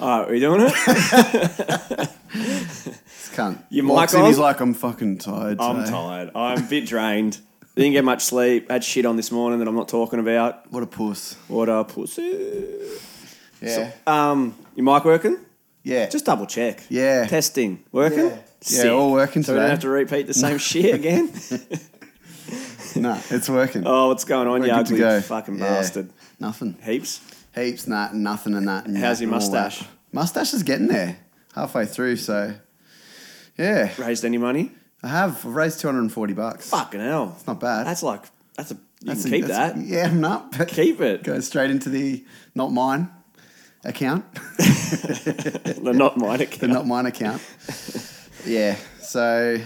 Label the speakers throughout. Speaker 1: Are you doing it?
Speaker 2: This cunt.
Speaker 1: You
Speaker 2: Walks
Speaker 1: mic
Speaker 2: in,
Speaker 1: on?
Speaker 2: he's like, I'm fucking tired.
Speaker 1: I'm
Speaker 2: today.
Speaker 1: tired. I'm a bit drained. Didn't get much sleep. Had shit on this morning that I'm not talking about.
Speaker 2: What a puss.
Speaker 1: What a pussy.
Speaker 2: Yeah.
Speaker 1: Um, your mic working?
Speaker 2: yeah.
Speaker 1: Just double check.
Speaker 2: Yeah.
Speaker 1: Testing. Working?
Speaker 2: Yeah. Yeah, all working
Speaker 1: So we don't
Speaker 2: today.
Speaker 1: have to repeat the same shit again.
Speaker 2: nah, it's working.
Speaker 1: Oh, what's going on,
Speaker 2: We're
Speaker 1: you
Speaker 2: good
Speaker 1: ugly
Speaker 2: to go.
Speaker 1: fucking
Speaker 2: Yeah.
Speaker 1: bastard?
Speaker 2: Nothing.
Speaker 1: Heaps.
Speaker 2: Heaps, nah, nothing and that. and
Speaker 1: How's
Speaker 2: that
Speaker 1: your
Speaker 2: and all that.
Speaker 1: mustache?
Speaker 2: Mustache is getting there. Halfway through, so. Yeah.
Speaker 1: Raised any money?
Speaker 2: I have. I've raised 240 bucks.
Speaker 1: Fucking hell. It's
Speaker 2: not bad.
Speaker 1: That's like that's a you
Speaker 2: That's
Speaker 1: can
Speaker 2: a-
Speaker 1: keep
Speaker 2: that's-
Speaker 1: that.
Speaker 2: Yeah, I'm not. But
Speaker 1: Keep it.
Speaker 2: Goes straight into the not mine account.
Speaker 1: They're not mine.
Speaker 2: the not mine account. yeah, so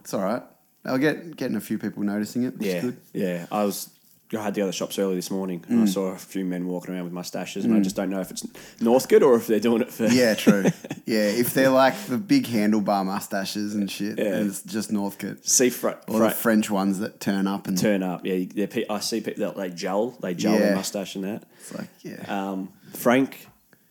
Speaker 2: it's all right. I'll get getting a few people noticing it. Which
Speaker 1: Yeah,
Speaker 2: Is good. Mm.
Speaker 1: yeah. I was. I had the other shops early this morning, and I saw a few men walking around with mustaches, and I just don't know if it's Northcote or if they're doing it for.
Speaker 2: Yeah, true. yeah, if they're like the big handlebar mustaches and shit,
Speaker 1: Yeah.
Speaker 2: and it's just Northcote
Speaker 1: See, fr-
Speaker 2: or the
Speaker 1: fr-
Speaker 2: French ones that turn up and
Speaker 1: turn up. Yeah, they're pe- I see people that they gel, they gel
Speaker 2: Yeah.
Speaker 1: their mustache and that.
Speaker 2: it's like yeah,
Speaker 1: Um, Frank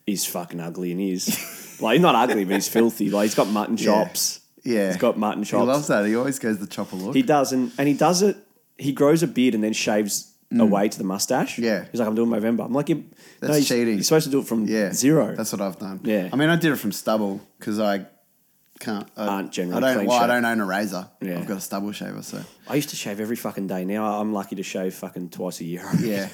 Speaker 1: is fucking ugly, and he's like he's not ugly, but he's filthy. Like he's got mutton chops.
Speaker 2: yeah.
Speaker 1: he's got mutton chops.
Speaker 2: He loves that. He always goes the chopper look.
Speaker 1: He does, and, and he does it. He grows a beard and then shaves away to the mustache.
Speaker 2: Mm. Yeah.
Speaker 1: he's like, I'm doing November. I'm like, you,
Speaker 2: That's
Speaker 1: he's-
Speaker 2: cheating.
Speaker 1: You're supposed to do it from
Speaker 2: yeah,
Speaker 1: zero.
Speaker 2: That's what I've done.
Speaker 1: Yeah.
Speaker 2: I mean, I did it from stubble because I can't. I,
Speaker 1: Aren't generally
Speaker 2: I don't.
Speaker 1: clean
Speaker 2: Well, I
Speaker 1: shaven.
Speaker 2: don't own a razor.
Speaker 1: Yeah.
Speaker 2: I've got a stubble shaver, so
Speaker 1: I used to shave every fucking day. Now I'm lucky to shave fucking twice a year.
Speaker 2: Yeah.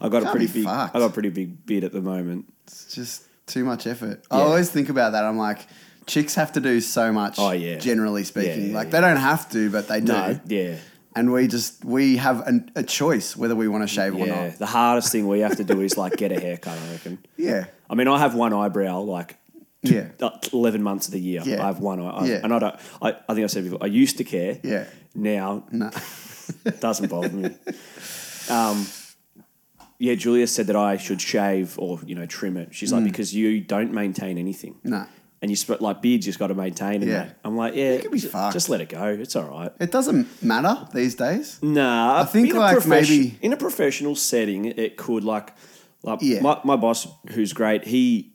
Speaker 1: I got a
Speaker 2: Can't
Speaker 1: pretty
Speaker 2: be
Speaker 1: big.
Speaker 2: fucked.
Speaker 1: I got a pretty big beard at the moment.
Speaker 2: it's just too much effort. I
Speaker 1: Yeah.
Speaker 2: always think about that. I'm like, chicks have to do so much.
Speaker 1: Oh, yeah.
Speaker 2: Generally speaking,
Speaker 1: Yeah, yeah,
Speaker 2: like
Speaker 1: yeah.
Speaker 2: they don't have to, but they do.
Speaker 1: No, yeah,
Speaker 2: And we just we have an, a choice whether we want to shave or
Speaker 1: yeah.
Speaker 2: not.
Speaker 1: The hardest thing we have to do is like get a haircut. I reckon.
Speaker 2: Yeah.
Speaker 1: I mean, I have one eyebrow like
Speaker 2: Yeah.
Speaker 1: like, eleven months of the year.
Speaker 2: Yeah.
Speaker 1: I have one. eye, I,
Speaker 2: Yeah.
Speaker 1: And I don't. I, I think I said before. I used to care.
Speaker 2: Yeah.
Speaker 1: Now
Speaker 2: No.
Speaker 1: doesn't bother me. Um, yeah, Julia said that I should shave or you know trim it. She's like
Speaker 2: Mm.
Speaker 1: because you don't maintain anything.
Speaker 2: No.
Speaker 1: And you sp- like beards, you just got to maintain. And
Speaker 2: Yeah.
Speaker 1: that. I'm like, yeah,
Speaker 2: could be
Speaker 1: ju-
Speaker 2: fucked.
Speaker 1: just let it go. It's all right.
Speaker 2: It doesn't matter these days.
Speaker 1: Nah, I
Speaker 2: think,
Speaker 1: in a
Speaker 2: like,
Speaker 1: profession-
Speaker 2: maybe-
Speaker 1: in a professional setting, it could like, like
Speaker 2: Yeah.
Speaker 1: my, my boss, who's great, he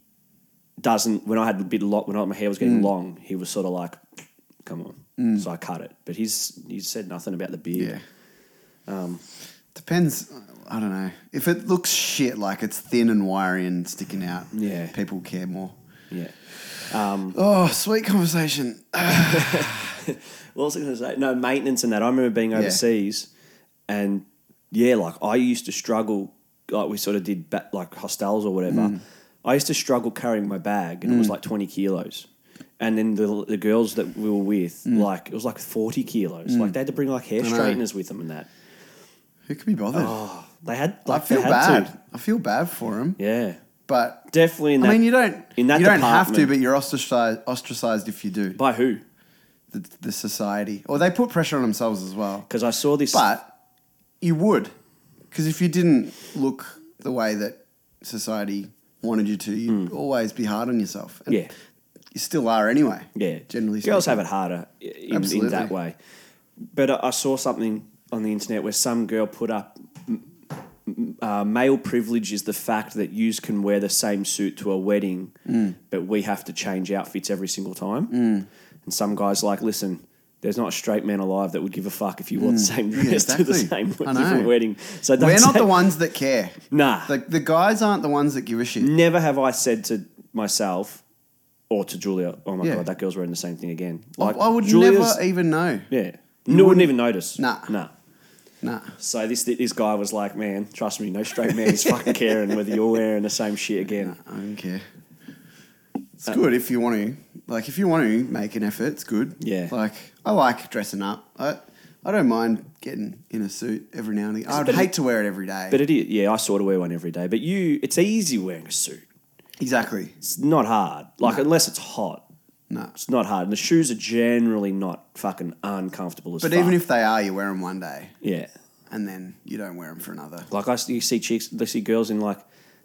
Speaker 1: doesn't. When I had a bit lot, when I- my hair was
Speaker 2: Mm.
Speaker 1: getting long, he was sort of like, "Come on," so I cut it. But he's he said nothing about the beard.
Speaker 2: Yeah. Um,
Speaker 1: Um.
Speaker 2: Depends. I don't know. If it looks shit, like it's thin and wiry and sticking out,
Speaker 1: Yeah. Mm.
Speaker 2: people care more.
Speaker 1: Yeah.
Speaker 2: Oh, sweet conversation.
Speaker 1: What was I going to say? No maintenance and that. I remember being overseas, and yeah, like I used to struggle. Like we sort of did ba- like hostels or whatever.
Speaker 2: Mm.
Speaker 1: I used to struggle carrying my bag, and it was like twenty kilos. And then the, the girls that we were with, like it was like forty kilos. Like they had to bring like hair
Speaker 2: Mm. know.
Speaker 1: straighteners with them and that.
Speaker 2: Who could be bothered?
Speaker 1: Oh, they had.
Speaker 2: I
Speaker 1: Like,
Speaker 2: feel
Speaker 1: they had
Speaker 2: bad.
Speaker 1: to.
Speaker 2: I feel bad for him.
Speaker 1: Yeah,
Speaker 2: But
Speaker 1: definitely. In that,
Speaker 2: I mean, you don't.
Speaker 1: in that
Speaker 2: you don't have to,
Speaker 1: department.
Speaker 2: but you're ostracized, ostracized if you do.
Speaker 1: by who?
Speaker 2: The, the society, or they put pressure on themselves as well.
Speaker 1: Because I saw this.
Speaker 2: But you would, because if you didn't look the way that society wanted you to, you'd always be hard on yourself. And
Speaker 1: Hmm. Yeah.
Speaker 2: you still are anyway.
Speaker 1: Yeah,
Speaker 2: generally.
Speaker 1: girls
Speaker 2: speaking.
Speaker 1: have it harder i- in, in
Speaker 2: Absolutely.
Speaker 1: that way. But I, I saw something on the internet where some girl put up m- m- uh, male privilege is the fact that yous can wear the same suit to a wedding,
Speaker 2: Mm.
Speaker 1: but we have to change outfits every single time. And some guys like listen. There's not a straight man alive that would give a fuck if you wore the same dress to the
Speaker 2: Mm. exactly.
Speaker 1: same
Speaker 2: I know.
Speaker 1: different wedding. So don't
Speaker 2: We're not
Speaker 1: say-
Speaker 2: the ones that care.
Speaker 1: Nah.
Speaker 2: The, the guys aren't the ones that give a shit.
Speaker 1: Never have I said to myself or to Julia, "Oh my
Speaker 2: Yeah.
Speaker 1: god, that girl's wearing the same thing again."
Speaker 2: I, I would
Speaker 1: Julia's-
Speaker 2: never even know.
Speaker 1: yeah. No, wouldn't even notice.
Speaker 2: Nah.
Speaker 1: Nah.
Speaker 2: Nah.
Speaker 1: So this this guy was like, man, trust me, no straight man is fucking caring whether you're wearing the same shit again.
Speaker 2: I don't care. It's good if you want to. Like, if you want to make an effort, it's good.
Speaker 1: Yeah.
Speaker 2: Like, I like dressing up. I, I don't mind getting in a suit every now and again. I'd
Speaker 1: but
Speaker 2: hate to wear it every day.
Speaker 1: But it is, yeah, I sort of wear one every day. But you, it's easy wearing a suit.
Speaker 2: exactly.
Speaker 1: It's not hard. Like unless it's hot,
Speaker 2: No.
Speaker 1: it's not hard. And the shoes are generally not fucking uncomfortable as
Speaker 2: But
Speaker 1: fuck.
Speaker 2: even if they are, you wear them one day
Speaker 1: yeah,
Speaker 2: and then you don't wear them for another.
Speaker 1: like I see- you see chicks, they see girls in like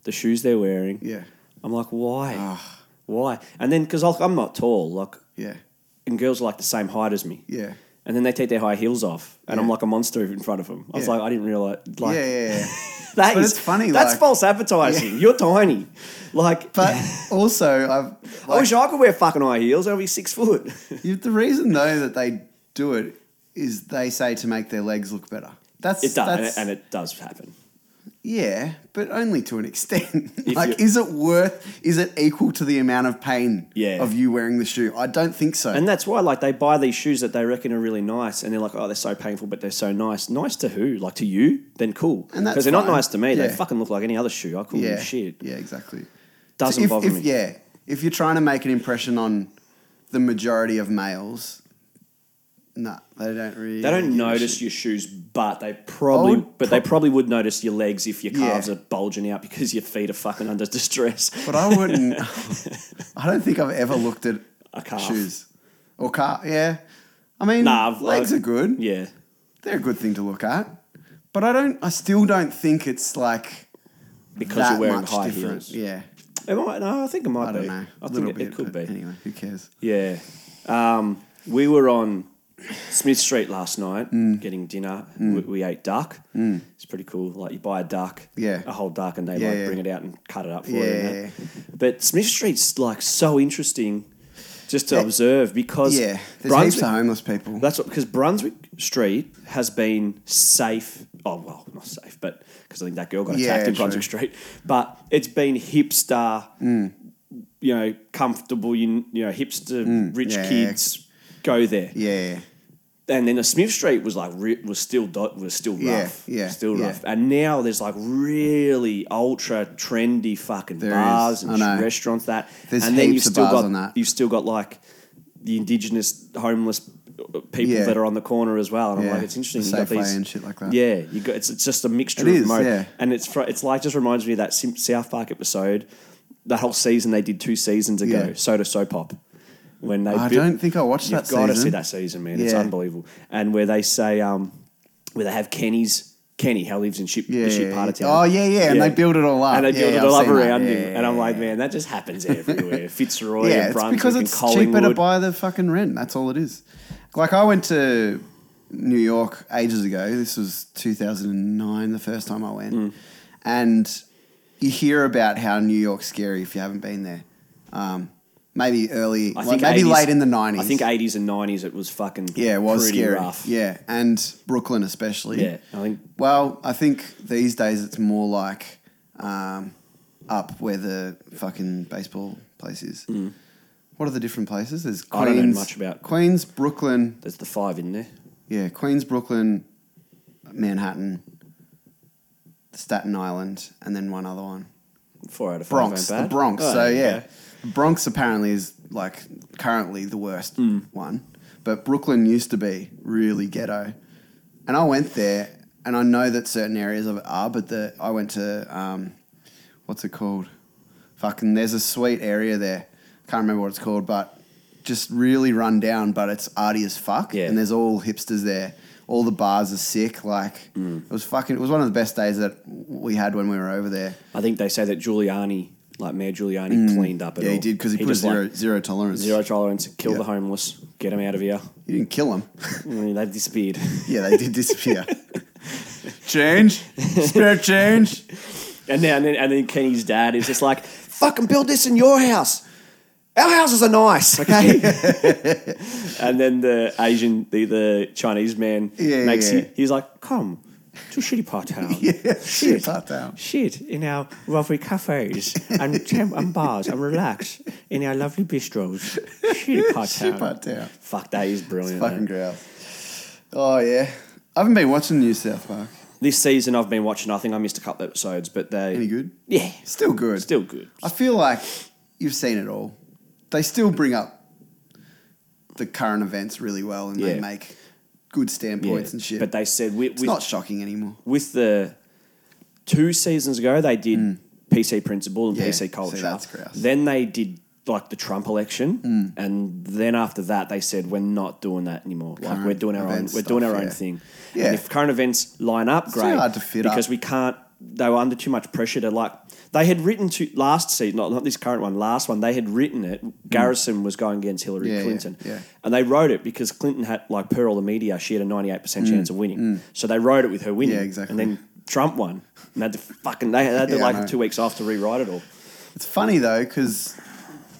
Speaker 1: the shoes they're wearing.
Speaker 2: Yeah.
Speaker 1: I'm like, why, why? And then because I'm not tall, like,
Speaker 2: Yeah.
Speaker 1: and girls are like the same height as me.
Speaker 2: Yeah.
Speaker 1: and then they take their high heels off, and I'm
Speaker 2: Yeah.
Speaker 1: like a monster in front of them. I was
Speaker 2: Yeah.
Speaker 1: like, I didn't realize. Like,
Speaker 2: yeah, yeah, yeah.
Speaker 1: that
Speaker 2: But
Speaker 1: is-
Speaker 2: it's funny,
Speaker 1: That's
Speaker 2: like-
Speaker 1: false advertising. You're tiny. Like,
Speaker 2: But also, I've
Speaker 1: I wish I could wear fucking high heels. I'll be six foot.
Speaker 2: You- The reason though that they do it is they say to make their legs look better. That's
Speaker 1: It does, and it,
Speaker 2: That's,
Speaker 1: and it does happen.
Speaker 2: yeah, but only to an extent.
Speaker 1: If
Speaker 2: like,
Speaker 1: you-
Speaker 2: is it worth? Is it equal to the amount of pain
Speaker 1: Yeah.
Speaker 2: of you wearing the shoe? I don't think so.
Speaker 1: And that's why, like, they buy these shoes that they reckon are really nice, and they're like, oh, they're so painful, but they're so nice. Nice to who? Like, to you? Then cool.
Speaker 2: And that's
Speaker 1: Because they're not
Speaker 2: fine.
Speaker 1: nice to me. They
Speaker 2: Yeah.
Speaker 1: fucking look like any other shoe. I call
Speaker 2: yeah,
Speaker 1: them shit.
Speaker 2: Yeah, exactly.
Speaker 1: Doesn't
Speaker 2: if,
Speaker 1: bother
Speaker 2: if,
Speaker 1: me.
Speaker 2: Yeah, if you're trying to make an impression on the majority of males, nah, they don't really.
Speaker 1: They don't
Speaker 2: give a
Speaker 1: notice
Speaker 2: shit.
Speaker 1: your shoes, but they probably,
Speaker 2: would
Speaker 1: but they probably would notice your legs if your
Speaker 2: Oh, Yeah.
Speaker 1: calves are bulging out because your feet are fucking under distress.
Speaker 2: But I wouldn't. I don't think I've ever looked at
Speaker 1: A calf.
Speaker 2: shoes or car. Yeah, I mean,
Speaker 1: Nah, I've-
Speaker 2: legs
Speaker 1: I've-
Speaker 2: are good.
Speaker 1: Yeah,
Speaker 2: They're a good thing to look at. But I don't. I still don't think it's like
Speaker 1: because
Speaker 2: that
Speaker 1: you're wearing
Speaker 2: much
Speaker 1: high
Speaker 2: different.
Speaker 1: heels.
Speaker 2: Yeah,
Speaker 1: It might, no, I think it might
Speaker 2: I
Speaker 1: be.
Speaker 2: don't know.
Speaker 1: I
Speaker 2: A
Speaker 1: think
Speaker 2: little
Speaker 1: it,
Speaker 2: bit.
Speaker 1: it could
Speaker 2: but
Speaker 1: be.
Speaker 2: Anyway, who cares?
Speaker 1: Yeah. Um, we were on Smith Street last night
Speaker 2: Mm.
Speaker 1: getting dinner. We, we ate duck. Mm. It's pretty cool. Like you buy a duck,
Speaker 2: Yeah.
Speaker 1: a whole duck, and they
Speaker 2: Yeah,
Speaker 1: like
Speaker 2: yeah.
Speaker 1: bring it out and cut it up for you.
Speaker 2: Yeah,
Speaker 1: and
Speaker 2: yeah,
Speaker 1: that. But Smith Street's like so interesting just to observe because
Speaker 2: Yeah, there's heaps
Speaker 1: Brunswick,
Speaker 2: of homeless people.
Speaker 1: that's what because Brunswick Street has been safe. Oh well, not safe, but because I think that girl got
Speaker 2: Yeah,
Speaker 1: attacked in
Speaker 2: true.
Speaker 1: Brunswick Street. But it's been hipster,
Speaker 2: Mm.
Speaker 1: you know, comfortable. You, you know, hipster rich
Speaker 2: Mm. yeah,
Speaker 1: kids go there,
Speaker 2: yeah,
Speaker 1: and then the Smith Street was like re- was still dot was still
Speaker 2: Yeah,
Speaker 1: rough,
Speaker 2: yeah,
Speaker 1: still
Speaker 2: yeah.
Speaker 1: rough. And now there's like really ultra trendy fucking
Speaker 2: There is,
Speaker 1: bars and
Speaker 2: I know.
Speaker 1: restaurants that,
Speaker 2: There's
Speaker 1: and then
Speaker 2: heaps
Speaker 1: you've
Speaker 2: of
Speaker 1: still
Speaker 2: bars
Speaker 1: got
Speaker 2: on that.
Speaker 1: you've still got like the indigenous homeless people
Speaker 2: Yeah.
Speaker 1: that are on the corner as well. And
Speaker 2: Yeah,
Speaker 1: I'm like, it's interesting.
Speaker 2: the
Speaker 1: You got
Speaker 2: Safeway
Speaker 1: these
Speaker 2: and shit like that.
Speaker 1: Yeah, you got it's, it's just a mixture
Speaker 2: It
Speaker 1: of
Speaker 2: is,
Speaker 1: mo-
Speaker 2: yeah.
Speaker 1: and it's fr- it's like just reminds me of that Sim- South Park episode. That whole season they did two seasons ago,
Speaker 2: Yeah.
Speaker 1: Soda Soap Pop. When they
Speaker 2: I
Speaker 1: built-
Speaker 2: don't think I watched
Speaker 1: You've
Speaker 2: that
Speaker 1: got to
Speaker 2: season.
Speaker 1: see that season, man. It's
Speaker 2: Yeah.
Speaker 1: unbelievable. And where they say, um, where they have Kenny's Kenny, how he lives in ship,
Speaker 2: Yeah,
Speaker 1: the ship
Speaker 2: yeah,
Speaker 1: part of
Speaker 2: yeah.
Speaker 1: town.
Speaker 2: Oh, yeah, yeah, and they build it all up.
Speaker 1: and they
Speaker 2: Yeah,
Speaker 1: build it
Speaker 2: I've
Speaker 1: all up
Speaker 2: seen that.
Speaker 1: around
Speaker 2: Yeah,
Speaker 1: him.
Speaker 2: yeah,
Speaker 1: and I'm
Speaker 2: yeah,
Speaker 1: like,
Speaker 2: yeah.
Speaker 1: man, that just happens everywhere. Fitzroy,
Speaker 2: yeah,
Speaker 1: and
Speaker 2: it's
Speaker 1: Brunswick,
Speaker 2: because
Speaker 1: and
Speaker 2: it's
Speaker 1: Collingwood.
Speaker 2: cheaper to buy the fucking rent. That's all it is. Like I went to New York ages ago. This was 2009, the first time I went,
Speaker 1: Mm.
Speaker 2: and you hear about how New York's scary if you haven't been there. Um, maybe early,
Speaker 1: I
Speaker 2: like,
Speaker 1: think
Speaker 2: maybe
Speaker 1: 80s
Speaker 2: late in the 90s.
Speaker 1: I think 80s and 90s, it was fucking
Speaker 2: yeah, it was
Speaker 1: pretty
Speaker 2: scary.
Speaker 1: rough.
Speaker 2: Yeah, and Brooklyn especially.
Speaker 1: Yeah, I think
Speaker 2: Well, I think these days it's more like um, up where the fucking baseball place is. What are the different places? There's Queens,
Speaker 1: Mm. I don't know much about-
Speaker 2: Queens, Brooklyn.
Speaker 1: there's the five in there.
Speaker 2: Yeah, Queens, Brooklyn, Manhattan, Staten Island, and then one other one.
Speaker 1: Four out of five.
Speaker 2: Bronx,
Speaker 1: ain't
Speaker 2: the
Speaker 1: bad.
Speaker 2: Bronx.
Speaker 1: Oh,
Speaker 2: so
Speaker 1: there you
Speaker 2: yeah,
Speaker 1: go.
Speaker 2: The Bronx apparently is like currently the worst
Speaker 1: Hmm.
Speaker 2: one, but Brooklyn used to be really ghetto, and I went there, and I know that certain areas of it are, but the I went to um, what's it called? Fucking, there's a sweet area there. Can't remember what it's called, but just really run down, but it's arty as fuck,
Speaker 1: Yeah.
Speaker 2: and there's all hipsters there. All the bars are sick. Like
Speaker 1: Hmm.
Speaker 2: it was fucking. It was one of the best days that we had when we were over there.
Speaker 1: I think they say that Giuliani, like Mayor Giuliani, cleaned up. It
Speaker 2: Mm. Yeah,
Speaker 1: all.
Speaker 2: he did because he, put a
Speaker 1: just,
Speaker 2: zero,
Speaker 1: like,
Speaker 2: zero tolerance.
Speaker 1: zero tolerance. Kill
Speaker 2: Yeah.
Speaker 1: the homeless. Get them out of here.
Speaker 2: He didn't kill him.
Speaker 1: Mm, They've disappeared.
Speaker 2: yeah, they did disappear. change, spare change.
Speaker 1: And then, and then, and then Kenny's dad is just like, fucking build this in your house. Our houses are nice, okay? and then the Asian, the, the Chinese man
Speaker 2: Yeah,
Speaker 1: makes
Speaker 2: yeah.
Speaker 1: it. He's like, come to shitty part town.
Speaker 2: Yeah,
Speaker 1: Shit.
Speaker 2: shit, that down.
Speaker 1: Shit in our lovely cafes and, tem- and bars and relax in our lovely bistros. Shitty part
Speaker 2: Shit,
Speaker 1: town.
Speaker 2: that down.
Speaker 1: Fuck, that is brilliant.
Speaker 2: Fucking
Speaker 1: man.
Speaker 2: growl. Oh yeah, I haven't been watching New South Park.
Speaker 1: This season I've been watching, I think I missed a couple episodes, but they.
Speaker 2: Any good?
Speaker 1: Yeah.
Speaker 2: Still good.
Speaker 1: Still good.
Speaker 2: I feel like you've seen it all. They still bring up the current events really well, and they
Speaker 1: Yeah.
Speaker 2: make good standpoints and shit.
Speaker 1: But they said with,
Speaker 2: it's
Speaker 1: with
Speaker 2: not shocking anymore.
Speaker 1: with the two seasons ago they did PC principle and
Speaker 2: Mm. Yeah, see,
Speaker 1: PC culture.
Speaker 2: that's Mm. grouse.
Speaker 1: Then they did like the Trump election, and then after that they said we're not doing that anymore. like
Speaker 2: Current
Speaker 1: we're doing our own, we're
Speaker 2: events
Speaker 1: doing
Speaker 2: stuff,
Speaker 1: our own
Speaker 2: yeah.
Speaker 1: thing.
Speaker 2: Yeah.
Speaker 1: And if current events line up,
Speaker 2: too
Speaker 1: great.
Speaker 2: hard to fit up.
Speaker 1: because we can't they were under too much pressure to like. They had written to last season, not, not this current one, last one. They had written it. Garrison was going against Hillary
Speaker 2: Mm. Yeah, yeah,
Speaker 1: Clinton,
Speaker 2: yeah.
Speaker 1: and they wrote it because Clinton had, like per all the media, she had a ninety eight percent chance of winning. So they wrote it with her winning.
Speaker 2: Mm, Yeah, exactly.
Speaker 1: And then Trump won, and they had to fucking they had to
Speaker 2: Yeah, I
Speaker 1: like
Speaker 2: know.
Speaker 1: two weeks off to rewrite it all.
Speaker 2: It's funny though, because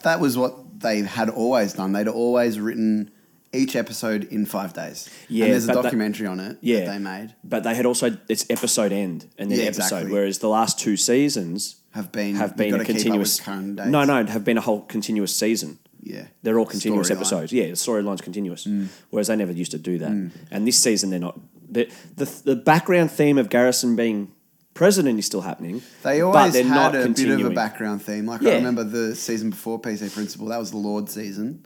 Speaker 2: that was what they had always done. They'd always written each episode in five days.
Speaker 1: Yeah,
Speaker 2: and there's a
Speaker 1: but that-
Speaker 2: documentary on it
Speaker 1: Yeah,
Speaker 2: that they made.
Speaker 1: But they had also it's episode end and then
Speaker 2: Yeah,
Speaker 1: episode,
Speaker 2: exactly.
Speaker 1: whereas the last two seasons
Speaker 2: Have been
Speaker 1: have
Speaker 2: you've
Speaker 1: been
Speaker 2: gotta
Speaker 1: a
Speaker 2: keep up with
Speaker 1: continuous
Speaker 2: current days.
Speaker 1: no no have been a whole continuous season.
Speaker 2: Yeah,
Speaker 1: They're all continuous
Speaker 2: Storyline. Mm.
Speaker 1: episodes. Yeah, the storyline's continuous. Whereas they never used to do that. And this season they're not. they the the background theme of Garrison being president is still happening.
Speaker 2: They
Speaker 1: but
Speaker 2: always
Speaker 1: they're
Speaker 2: had
Speaker 1: not
Speaker 2: a
Speaker 1: continuing.
Speaker 2: bit of a background theme. Like
Speaker 1: Yeah.
Speaker 2: I remember the season before PC Principal, that was the Lord season.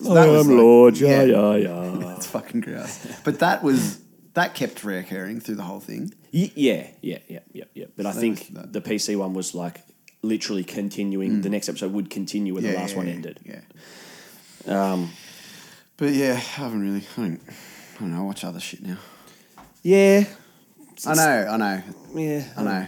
Speaker 2: So
Speaker 1: Oh,
Speaker 2: that was
Speaker 1: I'm
Speaker 2: like-
Speaker 1: Lord. Yeah, yeah, yeah.
Speaker 2: It's fucking gross. But that was that kept reoccurring through the whole thing.
Speaker 1: Y- yeah, yeah, yeah, yeah, yeah. But I
Speaker 2: So
Speaker 1: think
Speaker 2: that- Mm.
Speaker 1: the PC one was like literally continuing. The next episode would continue where the last one ended. Um,
Speaker 2: Yeah. Um, but yeah, I haven't really. I don't, I don't know. I watch other shit now.
Speaker 1: Yeah,
Speaker 2: I know. I know.
Speaker 1: yeah.
Speaker 2: I know.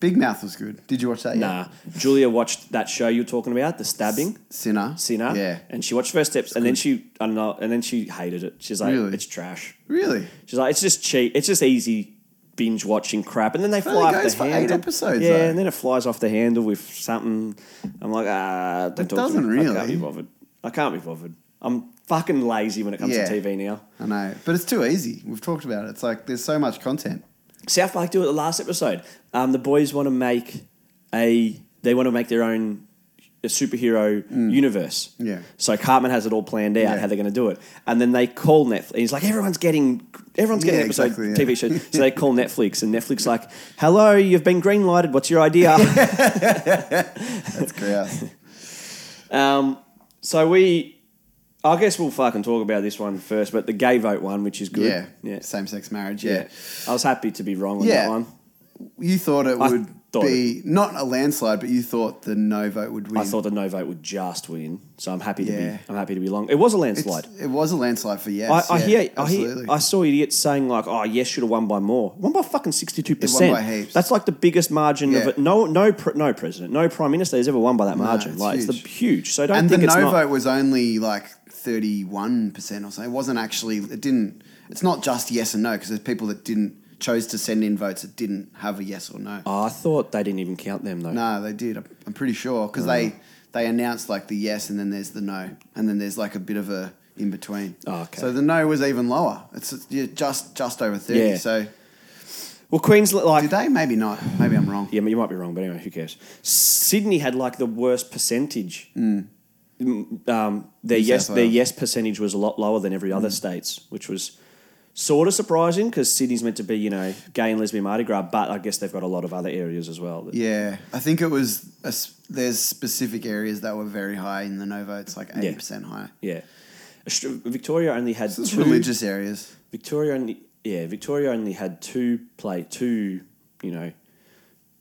Speaker 2: Big Mouth was good. Did you watch that? yet?
Speaker 1: Nah, Julia watched that show you were talking about, the stabbing.
Speaker 2: Sinner.
Speaker 1: Sinner.
Speaker 2: Yeah.
Speaker 1: And she watched first steps, and then she, I don't know, and then she hated it. She's like,
Speaker 2: Really?
Speaker 1: it's trash.
Speaker 2: Really?
Speaker 1: She's like, it's just cheap. It's just easy binge watching crap, and then they
Speaker 2: Well,
Speaker 1: fly
Speaker 2: it
Speaker 1: off
Speaker 2: goes
Speaker 1: the
Speaker 2: for eight
Speaker 1: handle.
Speaker 2: episodes,
Speaker 1: yeah,
Speaker 2: though.
Speaker 1: and then it flies off the handle with something. I'm like, ah, don't
Speaker 2: It
Speaker 1: talk
Speaker 2: doesn't
Speaker 1: to me. I can't
Speaker 2: really.
Speaker 1: be bothered. I can't be bothered. I'm fucking lazy when it comes
Speaker 2: Yeah.
Speaker 1: to TV now.
Speaker 2: I know. But it's too easy. We've talked about it. It's like there's so much content.
Speaker 1: South Park do it the last episode. Um, the boys want to make a they want to make their own a superhero universe.
Speaker 2: Mm. Yeah.
Speaker 1: So Cartman has it all planned out
Speaker 2: Yeah.
Speaker 1: how they're going to do it, and then they call Netflix. He's like, everyone's getting everyone's getting
Speaker 2: Yeah,
Speaker 1: an episode
Speaker 2: exactly, yeah.
Speaker 1: TV show. So they call Netflix, and Netflix like, hello, you've been green lighted. What's your idea?
Speaker 2: That's gross.
Speaker 1: um, so we. I guess we'll fucking talk about this one first, but the gay vote one, which is good.
Speaker 2: yeah.
Speaker 1: yeah,
Speaker 2: Same sex marriage.
Speaker 1: yeah.
Speaker 2: Yeah.
Speaker 1: I was happy to be wrong on
Speaker 2: Yeah.
Speaker 1: that one.
Speaker 2: You thought it
Speaker 1: I
Speaker 2: would
Speaker 1: thought
Speaker 2: be not a landslide, but you thought the no vote would win.
Speaker 1: I thought the no vote would just win, so I'm happy to
Speaker 2: Yeah.
Speaker 1: be. I'm happy to be long. It was a
Speaker 2: It's-
Speaker 1: landslide.
Speaker 2: It was a landslide for
Speaker 1: I,
Speaker 2: yes.
Speaker 1: I
Speaker 2: yeah,
Speaker 1: hear, I hear,
Speaker 2: absolutely.
Speaker 1: I saw idiots saying like, "Oh, yes, should have won by more. Won by fucking sixty-two percent.
Speaker 2: It won by heaps.
Speaker 1: That's like the biggest margin of
Speaker 2: Yeah.
Speaker 1: it. No, no, pr- no president, no prime minister has ever won by that margin.
Speaker 2: it's
Speaker 1: like it's the huge. So don't
Speaker 2: and the
Speaker 1: think
Speaker 2: no
Speaker 1: it's not.
Speaker 2: vote was only like 31% or something. It wasn't actually, it didn't, it's not just yes and no because there's people that didn't, chose to send in votes that didn't have a yes or no.
Speaker 1: Oh, I thought they didn't even count them though.
Speaker 2: No, they did. I'm I'm pretty sure because they,
Speaker 1: Mm.
Speaker 2: they announced like the yes and then there's the no. And then there's like a bit of a in between.
Speaker 1: Oh, okay.
Speaker 2: So the no was even lower. It's it's, yeah, just just over 30.
Speaker 1: Yeah.
Speaker 2: So
Speaker 1: Well, Queensland, like,
Speaker 2: did they? Maybe not. Maybe I'm wrong.
Speaker 1: yeah, you might be wrong, but anyway, who cares? Sydney had like the worst percentage. Mm, Um, their
Speaker 2: New
Speaker 1: yes,
Speaker 2: South
Speaker 1: their
Speaker 2: Wales. Mm.
Speaker 1: yes percentage was a lot lower than every other states, which was sort of surprising because Sydney's meant to be, you know, gay and lesbian Mardi Gras, but I guess they've got a lot of other areas as well. that-
Speaker 2: Yeah, I think it was a s there's specific areas that were very high in the no votes, like eighty percent high.
Speaker 1: yeah. Aust- Victoria only had
Speaker 2: It's
Speaker 1: two.
Speaker 2: religious areas.
Speaker 1: Victoria only, yeah, Victoria only had two play two, you know,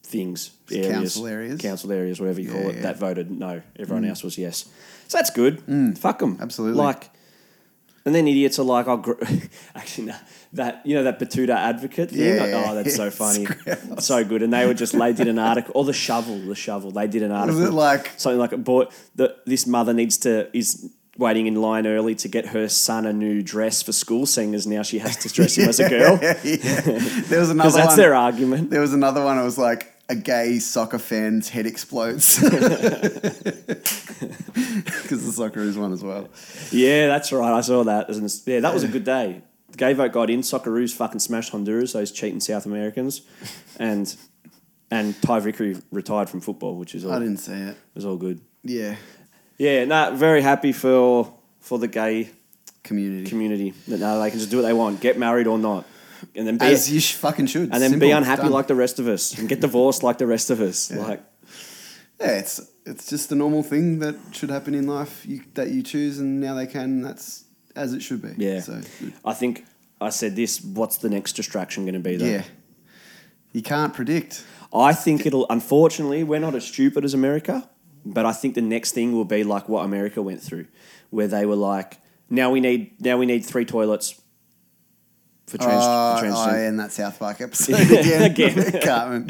Speaker 1: things areas,
Speaker 2: council areas.
Speaker 1: council areas, whatever you
Speaker 2: Yeah,
Speaker 1: call it.
Speaker 2: yeah. Mm.
Speaker 1: That voted no. Everyone else was yes. So that's good. Fuck them.
Speaker 2: Absolutely.
Speaker 1: Like, and then idiots are like, "Oh, gr- actually, no, that you know that Batuta advocate thing.
Speaker 2: Yeah,
Speaker 1: Like,
Speaker 2: yeah,
Speaker 1: oh, that's so
Speaker 2: it's
Speaker 1: funny,
Speaker 2: gross.
Speaker 1: so good." And they were just they did an article, or the shovel, the shovel. They did an article.
Speaker 2: it like-
Speaker 1: something like a boy that this mother needs to is waiting in line early to get her son a new dress for school, seeing as now she has to dress him as a girl.
Speaker 2: yeah, there was another
Speaker 1: Because that's
Speaker 2: one.
Speaker 1: their argument.
Speaker 2: there was another one. It was like a gay soccer fan's head explodes because the soccer is one as well.
Speaker 1: Yeah, that's right. I saw that. Isn't it? Yeah, that was a good day. The gay vote got in. Socceroos fucking smashed Honduras, those cheating South Americans, and and Ty Vickery retired from football, which is
Speaker 2: I
Speaker 1: all
Speaker 2: didn't see it.
Speaker 1: was all good.
Speaker 2: Yeah,
Speaker 1: Yeah, no, very happy for for the gay
Speaker 2: community.
Speaker 1: community that now they can just do what they want, get married or not, and then be
Speaker 2: As you sh- fucking should.
Speaker 1: and then
Speaker 2: Simple.
Speaker 1: be unhappy
Speaker 2: Done.
Speaker 1: like the rest of us, and get divorced like the rest of us. Like,
Speaker 2: yeah, it's it's just the normal thing that should happen in life. You, that you choose, and now they can. That's as it should be.
Speaker 1: yeah,
Speaker 2: So
Speaker 1: I think I said this. What's the next distraction going to be? Though?
Speaker 2: Yeah. You can't predict.
Speaker 1: I think it'll. Unfortunately, we're not as stupid as America, but I think the next thing will be like what America went through, where they were like, "Now we need, now we need three toilets. for trans.
Speaker 2: oh,
Speaker 1: for trans-
Speaker 2: oh, yeah, and that South Park episode again.
Speaker 1: Again.
Speaker 2: Cartman.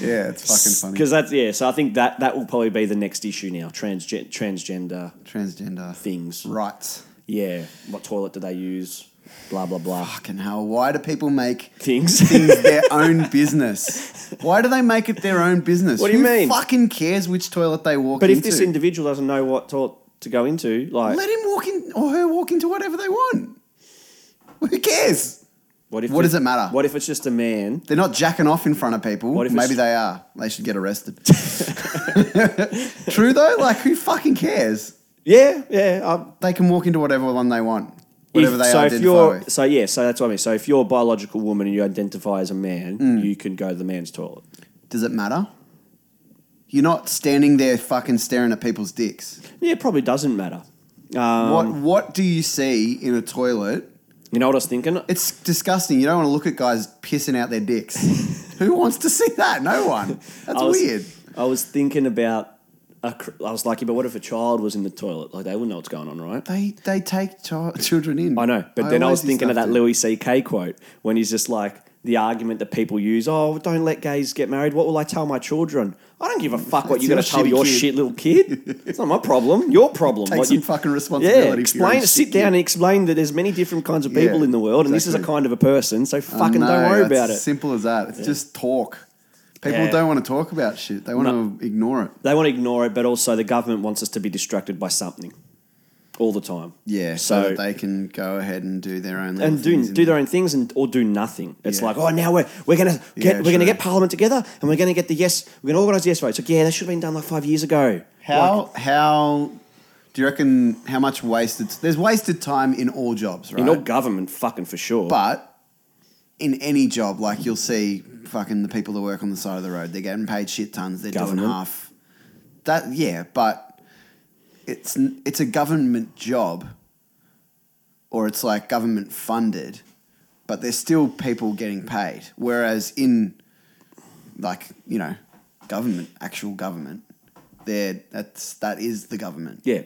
Speaker 2: Yeah, it's fucking funny.
Speaker 1: Because that's yeah, so I think that that will probably be the next issue now. Transgen- transgender
Speaker 2: Transgender
Speaker 1: things.
Speaker 2: rights.
Speaker 1: Yeah, what toilet do they use? Blah blah blah.
Speaker 2: Fucking hell! Why do people make
Speaker 1: Things.
Speaker 2: things their own business? Why do they make it their own business?
Speaker 1: What do you
Speaker 2: Who
Speaker 1: mean?
Speaker 2: Fucking cares which toilet they walk
Speaker 1: but
Speaker 2: into.
Speaker 1: if this individual doesn't know what toilet to go into, like,
Speaker 2: let him walk in or her walk into whatever they want. Who cares?
Speaker 1: what if?
Speaker 2: what does it matter?
Speaker 1: What if it's just a man?
Speaker 2: They're not jacking off in front of people.
Speaker 1: What if it's-
Speaker 2: Maybe they are. They should get arrested. True though, like who fucking cares?
Speaker 1: Yeah, yeah. I,
Speaker 2: They can walk into whatever one they want, whatever
Speaker 1: If-
Speaker 2: they
Speaker 1: so
Speaker 2: identify
Speaker 1: if you're,
Speaker 2: with.
Speaker 1: So yeah, so that's what I mean. So if you're a biological woman and you identify as a man,
Speaker 2: Mm.
Speaker 1: you can go to the man's toilet.
Speaker 2: Does it matter? You're not standing there fucking staring at people's dicks.
Speaker 1: Yeah, it probably doesn't matter. Um,
Speaker 2: what What do you see in a toilet?
Speaker 1: You know what I was thinking?
Speaker 2: It's disgusting. You don't want to look at guys pissing out their dicks. Who wants to see that? No one. That's
Speaker 1: I was,
Speaker 2: weird.
Speaker 1: I was thinking about. A, cr- I was like, yeah, but what if a child was in the toilet? Like they wouldn't know what's going on, right?
Speaker 2: They they take chi- children in.
Speaker 1: I know, but then I
Speaker 2: always
Speaker 1: was
Speaker 2: do
Speaker 1: thinking of
Speaker 2: stuff
Speaker 1: that
Speaker 2: to-
Speaker 1: Louis C.K. quote when he's just like the argument that people use: "Oh, don't let gays get married. What will I tell my children? I don't give a fuck what
Speaker 2: It's
Speaker 1: you're going to tell
Speaker 2: your
Speaker 1: your
Speaker 2: shitty kid."
Speaker 1: shit little kid. It's not my problem. Your problem.
Speaker 2: Take
Speaker 1: What
Speaker 2: some
Speaker 1: you-
Speaker 2: fucking responsibility.
Speaker 1: Yeah,
Speaker 2: for your
Speaker 1: explain.
Speaker 2: own
Speaker 1: Sit
Speaker 2: shit,
Speaker 1: down
Speaker 2: kid.
Speaker 1: and explain that there's many different kinds of
Speaker 2: Yeah,
Speaker 1: people in the world, and this is a
Speaker 2: exactly.
Speaker 1: kind of a person. So
Speaker 2: I
Speaker 1: fucking don't
Speaker 2: know,
Speaker 1: worry
Speaker 2: it's
Speaker 1: about it.
Speaker 2: Simple as that. It's just talk. People
Speaker 1: Yeah.
Speaker 2: don't want to talk about shit. They want
Speaker 1: No.
Speaker 2: to ignore it.
Speaker 1: They want to ignore it, but also the government wants us to be distracted by something all the time.
Speaker 2: Yeah, so,
Speaker 1: So.
Speaker 2: that they can go ahead and do their own little
Speaker 1: and do
Speaker 2: things in
Speaker 1: do their own things and or do nothing. It's
Speaker 2: Yeah.
Speaker 1: like, oh, now we're we're gonna get
Speaker 2: Yeah,
Speaker 1: we're gonna
Speaker 2: true.
Speaker 1: get Parliament together and we're gonna get the yes we're gonna organise the yes vote. It's like, yeah, that should have been done like five years ago.
Speaker 2: How how do you reckon how much wasted? There's wasted time in all jobs, right?
Speaker 1: You're not government fucking for sure.
Speaker 2: but in any job, like you'll see, fucking the people that work on the side of the road, they're getting paid shit tons. They're doing
Speaker 1: Government.
Speaker 2: half. That yeah, but it's n- it's a government job, or it's like government funded, but there's still people getting paid. Whereas in like you know, government, actual government, there that's that is the government.
Speaker 1: yeah,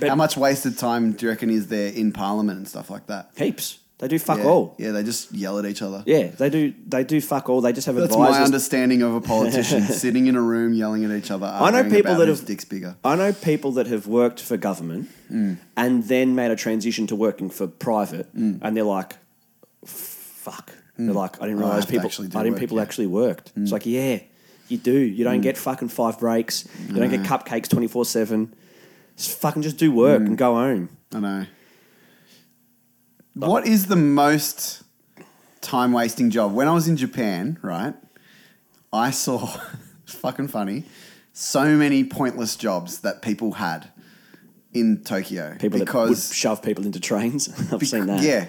Speaker 1: but
Speaker 2: How much wasted time do you reckon is there in Parliament and stuff like that?
Speaker 1: heaps they do fuck
Speaker 2: yeah.
Speaker 1: all.
Speaker 2: Yeah, they just yell at each other.
Speaker 1: Yeah, they do they do fuck all. They just have
Speaker 2: That's my
Speaker 1: advisors.
Speaker 2: understanding of a politician sitting in a room yelling at each other.
Speaker 1: I know
Speaker 2: arguing
Speaker 1: people
Speaker 2: about
Speaker 1: that
Speaker 2: whose
Speaker 1: have-
Speaker 2: dicks bigger.
Speaker 1: I know people that have worked for government
Speaker 2: Mm.
Speaker 1: and then made a transition to working for private, and they're like, "Fuck!" They're like, "I didn't
Speaker 2: Mm. Oh, I
Speaker 1: realize
Speaker 2: have to
Speaker 1: people.
Speaker 2: actually do
Speaker 1: I didn't
Speaker 2: work,
Speaker 1: people
Speaker 2: yeah. Mm.
Speaker 1: actually worked." It's like, yeah, you do. You don't get fucking five breaks. You don't get cupcakes twenty four seven. Just fucking just do work
Speaker 2: Mm.
Speaker 1: and go home.
Speaker 2: I know. What is the most time wasting job? When I was in Japan, right, I saw it's fucking funny. So many pointless jobs that people had in Tokyo
Speaker 1: People that would
Speaker 2: because
Speaker 1: shove people into trains. I've
Speaker 2: Bec-
Speaker 1: seen that.
Speaker 2: Yeah.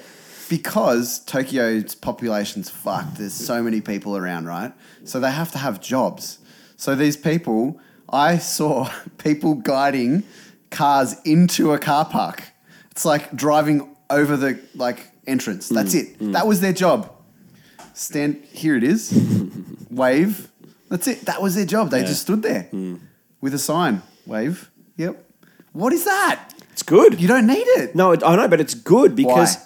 Speaker 2: Because Tokyo's population's fucked, there's so many people around, right? So they have to have jobs. So these people, I saw people guiding cars into a car park. It's like driving over the like entrance.
Speaker 1: Hmm,
Speaker 2: That's it. That was their job. Stand here it is. wave. That's it. That was their job. They
Speaker 1: Yeah. Hmm.
Speaker 2: just stood there with a sign. Wave. Yep. What is that?
Speaker 1: it's good.
Speaker 2: You don't need it.
Speaker 1: no, it, I know, but it's good because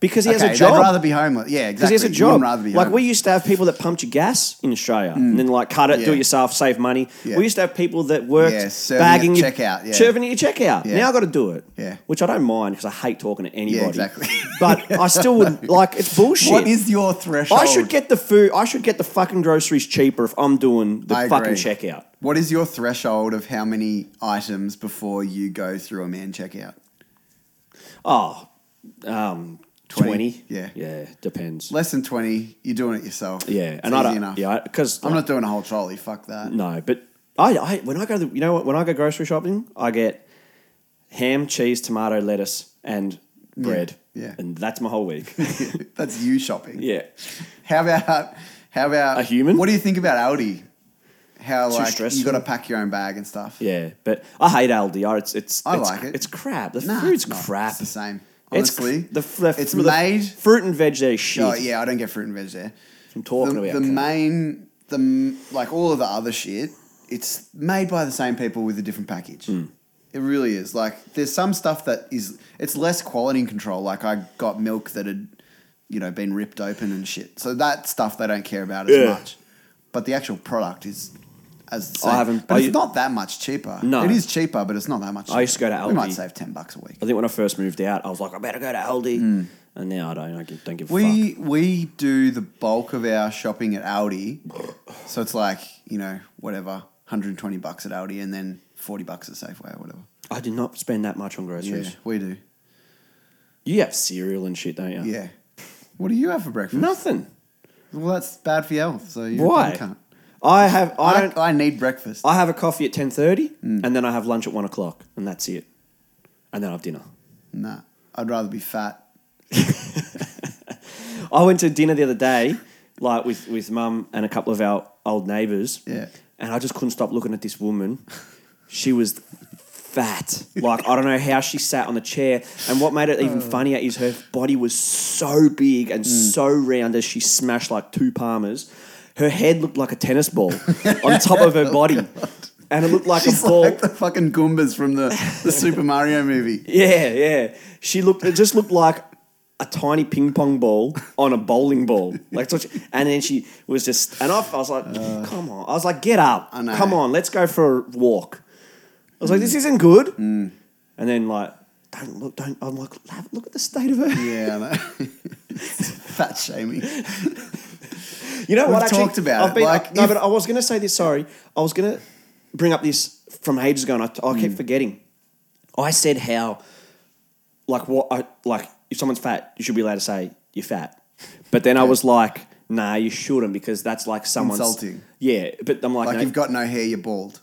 Speaker 1: because he
Speaker 2: Okay,
Speaker 1: has a job.
Speaker 2: They'd rather be homeless. Yeah,
Speaker 1: Because
Speaker 2: exactly.
Speaker 1: there's a
Speaker 2: You
Speaker 1: job.
Speaker 2: wouldn't rather be
Speaker 1: like we
Speaker 2: homeless.
Speaker 1: used to have people that pumped your gas in Australia and then like cut it, do
Speaker 2: Yeah.
Speaker 1: it yourself, save money.
Speaker 2: Yeah.
Speaker 1: We used to have people that worked
Speaker 2: Yeah, serving at
Speaker 1: bagging your
Speaker 2: checkout, yeah.
Speaker 1: serving at your checkout.
Speaker 2: Yeah.
Speaker 1: Now I got to do it.
Speaker 2: Yeah.
Speaker 1: which I don't mind because I hate talking to anybody.
Speaker 2: exactly.
Speaker 1: But I still would like it's bullshit.
Speaker 2: What is your threshold?
Speaker 1: I should get the food. I should get the fucking groceries cheaper if I'm doing the
Speaker 2: I agree.
Speaker 1: fucking checkout.
Speaker 2: What is your threshold of how many items before you go through a man checkout?
Speaker 1: Oh, um,
Speaker 2: 20,
Speaker 1: twenty.
Speaker 2: yeah.
Speaker 1: yeah, depends.
Speaker 2: Less than twenty, you're doing it yourself.
Speaker 1: yeah,
Speaker 2: It's
Speaker 1: and I
Speaker 2: easy
Speaker 1: don't.
Speaker 2: enough.
Speaker 1: Yeah, because
Speaker 2: I'm not doing a whole trolley. Fuck that.
Speaker 1: No, but I, I when I go to the, you know what when I go grocery shopping, I get ham, cheese, tomato, lettuce, and bread.
Speaker 2: yeah.
Speaker 1: And that's my whole week.
Speaker 2: That's you shopping.
Speaker 1: yeah.
Speaker 2: How about how about
Speaker 1: A human?
Speaker 2: What do you think about Aldi? How like
Speaker 1: stressful.
Speaker 2: you got to pack your own bag and stuff.
Speaker 1: Yeah. But I hate LDR. It's it's
Speaker 2: I
Speaker 1: it's,
Speaker 2: like it.
Speaker 1: It's crap. The
Speaker 2: Nah,
Speaker 1: food's
Speaker 2: it's not.
Speaker 1: crap.
Speaker 2: It's the same.
Speaker 1: It's cr-
Speaker 2: Honestly,
Speaker 1: the, f- the f-
Speaker 2: it's
Speaker 1: the
Speaker 2: made.
Speaker 1: fruit and veg there is shit.
Speaker 2: Oh yeah, I don't get fruit and veg there.
Speaker 1: I'm talking
Speaker 2: the,
Speaker 1: about
Speaker 2: the
Speaker 1: crap.
Speaker 2: main the m- like all of the other shit it's made by the same people with a different package
Speaker 1: Hmm.
Speaker 2: it really is like there's some stuff that is it's less quality control like i got milk that had you know, been ripped open and shit. So that stuff they don't care about
Speaker 1: Yeah.
Speaker 2: as much. But the actual product is as
Speaker 1: I
Speaker 2: the same.
Speaker 1: haven't-
Speaker 2: but
Speaker 1: I
Speaker 2: it's
Speaker 1: u-
Speaker 2: not that much cheaper.
Speaker 1: No.
Speaker 2: It is cheaper, but it's not that much cheaper.
Speaker 1: I used to go to
Speaker 2: We might
Speaker 1: Aldi.
Speaker 2: save 10 bucks a week.
Speaker 1: I think when I first moved out, I was like, I better go to Aldi, and now I don't. I give- don't give a fuck.
Speaker 2: Hmm. We we do the bulk of our shopping at Aldi, so it's like you know whatever, 120 bucks at Aldi, and then 40 bucks at Safeway or whatever.
Speaker 1: I did not spend that much on
Speaker 2: Yeah,
Speaker 1: groceries.
Speaker 2: we do.
Speaker 1: You have cereal and shit, don't you?
Speaker 2: Yeah. What do you have for breakfast?
Speaker 1: Nothing.
Speaker 2: Well, that's bad for your health. So you
Speaker 1: Why?
Speaker 2: can't.
Speaker 1: I have. I
Speaker 2: I,
Speaker 1: don't.
Speaker 2: I need breakfast.
Speaker 1: I have a coffee at ten thirty,
Speaker 2: Mm.
Speaker 1: and then I have lunch at one o'clock, and that's it. And then I have dinner.
Speaker 2: nah, I'd rather be fat.
Speaker 1: I went to dinner the other day, like with with mum and a couple of our old neighbours.
Speaker 2: Yeah.
Speaker 1: And I just couldn't stop looking at this woman. She was fat. Like I don't know how she sat on the chair. And what made it even
Speaker 2: Oh.
Speaker 1: funnier is her body was so big
Speaker 2: Mm.
Speaker 1: and so round as she smashed like two palmers. Her head looked like a tennis ball on top of her body. and it looked like
Speaker 2: Oh, She's
Speaker 1: a ball.
Speaker 2: like the fucking Goombas from the, the Super Mario movie.
Speaker 1: Yeah, yeah. She looked. It just looked like a tiny ping pong ball on a bowling ball. Like, so she- and then she was just. And I, I was like, come on. I was like, get up.
Speaker 2: Uh. I know.
Speaker 1: Come on, let's go for a walk. I was like, this isn't good.
Speaker 2: Mm.
Speaker 1: And then like, don't look. Don't. I'm like, have- look at the state of her.
Speaker 2: Yeah, I know. fat shaming.
Speaker 1: You know what?
Speaker 2: We've
Speaker 1: Actually,
Speaker 2: talked about
Speaker 1: I've
Speaker 2: it,
Speaker 1: been,
Speaker 2: like,
Speaker 1: no,
Speaker 2: if-
Speaker 1: but I was going to say this. Sorry, I was going to bring up this from ages ago, and I, I keep
Speaker 2: Mm.
Speaker 1: forgetting. I said how, like what, I, like if someone's fat, you should be allowed to say you're fat. But then I was like, nah, you shouldn't because that's like someone's
Speaker 2: Insulting.
Speaker 1: Yeah, but I'm like,
Speaker 2: Like
Speaker 1: no,
Speaker 2: you've got no hair, you're bald.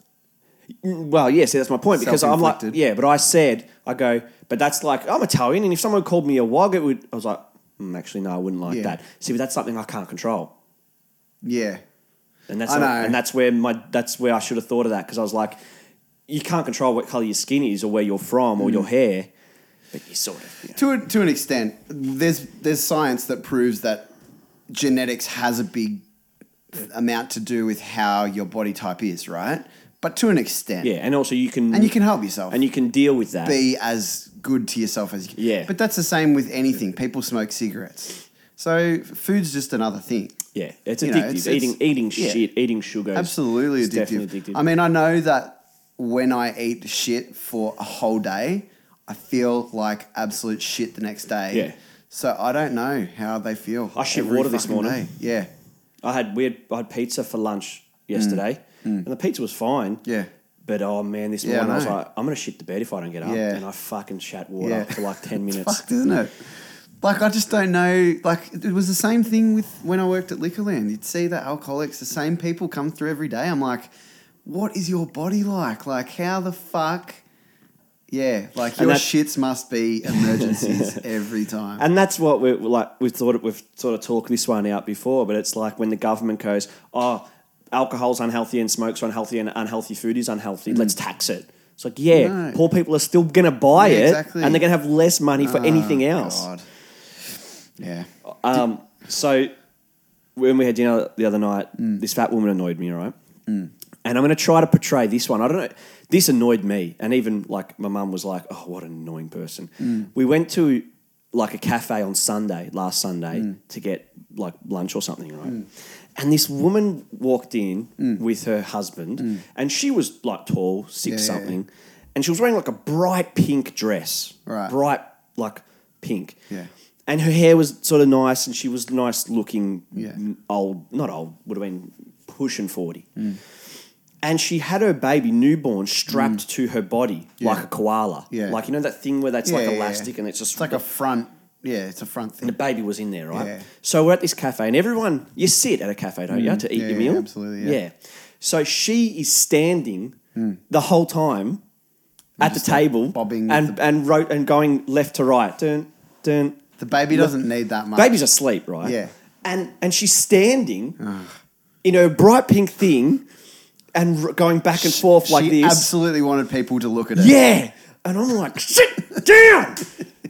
Speaker 1: well, yeah, see, that's my point because I'm like,
Speaker 2: Self-inflicted.
Speaker 1: yeah, but I said, I go, but that's like, I'm Italian, and if someone called me a wog, it would, I was like, mm, actually, no, I wouldn't like
Speaker 2: Yeah.
Speaker 1: that. See, but that's something I can't control.
Speaker 2: Yeah.
Speaker 1: And that's
Speaker 2: I
Speaker 1: not-
Speaker 2: know.
Speaker 1: and that's where my that's where I should have thought of that because I was like, you can't control what color your skin is or where you're from
Speaker 2: Mm.
Speaker 1: or your hair, but you sort of.
Speaker 2: To a, to an extent, there's there's science that proves that genetics has a big amount to do with how your body type is, right? But to an extent,
Speaker 1: Yeah, yeah and also you can
Speaker 2: and you can help yourself
Speaker 1: and you can deal with that.
Speaker 2: be as good to yourself as you can.
Speaker 1: Yeah.
Speaker 2: But that's the same with anything. People smoke cigarettes, so food's just another thing.
Speaker 1: yeah, it's
Speaker 2: you
Speaker 1: addictive.
Speaker 2: know, it's-
Speaker 1: eating
Speaker 2: it's-
Speaker 1: eating
Speaker 2: yeah.
Speaker 1: shit, eating sugar, is-
Speaker 2: Absolutely
Speaker 1: is
Speaker 2: addictive.
Speaker 1: definitely addictive.
Speaker 2: I mean, I know that when I eat shit for a whole day, I feel like absolute shit the next day.
Speaker 1: Yeah.
Speaker 2: So I don't know how they feel.
Speaker 1: I shit
Speaker 2: every
Speaker 1: water this
Speaker 2: fucking
Speaker 1: morning.
Speaker 2: day. Yeah.
Speaker 1: I had weird. I had pizza for lunch yesterday, and the pizza was fine.
Speaker 2: Mm. Yeah.
Speaker 1: But oh man, this
Speaker 2: Yeah, I
Speaker 1: morning I was
Speaker 2: know.
Speaker 1: like, I'm gonna shit the bed if I don't get up,
Speaker 2: Yeah.
Speaker 1: and I fucking shat water
Speaker 2: Yeah.
Speaker 1: for like ten minutes.
Speaker 2: Fucked, isn't it? Like I just don't know. Like it was the same thing with when I worked at Liquorland. You'd see the alcoholics, the same people come through every day. I'm like, what is your body like? Like how the fuck? Yeah, like
Speaker 1: And
Speaker 2: your
Speaker 1: that-
Speaker 2: shits must be emergencies every time.
Speaker 1: And that's what we're we're like. We thought we've sort of talked this one out before, but it's like when the government goes, "Oh, alcohol's unhealthy and smoke's unhealthy and unhealthy food is unhealthy.
Speaker 2: Mm.
Speaker 1: Let's tax it." It's like, yeah,
Speaker 2: No.
Speaker 1: poor people are still gonna buy
Speaker 2: Yeah,
Speaker 1: it,
Speaker 2: exactly.
Speaker 1: and they're gonna have less money for anything
Speaker 2: Oh,
Speaker 1: else.
Speaker 2: God. Yeah.
Speaker 1: Um, so when we had dinner the other night,
Speaker 2: Mm.
Speaker 1: this fat woman annoyed me, all right? And I'm going to try to portray this one. I don't know. This annoyed me. And even like my mum was like, oh, what an annoying person.
Speaker 2: Mm.
Speaker 1: We went to like a cafe on Sunday, last Sunday,
Speaker 2: Mm.
Speaker 1: to get like lunch or something, right? And this woman walked in with her husband, and she was like tall, six
Speaker 2: Mm. Yeah, yeah, yeah.
Speaker 1: something, and she was wearing like a bright pink dress,
Speaker 2: Right.
Speaker 1: bright, like pink.
Speaker 2: Yeah.
Speaker 1: And her hair was sort of nice, and she was nice looking.
Speaker 2: Yeah.
Speaker 1: m- Old, not old, would have been pushing forty.
Speaker 2: Mm.
Speaker 1: And she had her baby newborn strapped to her body like a koala.
Speaker 2: Mm. Yeah.
Speaker 1: Like you know that thing where that's
Speaker 2: Yeah,
Speaker 1: like
Speaker 2: yeah, yeah.
Speaker 1: elastic and it's just
Speaker 2: It's like a front. Yeah, it's a front
Speaker 1: and
Speaker 2: thing.
Speaker 1: the baby was in there, right?
Speaker 2: Yeah. Mm.
Speaker 1: So we're at this cafe, and everyone, you sit at a cafe, don't you, to eat
Speaker 2: Yeah,
Speaker 1: your
Speaker 2: yeah,
Speaker 1: meal?
Speaker 2: absolutely, yeah. Mm.
Speaker 1: So she is standing the whole time at the table,
Speaker 2: bobbing with
Speaker 1: and and wrote and going left to right, dun dun.
Speaker 2: The baby doesn't need that much.
Speaker 1: Baby's asleep, right?
Speaker 2: Yeah.
Speaker 1: And and she's standing in her bright pink thing and r- going back and forth like
Speaker 2: she
Speaker 1: this.
Speaker 2: absolutely wanted people to look at it.
Speaker 1: Yeah. And I'm like, sit down.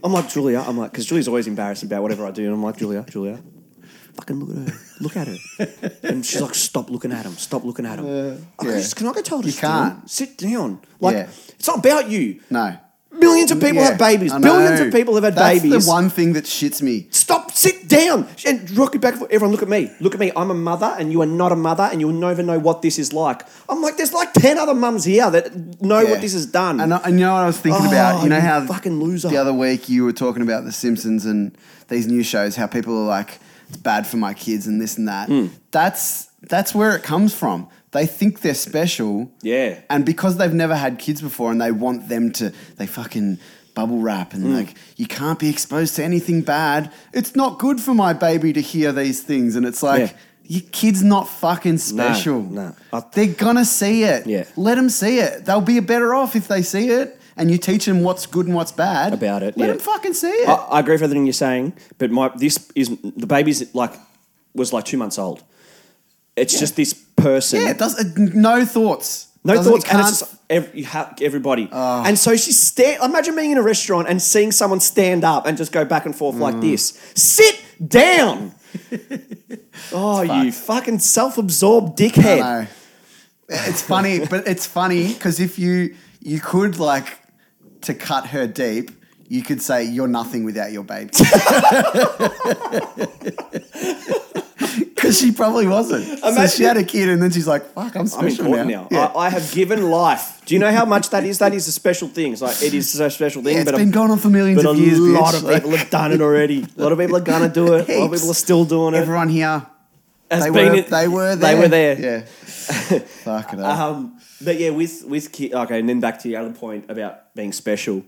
Speaker 1: I'm like, Julia, I'm like, because Julia's always embarrassed about whatever I do. And I'm like, Julia, Julia, fucking look at her. Look at her. And she's like, stop looking at him. Stop looking at him.
Speaker 2: Uh,
Speaker 1: I go,
Speaker 2: yeah.
Speaker 1: Can I get told
Speaker 2: You
Speaker 1: to sit down?
Speaker 2: can't.
Speaker 1: Sit down. Like,
Speaker 2: Yeah.
Speaker 1: it's not about you.
Speaker 2: No.
Speaker 1: Millions of people
Speaker 2: Yeah,
Speaker 1: have babies.
Speaker 2: I know.
Speaker 1: Billions of people have had
Speaker 2: That's
Speaker 1: babies.
Speaker 2: the one thing that shits me.
Speaker 1: Stop, sit down, and rock it back. and forth. Everyone, look at me. Look at me. I'm a mother, and you are not a mother, and you'll never know what this is like. I'm like, there's like 10 other mums here that know
Speaker 2: Yeah.
Speaker 1: what this has done.
Speaker 2: And I, and you know what I was thinking
Speaker 1: Oh,
Speaker 2: about? You know
Speaker 1: you
Speaker 2: how
Speaker 1: fucking loser.
Speaker 2: the other week you were talking about The Simpsons and these new shows, how people are like, it's bad for my kids and this and that.
Speaker 1: Hmm.
Speaker 2: That's that's where it comes from. They think they're special.
Speaker 1: Yeah.
Speaker 2: And because they've never had kids before and they want them to, they fucking bubble wrap and
Speaker 1: Hmm.
Speaker 2: like, you can't be exposed to anything bad. It's not good for my baby to hear these things. And it's like,
Speaker 1: Yeah.
Speaker 2: your kid's not fucking special.
Speaker 1: no. I-
Speaker 2: They're gonna see it.
Speaker 1: Yeah.
Speaker 2: Let them see it. They'll be better off if they see it. And you teach them what's good and what's bad
Speaker 1: About it,
Speaker 2: Let
Speaker 1: yeah.
Speaker 2: them fucking see it.
Speaker 1: I, I agree with everything you're saying, but my this is the baby's like was like two months old. It's just this person.
Speaker 2: yeah. It does. It, no thoughts.
Speaker 1: No
Speaker 2: Doesn't-
Speaker 1: thoughts,
Speaker 2: it
Speaker 1: and
Speaker 2: can't- Ah.
Speaker 1: it's just ev- you ha- everybody. and so she stand. Imagine being in a restaurant and seeing someone stand up and just go back and forth
Speaker 2: Mm.
Speaker 1: like this. Sit down. oh, you fucking self-absorbed dickhead.
Speaker 2: No. It's funny, but it's funny because if you you could like to cut her deep, you could say you're nothing without your baby. Because she probably wasn't. so she
Speaker 1: Imagine-
Speaker 2: had a kid, and then she's like, "Fuck, I'm
Speaker 1: I'm
Speaker 2: special
Speaker 1: important
Speaker 2: now."
Speaker 1: now.
Speaker 2: Yeah.
Speaker 1: I, I have given life. Do you know how much that is? That is a special thing. It's like it is a special thing.
Speaker 2: Yeah, it's
Speaker 1: but
Speaker 2: been
Speaker 1: I'm-
Speaker 2: going on for millions
Speaker 1: But a
Speaker 2: of years.
Speaker 1: lot
Speaker 2: bitch.
Speaker 1: of people have done it already. A lot of people are gonna do it. A lot of
Speaker 2: Heaps.
Speaker 1: people are still doing it.
Speaker 2: Everyone here,
Speaker 1: Has
Speaker 2: they
Speaker 1: been
Speaker 2: were,
Speaker 1: it-
Speaker 2: they were there.
Speaker 1: They were there.
Speaker 2: Yeah. Fuck it. up.
Speaker 1: Um, but yeah, with with ki okay, and then back to your other point about being special.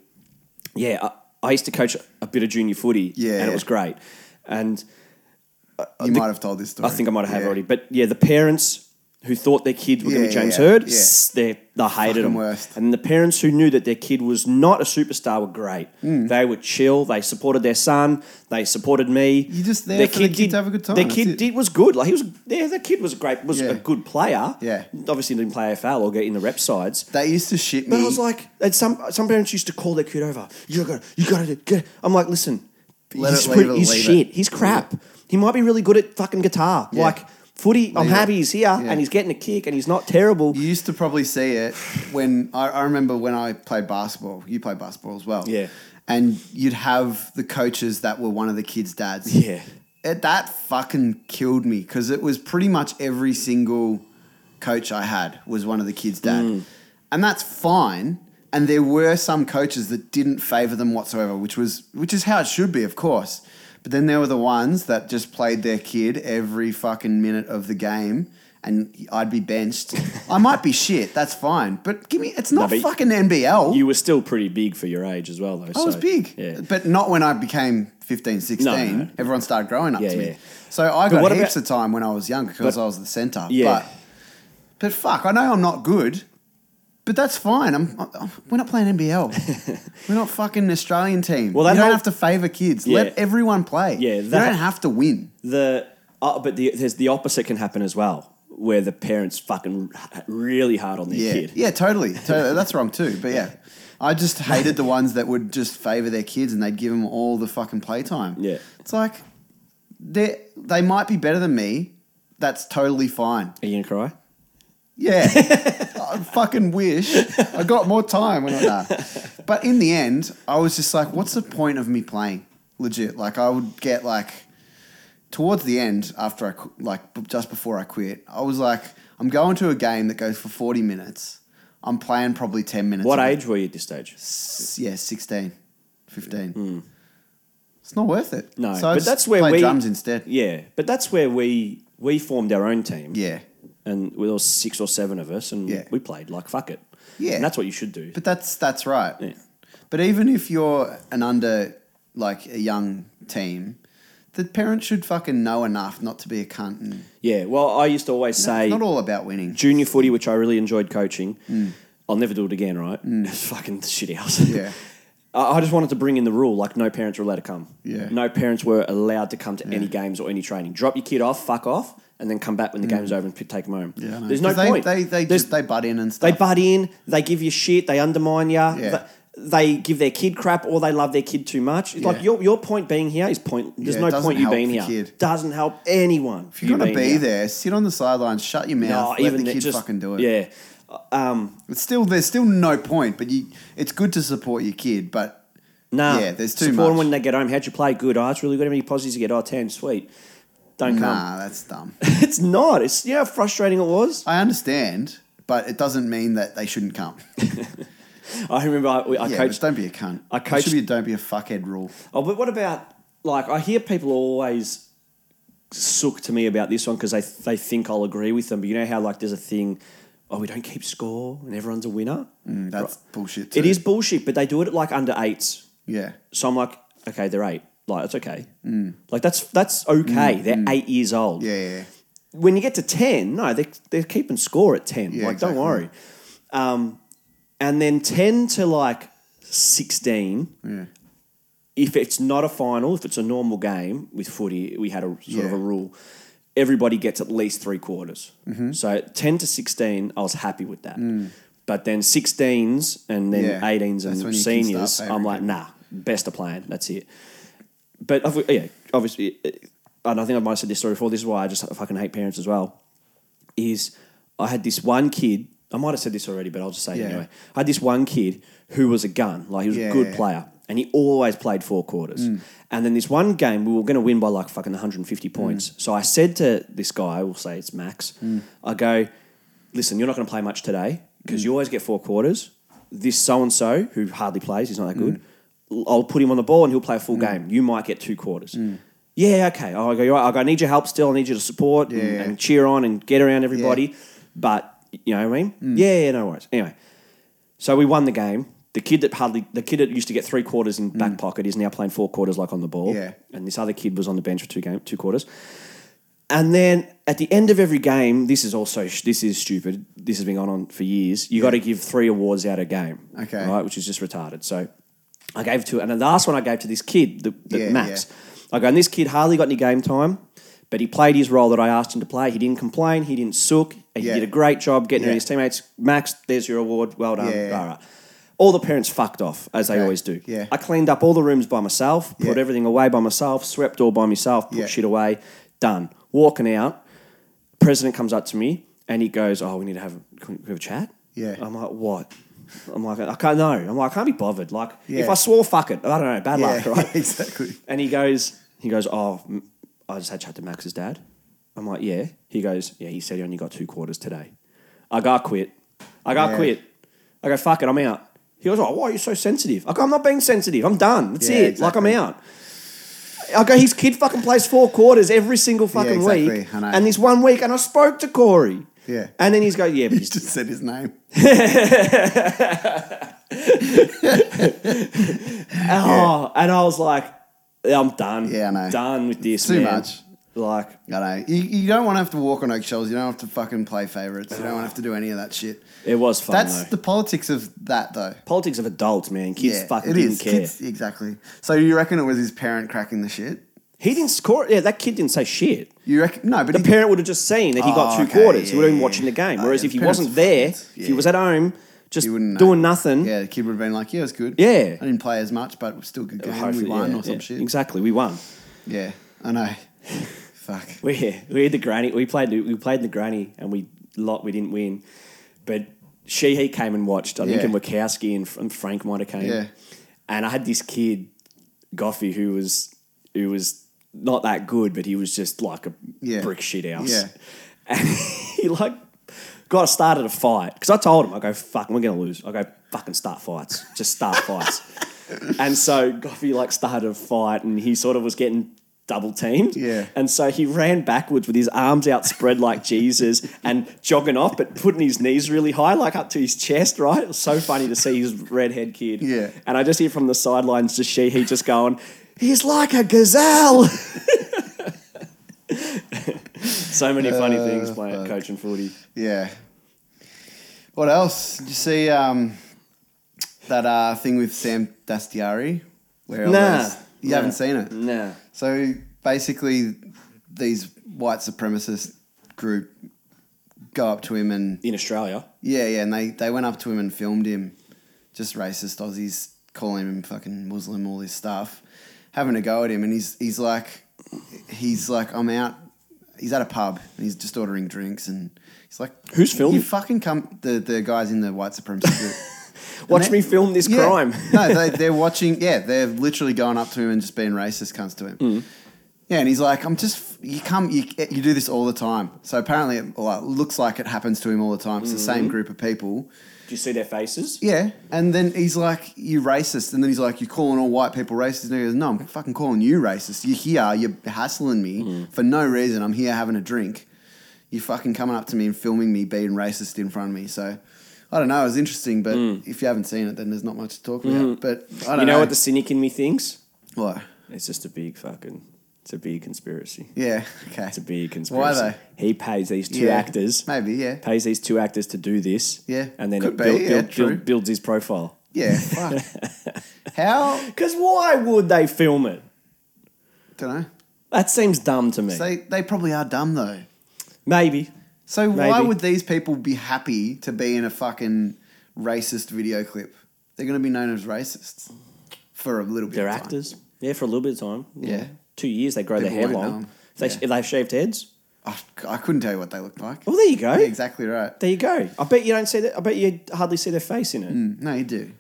Speaker 1: Yeah, I, I used to coach a bit of junior footy.
Speaker 2: Yeah.
Speaker 1: and it was great. And
Speaker 2: you might have told this story.
Speaker 1: I think I might have
Speaker 2: Yeah.
Speaker 1: already. But yeah, the parents who thought their kids were going
Speaker 2: Yeah,
Speaker 1: to be James
Speaker 2: yeah,
Speaker 1: Heard,
Speaker 2: yeah.
Speaker 1: s- they they hated them.
Speaker 2: worst.
Speaker 1: And the parents who knew that their kid was not a superstar were great.
Speaker 2: Mm.
Speaker 1: They were chill. They supported their son. They supported me.
Speaker 2: You're just there for the kid to have a good time,
Speaker 1: Their
Speaker 2: that's
Speaker 1: kid
Speaker 2: it.
Speaker 1: did was good. Like he was, yeah, their kid was great. Was
Speaker 2: Yeah.
Speaker 1: a good player.
Speaker 2: Yeah.
Speaker 1: obviously didn't play AFL or get in the rep sides.
Speaker 2: They used to shit me.
Speaker 1: But I was like, and some some parents used to call their kid over. You gotta, you gotta do- get. I'm like, listen,
Speaker 2: Let
Speaker 1: he's,
Speaker 2: it, leave
Speaker 1: pretty-
Speaker 2: it,
Speaker 1: he's
Speaker 2: leave
Speaker 1: shit.
Speaker 2: it."
Speaker 1: He's crap. He might be really good at fucking guitar.
Speaker 2: Yeah.
Speaker 1: Like footy, I'm
Speaker 2: Leave it.
Speaker 1: happy he's here
Speaker 2: Yeah.
Speaker 1: and he's getting a kick and he's not terrible.
Speaker 2: You used to probably see it when I, I remember when I played basketball. You played basketball as well.
Speaker 1: Yeah.
Speaker 2: And you'd have the coaches that were one of the kids' dads.
Speaker 1: Yeah.
Speaker 2: It, that fucking killed me because it was pretty much every single coach I had was one of the kids' dad. And that's fine. And there were some coaches that didn't favor them whatsoever, which was which is how it should be, of course. But then there were the ones that just played their kid every fucking minute of the game and I'd be benched. I might be shit, that's fine. But give me it's not
Speaker 1: but
Speaker 2: fucking NBL.
Speaker 1: You were still pretty big for your age as well, though.
Speaker 2: I was big,
Speaker 1: Yeah.
Speaker 2: but not when I became 15, 16.
Speaker 1: No, no, no.
Speaker 2: Everyone started growing up
Speaker 1: Yeah,
Speaker 2: to me.
Speaker 1: yeah.
Speaker 2: So I got
Speaker 1: what
Speaker 2: heaps
Speaker 1: about-
Speaker 2: of time when I was younger because
Speaker 1: But-
Speaker 2: I was the centre.
Speaker 1: Yeah.
Speaker 2: But, but fuck, I know I'm not good, but that's fine. I'm, I'm- we're not playing NBL. we're not fucking an Australian team.
Speaker 1: Well,
Speaker 2: Well,
Speaker 1: that
Speaker 2: you don't
Speaker 1: whole-
Speaker 2: have to favour kids.
Speaker 1: Yeah.
Speaker 2: Let everyone play.
Speaker 1: Yeah,
Speaker 2: you
Speaker 1: that-
Speaker 2: don't have to win.
Speaker 1: The uh, but the, there's the opposite can happen as well, where the parents fucking h- really hard on their
Speaker 2: Yeah,
Speaker 1: kid.
Speaker 2: yeah, totally. totally. That's wrong too. But yeah, I just hated the ones that would just favor their kids and they'd give them all the fucking playtime.
Speaker 1: Yeah.
Speaker 2: it's like they they might be better than me. That's totally fine.
Speaker 1: Are you gonna cry?
Speaker 2: Yeah, I fucking wish I got more time when I nah. But in the end, I was just like, what's the point of me playing? Legit, like I would get like towards the end after I qu- like b- just before I quit, I was like, I'm going to a game that goes for 40 minutes. I'm playing probably 10 minutes.
Speaker 1: What
Speaker 2: of it.
Speaker 1: age were you at this stage?
Speaker 2: S- Yeah, 16, 15. It's not worth it.
Speaker 1: Hmm. No,
Speaker 2: so I
Speaker 1: but
Speaker 2: just
Speaker 1: that's where
Speaker 2: play
Speaker 1: we
Speaker 2: drums instead.
Speaker 1: Yeah, but that's where we we formed our own team.
Speaker 2: Yeah.
Speaker 1: and there was six or seven of us, and
Speaker 2: Yeah.
Speaker 1: we played like fuck it.
Speaker 2: Yeah.
Speaker 1: and that's what you should do.
Speaker 2: But that's that's right. But even if you're an under like a young team, the parents should fucking know enough not to be a cunt. And
Speaker 1: yeah, well, I used to always say
Speaker 2: it's not all Mm. about winning.
Speaker 1: junior footy, which I really enjoyed coaching. I'll never do it again, right? It's fucking shit house.
Speaker 2: Mm. Yeah.
Speaker 1: I I just wanted to bring in the rule like no parents were allowed to come.
Speaker 2: Yeah.
Speaker 1: No parents were allowed to come to any games or any training. Drop your kid off, fuck off, and then come back when the game's over and p- take them home.
Speaker 2: I know.
Speaker 1: There's no
Speaker 2: 'Cause they,
Speaker 1: point.
Speaker 2: They they
Speaker 1: There's-
Speaker 2: just they butt in and
Speaker 1: They
Speaker 2: stuff.
Speaker 1: butt in. They give you shit. They undermine you.
Speaker 2: Yeah.
Speaker 1: They, they give their kid crap, or they love their kid too much. Like
Speaker 2: Yeah.
Speaker 1: your, your point being here is point. There's
Speaker 2: Yeah,
Speaker 1: no
Speaker 2: it doesn't
Speaker 1: point you
Speaker 2: help
Speaker 1: being
Speaker 2: the
Speaker 1: here.
Speaker 2: kid.
Speaker 1: Doesn't help anyone.
Speaker 2: if you're gonna
Speaker 1: being
Speaker 2: be
Speaker 1: here.
Speaker 2: there, sit on the sidelines, shut your mouth,
Speaker 1: No,
Speaker 2: let
Speaker 1: even
Speaker 2: the
Speaker 1: it
Speaker 2: kid
Speaker 1: just-
Speaker 2: fucking do it.
Speaker 1: Yeah, Um,
Speaker 2: It's still there's still no point, but you it's good to support your kid, but
Speaker 1: nah,
Speaker 2: Yeah, there's too
Speaker 1: support 'em
Speaker 2: much.
Speaker 1: when they get home. How'd you play? Good. Oh, it's really good. How many positives you get? Oh, 10. Sweet. Don't come.
Speaker 2: nah, that's dumb.
Speaker 1: it's not. It's you know how frustrating it was.
Speaker 2: I understand, but it doesn't mean that they shouldn't come.
Speaker 1: I remember I, I
Speaker 2: yeah,
Speaker 1: coached
Speaker 2: but don't be a cunt.
Speaker 1: I
Speaker 2: It
Speaker 1: coached-
Speaker 2: should be a don't be a fuckhead rule.
Speaker 1: Oh, but what about like I hear people always sook to me about this one because they they think I'll agree with them. But you know how like there's a thing, oh we don't keep score and everyone's a winner.
Speaker 2: Mm, That's bullshit.
Speaker 1: It
Speaker 2: too.
Speaker 1: is bullshit, but they do it at like under eights.
Speaker 2: Yeah.
Speaker 1: So I'm like, okay, they're eight. Like it's okay. Like that's that's okay. they're eight years old.
Speaker 2: Yeah. yeah, yeah.
Speaker 1: When you get to ten, no, they they're keeping score at ten.
Speaker 2: Yeah,
Speaker 1: like
Speaker 2: exactly.
Speaker 1: don't worry. Um, and then ten to like sixteen
Speaker 2: Yeah.
Speaker 1: if it's not a final, if it's a normal game with footy, we had a sort of
Speaker 2: Yeah.
Speaker 1: a rule. Everybody gets at least three quarters.
Speaker 2: Mm-hmm.
Speaker 1: So 10 to 16, I was happy with that.
Speaker 2: Mm.
Speaker 1: But then 16s and then
Speaker 2: Yeah.
Speaker 1: 18s
Speaker 2: That's when
Speaker 1: and
Speaker 2: you can start
Speaker 1: seniors, I'm
Speaker 2: favouring
Speaker 1: like, nah, best of plan. That's it. But obvi- yeah, obviously, uh, and I think I might have said this story before. This is why I just fucking hate parents as well. Is I had this one kid. I might have said this already, but I'll just say it
Speaker 2: Yeah.
Speaker 1: anyway. I had this one kid who was a gun. Like he was
Speaker 2: Yeah,
Speaker 1: a good
Speaker 2: yeah, yeah.
Speaker 1: player, and he always played four quarters.
Speaker 2: Mm.
Speaker 1: And then this one game, we were going to win by like fucking 150 points. So I said to this guy, we'll say it's Max.
Speaker 2: Mm.
Speaker 1: I go, listen, you're not going to play much today
Speaker 2: Mm.
Speaker 1: because you always get four quarters. This so and so who hardly plays, he's not that good.
Speaker 2: Mm.
Speaker 1: l- I'll put him on the ball and he'll play a full game. You might get two quarters. Yeah, okay. Oh, I go, you're right. I go, I need your help still. I need you to support and,
Speaker 2: Yeah.
Speaker 1: and cheer on and get around everybody. But you know what I mean?
Speaker 2: Mm.
Speaker 1: Yeah, yeah, no worries. Anyway, so we won the game. The kid that hardly, the kid that used to get three quarters in back pocket is now playing four quarters like on the ball.
Speaker 2: Mm. Yeah.
Speaker 1: And this other kid was on the bench for two game, two quarters. And then at the end of every game, this is also this is stupid. This has been going on for years. You got to give three awards out a game,
Speaker 2: Okay.
Speaker 1: right? Which is just retarded. So I gave to and the last one I gave to this kid, the, the
Speaker 2: Yeah,
Speaker 1: Max. I go, and this kid hardly got any game time, but he played his role that I asked him to play. He didn't complain. He didn't sook. He
Speaker 2: Yeah.
Speaker 1: did a great job getting
Speaker 2: Yeah.
Speaker 1: around his teammates. Max, there's your award. Well done.
Speaker 2: Yeah.
Speaker 1: All right. All the parents fucked off as they
Speaker 2: Okay.
Speaker 1: always do.
Speaker 2: Yeah.
Speaker 1: I cleaned up all the rooms by myself, put
Speaker 2: Yeah.
Speaker 1: everything away by myself, swept all by myself, put
Speaker 2: Yeah.
Speaker 1: shit away, done. Walking out, president comes up to me and he goes, "Oh, we need to have, can we have a chat."
Speaker 2: Yeah.
Speaker 1: I'm like, "What?" I'm like, "I can't know." I'm like, "I can't be bothered." Like, if
Speaker 2: Yeah.
Speaker 1: I swore, fuck it. I don't know. Bad luck,
Speaker 2: Yeah,
Speaker 1: right?
Speaker 2: exactly.
Speaker 1: And he goes, he goes, oh, m- I just had a chat to Max's dad. I'm like, yeah. He goes, yeah. He said he only got two quarters today. I got quit. I got
Speaker 2: Yeah.
Speaker 1: quit. I go, fuck it, I'm out. He goes, oh, why are you so sensitive? I go, I'm not being sensitive. I'm done. That's
Speaker 2: Yeah,
Speaker 1: it.
Speaker 2: exactly.
Speaker 1: Like I'm out. I go, his kid fucking plays four quarters every single fucking
Speaker 2: exactly.
Speaker 1: week.
Speaker 2: I know.
Speaker 1: And this one week, and I spoke to Corey.
Speaker 2: Yeah.
Speaker 1: And then he's going, yeah, but
Speaker 2: He
Speaker 1: he's
Speaker 2: just said his name.
Speaker 1: oh, and I was like, I'm done.
Speaker 2: Yeah, I know.
Speaker 1: Done with this.
Speaker 2: Too
Speaker 1: man.
Speaker 2: much.
Speaker 1: Like,
Speaker 2: I know. You, you don't want to have to walk on eggshells. You don't have to fucking play favourites. You don't want to have to do any of that shit.
Speaker 1: it was fun.
Speaker 2: That's
Speaker 1: though.
Speaker 2: the politics of that, though.
Speaker 1: Politics of adults, man. Kids
Speaker 2: yeah,
Speaker 1: fucking
Speaker 2: it
Speaker 1: didn't
Speaker 2: is.
Speaker 1: care.
Speaker 2: Kids- exactly. So you reckon it was his parent cracking the shit?
Speaker 1: He didn't score. Yeah, that kid didn't say shit.
Speaker 2: You reckon? No, but
Speaker 1: The
Speaker 2: he,
Speaker 1: parent would have just seen that he got
Speaker 2: Oh,
Speaker 1: two
Speaker 2: okay,
Speaker 1: quarters.
Speaker 2: yeah,
Speaker 1: he would have been
Speaker 2: yeah,
Speaker 1: watching the game.
Speaker 2: yeah.
Speaker 1: Whereas
Speaker 2: Oh,
Speaker 1: if he
Speaker 2: yeah, parents
Speaker 1: wasn't
Speaker 2: are
Speaker 1: there,
Speaker 2: fucked.
Speaker 1: if
Speaker 2: Yeah.
Speaker 1: he was at home just
Speaker 2: You wouldn't know.
Speaker 1: doing nothing,
Speaker 2: yeah, the kid would have been like, "Yeah, it was good.
Speaker 1: Yeah.
Speaker 2: I didn't play as much, but it was still a good game.
Speaker 1: hopefully-
Speaker 2: we won
Speaker 1: yeah,
Speaker 2: or some
Speaker 1: yeah.
Speaker 2: shit."
Speaker 1: Exactly, we won.
Speaker 2: Yeah, I know. Fuck.
Speaker 1: We yeah, we had the granny. We played we played the granny and we lot we didn't win, but she he came and watched. I think
Speaker 2: Yeah.
Speaker 1: and Wachowski and, and Frank might have came.
Speaker 2: Yeah.
Speaker 1: And I had this kid, Goffy, who was who was not that good, but he was just like a
Speaker 2: Yeah.
Speaker 1: brick shit house.
Speaker 2: Yeah.
Speaker 1: And he like got started a fight because I told him I go fuck we're gonna lose. I go fucking start fights, just start fights. And so Goffy like started a fight, and he sort of was getting double teamed.
Speaker 2: Yeah.
Speaker 1: And so he ran backwards with his arms outspread like Jesus and jogging off, but putting his knees really high, like up to his chest, right? It was so funny to see his redhead kid.
Speaker 2: Yeah.
Speaker 1: And I just hear from the sidelines just she he just going, He's like a gazelle. so many funny
Speaker 2: Uh,
Speaker 1: things playing coach and footy.
Speaker 2: Yeah. What else? Did you see um, that uh, thing with Sam Dastiari? Where all
Speaker 1: Nah.
Speaker 2: those- you
Speaker 1: Nah.
Speaker 2: haven't seen it.
Speaker 1: Nah.
Speaker 2: So basically, these white supremacist group go up to him and
Speaker 1: In Australia.
Speaker 2: yeah, yeah, and they they went up to him and filmed him, just racist Aussies calling him fucking Muslim, all this stuff, having a go at him, and he's he's like, he's like, I'm out. he's at a pub and he's just ordering drinks and he's like,
Speaker 1: Who's filming?
Speaker 2: You fucking come the the guys in the white supremacy group. And
Speaker 1: Watch
Speaker 2: they-
Speaker 1: me film this
Speaker 2: Yeah.
Speaker 1: crime.
Speaker 2: no, they, they're watching. Yeah, they're literally going up to him and just being racist cunts to him.
Speaker 1: Mm.
Speaker 2: Yeah, and he's like, I'm just you come you you do this all the time. So apparently, it like, looks like it happens to him all the time. It's the
Speaker 1: Mm.
Speaker 2: same group of people.
Speaker 1: Do you see their faces?
Speaker 2: Yeah, and then he's like, "You racist," and then he's like, "You're calling all white people racist." And he goes, "No, I'm fucking calling you racist. You're here, you're hassling me
Speaker 1: Hmm.
Speaker 2: for no reason. I'm here having a drink. You're fucking coming up to me and filming me being racist in front of me." So, I don't know. It was interesting, but if you haven't seen it, then there's not much to talk about. But I don't
Speaker 1: Hmm. Mm-hmm. You know, what the cynic in me thinks?
Speaker 2: what?
Speaker 1: It's just a big fucking. It's a big conspiracy.
Speaker 2: Yeah. Okay.
Speaker 1: It's a big conspiracy.
Speaker 2: though?
Speaker 1: He pays these two
Speaker 2: Yeah,
Speaker 1: actors.
Speaker 2: Maybe. Yeah.
Speaker 1: Pays these two actors to do this.
Speaker 2: Yeah,
Speaker 1: And then
Speaker 2: could
Speaker 1: it
Speaker 2: be,
Speaker 1: build,
Speaker 2: yeah,
Speaker 1: build,
Speaker 2: true.
Speaker 1: build, builds his profile.
Speaker 2: Yeah. Fuck. How?
Speaker 1: Because why would they film it?
Speaker 2: Don't know.
Speaker 1: That seems dumb to me.
Speaker 2: They they probably are dumb though.
Speaker 1: Maybe.
Speaker 2: So why
Speaker 1: Maybe.
Speaker 2: would these people be happy to be in a fucking racist video clip? They're going to be known as racists for a little bit.
Speaker 1: They're
Speaker 2: of time.
Speaker 1: actors. Yeah, for a little bit of time.
Speaker 2: Yeah.
Speaker 1: Two years, they grow their
Speaker 2: People
Speaker 1: hair
Speaker 2: won't know
Speaker 1: long.
Speaker 2: them.
Speaker 1: If they,
Speaker 2: Yeah.
Speaker 1: if they've shaved heads.
Speaker 2: I, Oh, I couldn't tell you what they looked like.
Speaker 1: Well, there you go.
Speaker 2: Yeah, exactly right.
Speaker 1: There you go. I bet you don't see that. I bet you hardly see their face in it.
Speaker 2: Mm, No, you do.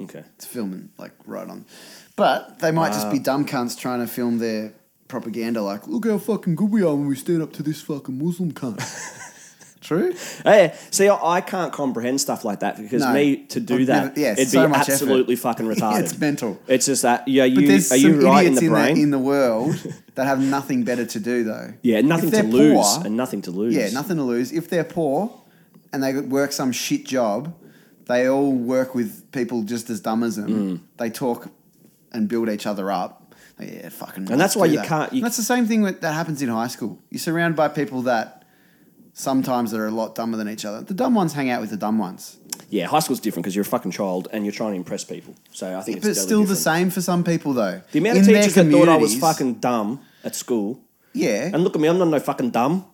Speaker 1: Okay.
Speaker 2: It's filming like right on, but they might just be dumb cunts trying to film their propaganda. Like, look how fucking good we are when we stand up to this fucking Muslim cunt. True.
Speaker 1: Hey, Oh, see, I, I can't comprehend stuff like that because
Speaker 2: No.
Speaker 1: me to do
Speaker 2: I've
Speaker 1: that,
Speaker 2: never- yeah,
Speaker 1: it'd
Speaker 2: so
Speaker 1: be
Speaker 2: much effort.
Speaker 1: absolutely fucking retarded.
Speaker 2: it's mental.
Speaker 1: It's just that yeah,
Speaker 2: But
Speaker 1: you
Speaker 2: there's
Speaker 1: are
Speaker 2: some
Speaker 1: you right in
Speaker 2: idiots
Speaker 1: the
Speaker 2: in,
Speaker 1: brain?
Speaker 2: the, in the world that have nothing better to do though.
Speaker 1: yeah, nothing
Speaker 2: If
Speaker 1: to
Speaker 2: they're
Speaker 1: lose
Speaker 2: poor-
Speaker 1: and nothing to lose.
Speaker 2: Yeah, nothing to lose. If they're poor and they work some shit job, they all work with people just as dumb as
Speaker 1: Mm.
Speaker 2: them. They talk and build each other up. Yeah, fucking.
Speaker 1: And that's
Speaker 2: let's
Speaker 1: why
Speaker 2: do
Speaker 1: you
Speaker 2: that.
Speaker 1: can't- you-
Speaker 2: And that's the same thing with, that happens in high school. You're surrounded by people that sometimes are a lot dumber than each other. The dumb ones hang out with the dumb ones,
Speaker 1: Yeah, high school's different because you're a fucking child and you're trying to impress people. So I think
Speaker 2: but
Speaker 1: it's
Speaker 2: still the
Speaker 1: different.
Speaker 2: same for some people though.
Speaker 1: The amount
Speaker 2: In
Speaker 1: of
Speaker 2: their
Speaker 1: teachers that thought I was
Speaker 2: communities-
Speaker 1: fucking dumb at school,
Speaker 2: yeah.
Speaker 1: and look at me, I'm not no fucking dumb.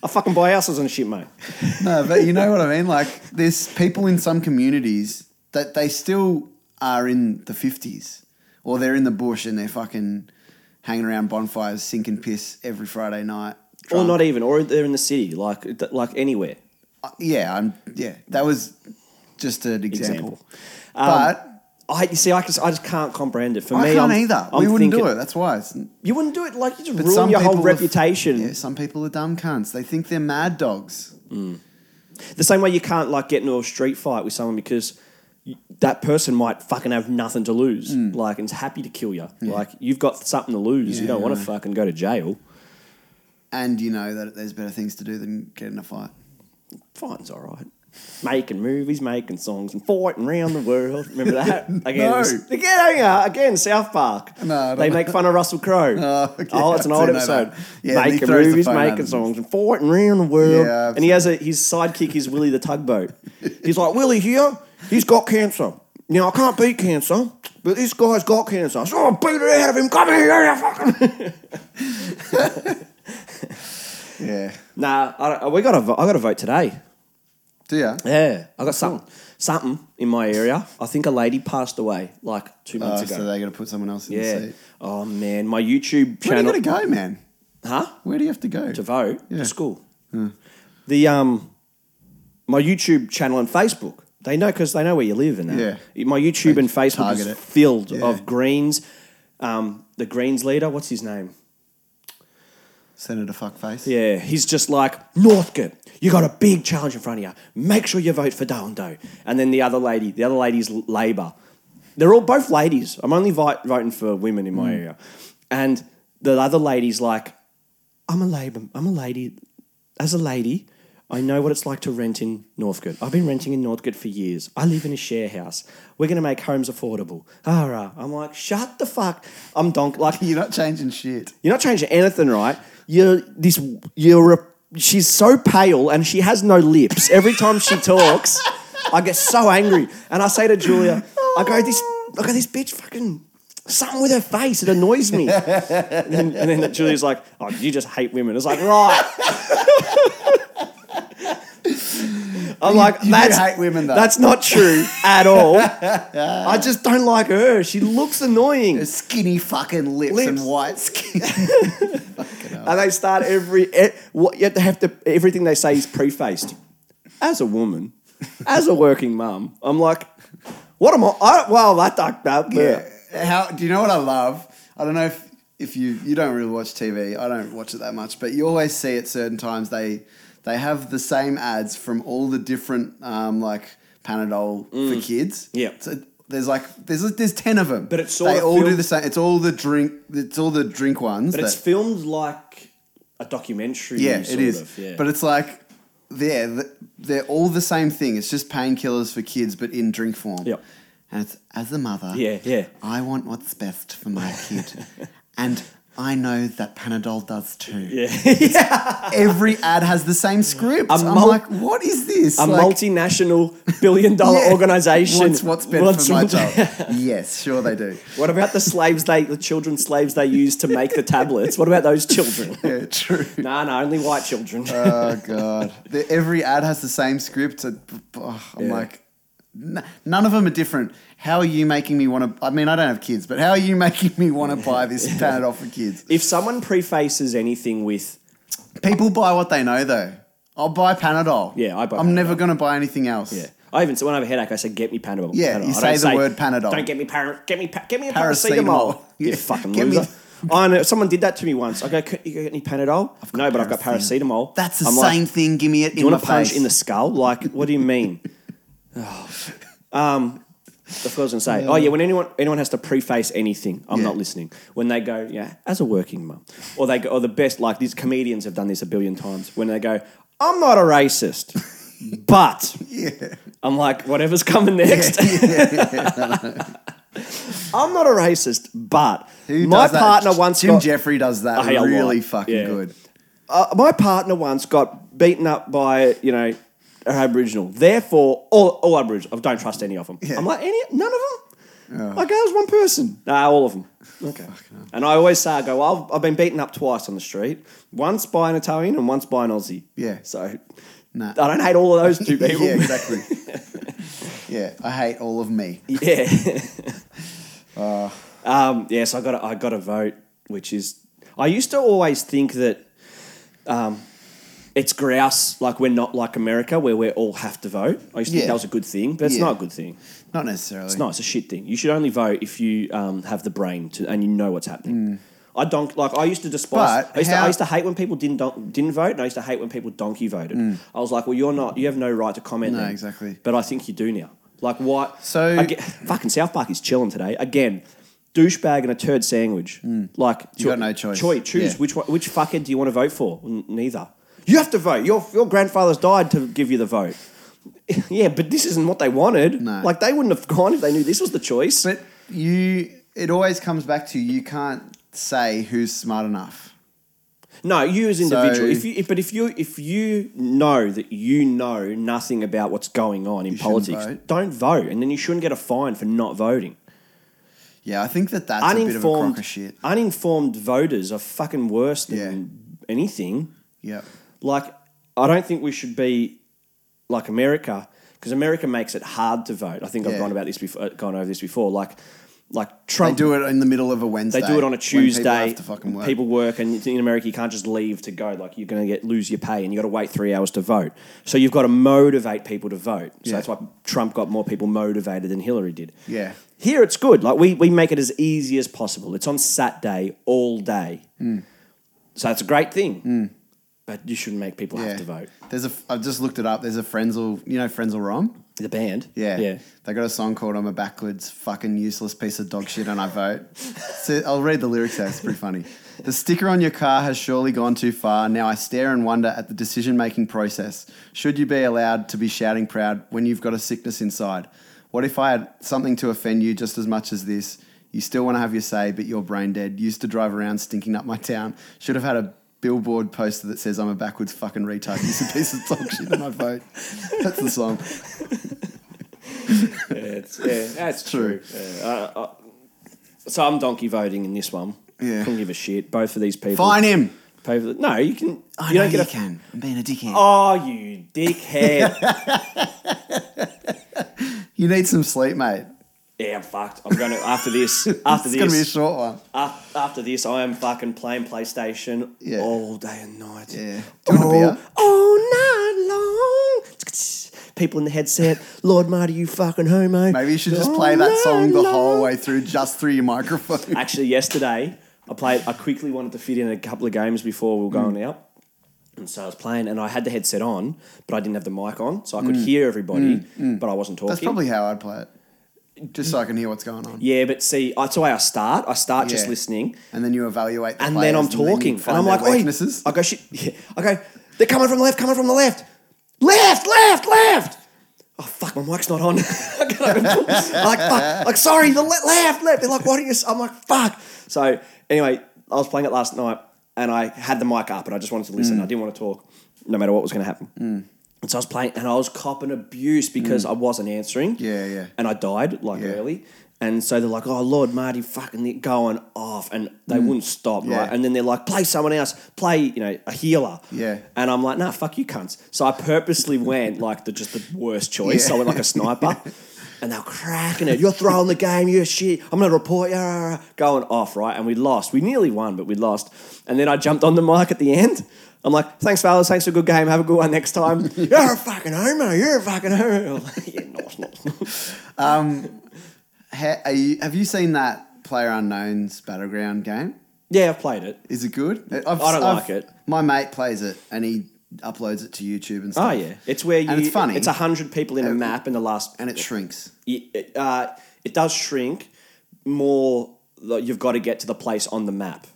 Speaker 1: I fucking buy houses and shit, mate.
Speaker 2: No, but you know what I mean? Like, there's people in some communities that they still are in the 50s or they're in the bush and they're fucking hanging around bonfires, sinking piss every Friday night.
Speaker 1: Or
Speaker 2: drunk.
Speaker 1: not even, or they're in the city, like like anywhere.
Speaker 2: Uh, Yeah, I'm, yeah, that was just an example.
Speaker 1: Example. Um,
Speaker 2: but
Speaker 1: I you see, I just I just can't comprehend it. For
Speaker 2: I
Speaker 1: me,
Speaker 2: can't
Speaker 1: I'm-
Speaker 2: either.
Speaker 1: I'm
Speaker 2: we wouldn't
Speaker 1: thinking-
Speaker 2: do it. That's why. It's, but
Speaker 1: You wouldn't do it. Like you just ruin your whole
Speaker 2: people are f-
Speaker 1: reputation.
Speaker 2: yeah, some people are dumb cunts. They think they're mad dogs.
Speaker 1: The same way you can't like get into a street fight with someone because you, that person might fucking have nothing to lose. Like and is happy to kill you. Like you've got something to lose. you
Speaker 2: Mm. Yeah,
Speaker 1: don't want to
Speaker 2: right.
Speaker 1: fucking go to jail.
Speaker 2: And you know that there's better things to do than get in a fight.
Speaker 1: Fine's all right. Making movies, making songs, and fighting around the world. Remember that? Again,
Speaker 2: No.
Speaker 1: again, hang on. again, South Park.
Speaker 2: No, I don't
Speaker 1: they
Speaker 2: know.
Speaker 1: make fun of Russell Crowe.
Speaker 2: Oh, okay.
Speaker 1: Oh, it's an
Speaker 2: I
Speaker 1: old
Speaker 2: do know that.
Speaker 1: episode.
Speaker 2: Yeah, and he
Speaker 1: making
Speaker 2: throws the
Speaker 1: movies,
Speaker 2: phone at
Speaker 1: making
Speaker 2: him.
Speaker 1: songs, and fighting around the world.
Speaker 2: Yeah, I've
Speaker 1: and he has a his sidekick is Willie the tugboat. He's like Willie here. He's got cancer. Now I can't beat cancer, but this guy's got cancer. So I'll beat it out of him. Come here, you fucking.
Speaker 2: Yeah.
Speaker 1: Nah, I don't, we got a vo- I got a vote today.
Speaker 2: Do you?
Speaker 1: Yeah, I got something, something in my area. I think a lady passed away like two months
Speaker 2: Oh,
Speaker 1: ago.
Speaker 2: so they got to put someone else in the
Speaker 1: yeah.
Speaker 2: seat.
Speaker 1: Oh man, my YouTube
Speaker 2: Where do
Speaker 1: channel.
Speaker 2: you got to go, man?
Speaker 1: Huh?
Speaker 2: Where do you have to go?
Speaker 1: To vote
Speaker 2: Yeah. Hmm.
Speaker 1: to school. The um, my YouTube channel and Facebook. They know because they know where you live and that.
Speaker 2: Yeah.
Speaker 1: My YouTube and Facebook
Speaker 2: target
Speaker 1: is
Speaker 2: it.
Speaker 1: filled
Speaker 2: Yeah.
Speaker 1: of Greens. Um, the Greens leader, what's his name?
Speaker 2: Senator Fuckface.
Speaker 1: Yeah, he's just like, Northcote, you got a big challenge in front of you. Make sure you vote for Doe and Doe. And then the other lady, the other lady's L- Labour. They're all both ladies. I'm only vi- voting for women in my area. And the other lady's like, I'm a Labour, I'm a lady. As a lady, I know what it's like to rent in Northcote. I've been renting in Northcote for years. I live in a share house. We're going to make homes affordable. Ah, rah. I'm like, shut the fuck. I'm donk. Like,
Speaker 2: You're not changing shit.
Speaker 1: you're not changing anything, right? You're this. You're. A, she's so pale and she has no lips. Every time she talks, I get so angry, and I say to Julia, "I go this. I go this bitch fucking." Something with her face, it annoys me. and, then, and then Julia's like, Oh, you just hate women. It's like, right. I'm like,
Speaker 2: you do
Speaker 1: that's
Speaker 2: hate women, though."
Speaker 1: That's not true at all. I just don't like her. She looks annoying.
Speaker 2: Skinny fucking lips,
Speaker 1: Lips.
Speaker 2: and white skin.
Speaker 1: And they start every e- what you have to have to everything they say is prefaced. As a woman, as a working mum, I'm like, what am I? I well, that that, that yeah.
Speaker 2: How do you know what I love? I don't know if if you you don't really watch TV. I don't watch it that much, but you always see at certain times they they have the same ads from all the different um, like Panadol for kids.
Speaker 1: Yep.
Speaker 2: So there's like there's there's ten of them,
Speaker 1: But it's sort
Speaker 2: they
Speaker 1: of
Speaker 2: all do
Speaker 1: filmed-
Speaker 2: the same. It's all the drink. It's all the drink ones.
Speaker 1: But it's
Speaker 2: that-
Speaker 1: filmed like a documentary.
Speaker 2: yeah,
Speaker 1: sort
Speaker 2: it is.
Speaker 1: Of, yeah.
Speaker 2: But it's like yeah, th- they're all the same thing. It's just painkillers for kids, but in drink form.
Speaker 1: Yep.
Speaker 2: And it's as a mother.
Speaker 1: Yeah, yeah.
Speaker 2: I want what's best for my kid, and I know that Panadol does too. Every ad has the same script. I'm
Speaker 1: mul-
Speaker 2: like, what is this?
Speaker 1: a
Speaker 2: Like,
Speaker 1: multinational billion dollar
Speaker 2: yeah.
Speaker 1: organization.
Speaker 2: Wants what's best
Speaker 1: wants
Speaker 2: for my
Speaker 1: what-
Speaker 2: child. yes, sure they do.
Speaker 1: What about the slaves they, the children slaves they use to make the tablets? What about those children?
Speaker 2: Yeah, true.
Speaker 1: No, no, only white children.
Speaker 2: Oh god. The, every ad has the same script. I- oh, I'm
Speaker 1: Yeah.
Speaker 2: like, n- none of them are different. How are you making me want to? I mean, I don't have kids, but how are you making me want to buy this Panadol for kids?
Speaker 1: if someone prefaces anything with,
Speaker 2: People buy what they know, though. I'll buy Panadol.
Speaker 1: Yeah, I buy
Speaker 2: I'm never going to buy anything else.
Speaker 1: yeah, I even so when I have a headache, I say, "Get me Panadol."
Speaker 2: Yeah,
Speaker 1: Panadol. I
Speaker 2: you say
Speaker 1: don't
Speaker 2: the word Panadol.
Speaker 1: Don't get me par- get me pa- get me a paracetamol.
Speaker 2: Paracetamol.
Speaker 1: You
Speaker 2: Yeah.
Speaker 1: fucking
Speaker 2: Get me-
Speaker 1: loser. I know someone did that to me once. I go, "Can you get any Panadol?" No, but I've got paracetamol.
Speaker 2: That's the
Speaker 1: I'm like,
Speaker 2: same thing. Give me it in
Speaker 1: you
Speaker 2: the
Speaker 1: want to punch
Speaker 2: face.
Speaker 1: in the skull? Like, what do you mean? Oh. Um, of course, and say, oh yeah, when anyone anyone has to preface anything, I'm
Speaker 2: Yeah.
Speaker 1: not listening. When they go, yeah, as a working mum, or they go, or the best, like these comedians have done this a billion times. When they go, I'm not a racist, but
Speaker 2: Yeah.
Speaker 1: I'm like, whatever's coming next. I'm not a racist, but
Speaker 2: Who
Speaker 1: my
Speaker 2: does that?
Speaker 1: partner once
Speaker 2: Jim
Speaker 1: got,
Speaker 2: Jeffrey does that
Speaker 1: Hey, a lot.
Speaker 2: really fucking
Speaker 1: Yeah.
Speaker 2: good.
Speaker 1: uh, my partner once got beaten up by you know an Aboriginal. Therefore, all, all Aboriginal. I don't trust any of them.
Speaker 2: Yeah.
Speaker 1: I'm like any none of them. Like I was one person. Nah, all of them. Okay. And I always say, I go, well, I've, I've been beaten up twice on the street. Once by an Italian and once by an Aussie.
Speaker 2: Yeah.
Speaker 1: So
Speaker 2: Nah.
Speaker 1: I don't hate all of those two people.
Speaker 2: yeah, exactly. yeah, I hate all of me.
Speaker 1: Yeah.
Speaker 2: Uh,
Speaker 1: Um, yes, I got a, I got a vote, which is I used to always think that um, it's grouse. Like we're not like America, where we all have to vote. I used to think
Speaker 2: Yeah.
Speaker 1: that was a good thing, but it's
Speaker 2: Yeah.
Speaker 1: not a good thing.
Speaker 2: Not necessarily.
Speaker 1: It's not. It's a shit thing. You should only vote if you um, have the brain to and you know what's happening. I don't like. I used to despise.
Speaker 2: Hmm. But
Speaker 1: I used, to,
Speaker 2: how-
Speaker 1: I used to hate when people didn't don- didn't vote, and I used to hate when people donkey voted. I was like, well, you're not. You have no right to comment.
Speaker 2: Hmm. No,
Speaker 1: then.
Speaker 2: exactly.
Speaker 1: But I think you do now. Like what?
Speaker 2: So-
Speaker 1: I get- fucking South Park is chilling today again. Douchebag and a turd sandwich. Like you
Speaker 2: Hmm. got no choice.
Speaker 1: Choice. Choose
Speaker 2: Yeah.
Speaker 1: which one, which fucker do you want to vote for? N- neither. You have to vote. Your your grandfather's died to give you the vote. Yeah, but this isn't what they wanted.
Speaker 2: No.
Speaker 1: Like they wouldn't have gone if they knew this was the choice.
Speaker 2: But you, it always comes back to you can't say who's smart enough.
Speaker 1: no, you as individual.
Speaker 2: So-
Speaker 1: if you, if, but if you if you know that you know nothing about what's going on in
Speaker 2: shouldn't
Speaker 1: politics,
Speaker 2: vote.
Speaker 1: don't vote, and then you shouldn't get a fine for not voting.
Speaker 2: Yeah, I think that that's a bit of a
Speaker 1: uninformed
Speaker 2: crock of shit.
Speaker 1: uninformed voters are fucking worse than anything.
Speaker 2: Yeah.
Speaker 1: Like, I don't think we should be like America because America makes it hard to vote. I think I've
Speaker 2: Yeah.
Speaker 1: gone about this before, gone over this before. Like, like
Speaker 2: They
Speaker 1: Trump
Speaker 2: do it in the middle of a Wednesday.
Speaker 1: They do it on a
Speaker 2: when
Speaker 1: Tuesday.
Speaker 2: People have to fucking work.
Speaker 1: People work, and in America, you can't just leave to go. Like you're going to get lose your pay, and you got to wait three hours to vote. So you've got to motivate people to vote. So
Speaker 2: Yeah.
Speaker 1: that's why Trump got more people motivated than Hillary did.
Speaker 2: Yeah.
Speaker 1: Here it's good. Like we we make it as easy as possible. It's on Saturday all day.
Speaker 2: Mm.
Speaker 1: So it's a great thing. But you shouldn't make people
Speaker 2: yeah.
Speaker 1: have to vote.
Speaker 2: There's a. I've just looked it up. There's a Frenzel. You know Frenzel Rom.
Speaker 1: The band.
Speaker 2: Yeah.
Speaker 1: Yeah.
Speaker 2: They got a song called I'm a backwards fucking useless piece of dog shit and I vote. so I'll read the lyrics there. It's pretty funny. The sticker on your car has surely gone too far. Now I stare and wonder at the decision making process. Should you be allowed to be shouting proud when you've got a sickness inside? What if I had something to offend you just as much as this? You still want to have your say, but you're brain dead. Used to drive around stinking up my town. Should have had a billboard poster that says I'm a backwards fucking retard. Use a piece of dog shit and I vote. That's the song.
Speaker 1: Yeah, it's, yeah, that's true. Yeah, I- I- so I'm donkey voting in this one.
Speaker 2: Yeah.
Speaker 1: Couldn't give a shit. Both of these people.
Speaker 2: Fine him.
Speaker 1: Pay for the, Oh, no, you can.
Speaker 2: I
Speaker 1: you
Speaker 2: know
Speaker 1: don't get
Speaker 2: you
Speaker 1: a.
Speaker 2: can. I'm being a dickhead.
Speaker 1: Oh, you dickhead!
Speaker 2: You need some sleep, mate.
Speaker 1: yeah, I'm fucked. I'm gonna after this. After
Speaker 2: it's gonna be a
Speaker 1: this.
Speaker 2: short one.
Speaker 1: af- after this, I am fucking playing PlayStation
Speaker 2: Yeah.
Speaker 1: all day and night.
Speaker 2: Yeah. Do you want a
Speaker 1: Oh,
Speaker 2: beer?
Speaker 1: all night long. People in the headset, Lord Marty, you fucking homo.
Speaker 2: Maybe you should just
Speaker 1: All
Speaker 2: play that song
Speaker 1: night
Speaker 2: the
Speaker 1: long.
Speaker 2: whole way through, just through your microphone.
Speaker 1: Actually, yesterday I played. I quickly wanted to fit in a couple of games before we were
Speaker 2: Mm.
Speaker 1: going out, and so I was playing, and I had the headset on, but I didn't have the mic on, so I could hear everybody, but I wasn't talking.
Speaker 2: Mm. That's probably how I'd play it, just so I can hear what's going on.
Speaker 1: yeah, but see, that's the way I start. I start just
Speaker 2: Yeah.
Speaker 1: listening,
Speaker 2: And then you evaluate, the
Speaker 1: and then I'm
Speaker 2: players you
Speaker 1: talking, and,
Speaker 2: find
Speaker 1: I'm
Speaker 2: their
Speaker 1: like, "Oi!"
Speaker 2: weaknesses.
Speaker 1: I go, shit, yeah. I go, they're coming from the left, coming from the left, left, left, left. Oh fuck, my mic's not on. I get up and- I'm like fuck, like sorry, the le- left, left. They're like, what are you? s-" I'm like fuck. So anyway, I was playing it last night, and I had the mic up, and I just wanted to
Speaker 2: Mm.
Speaker 1: listen. I didn't want to talk, no matter what was going to happen. And so I was playing, and I was copping abuse because I wasn't answering.
Speaker 2: Mm. Yeah, yeah.
Speaker 1: And I died like
Speaker 2: Yeah.
Speaker 1: early. And so they're like, oh, Lord Marty, fucking they're going off. And they
Speaker 2: Mm.
Speaker 1: wouldn't stop,
Speaker 2: Yeah.
Speaker 1: right? And then they're like, play someone else, play, you know, a healer.
Speaker 2: Yeah.
Speaker 1: And I'm like, nah, fuck you cunts. So I purposely went like the just the worst choice.
Speaker 2: Yeah.
Speaker 1: I went like a sniper. and they're cracking it. You're throwing the game, you're shit. I'm gonna report you. Going off, right? And we lost. We nearly won, but we lost. And then I jumped on the mic at the end. I'm like, thanks, fellas. Thanks for a good game. Have a good one next time. You're a fucking homo. You're a fucking homo. yeah, not, not.
Speaker 2: Ha- are you, have you seen that Player Unknown's Battleground game?
Speaker 1: Yeah, I've played it.
Speaker 2: Is it good? I've,
Speaker 1: I don't like it.
Speaker 2: My mate plays it and he uploads it to YouTube and
Speaker 1: Oh
Speaker 2: stuff.
Speaker 1: yeah, it's where you.
Speaker 2: And it's funny.
Speaker 1: It's a hundred people in a map, and the last.
Speaker 2: And it shrinks.
Speaker 1: it, uh, it does shrink more. like, You've got to get to the place on the map.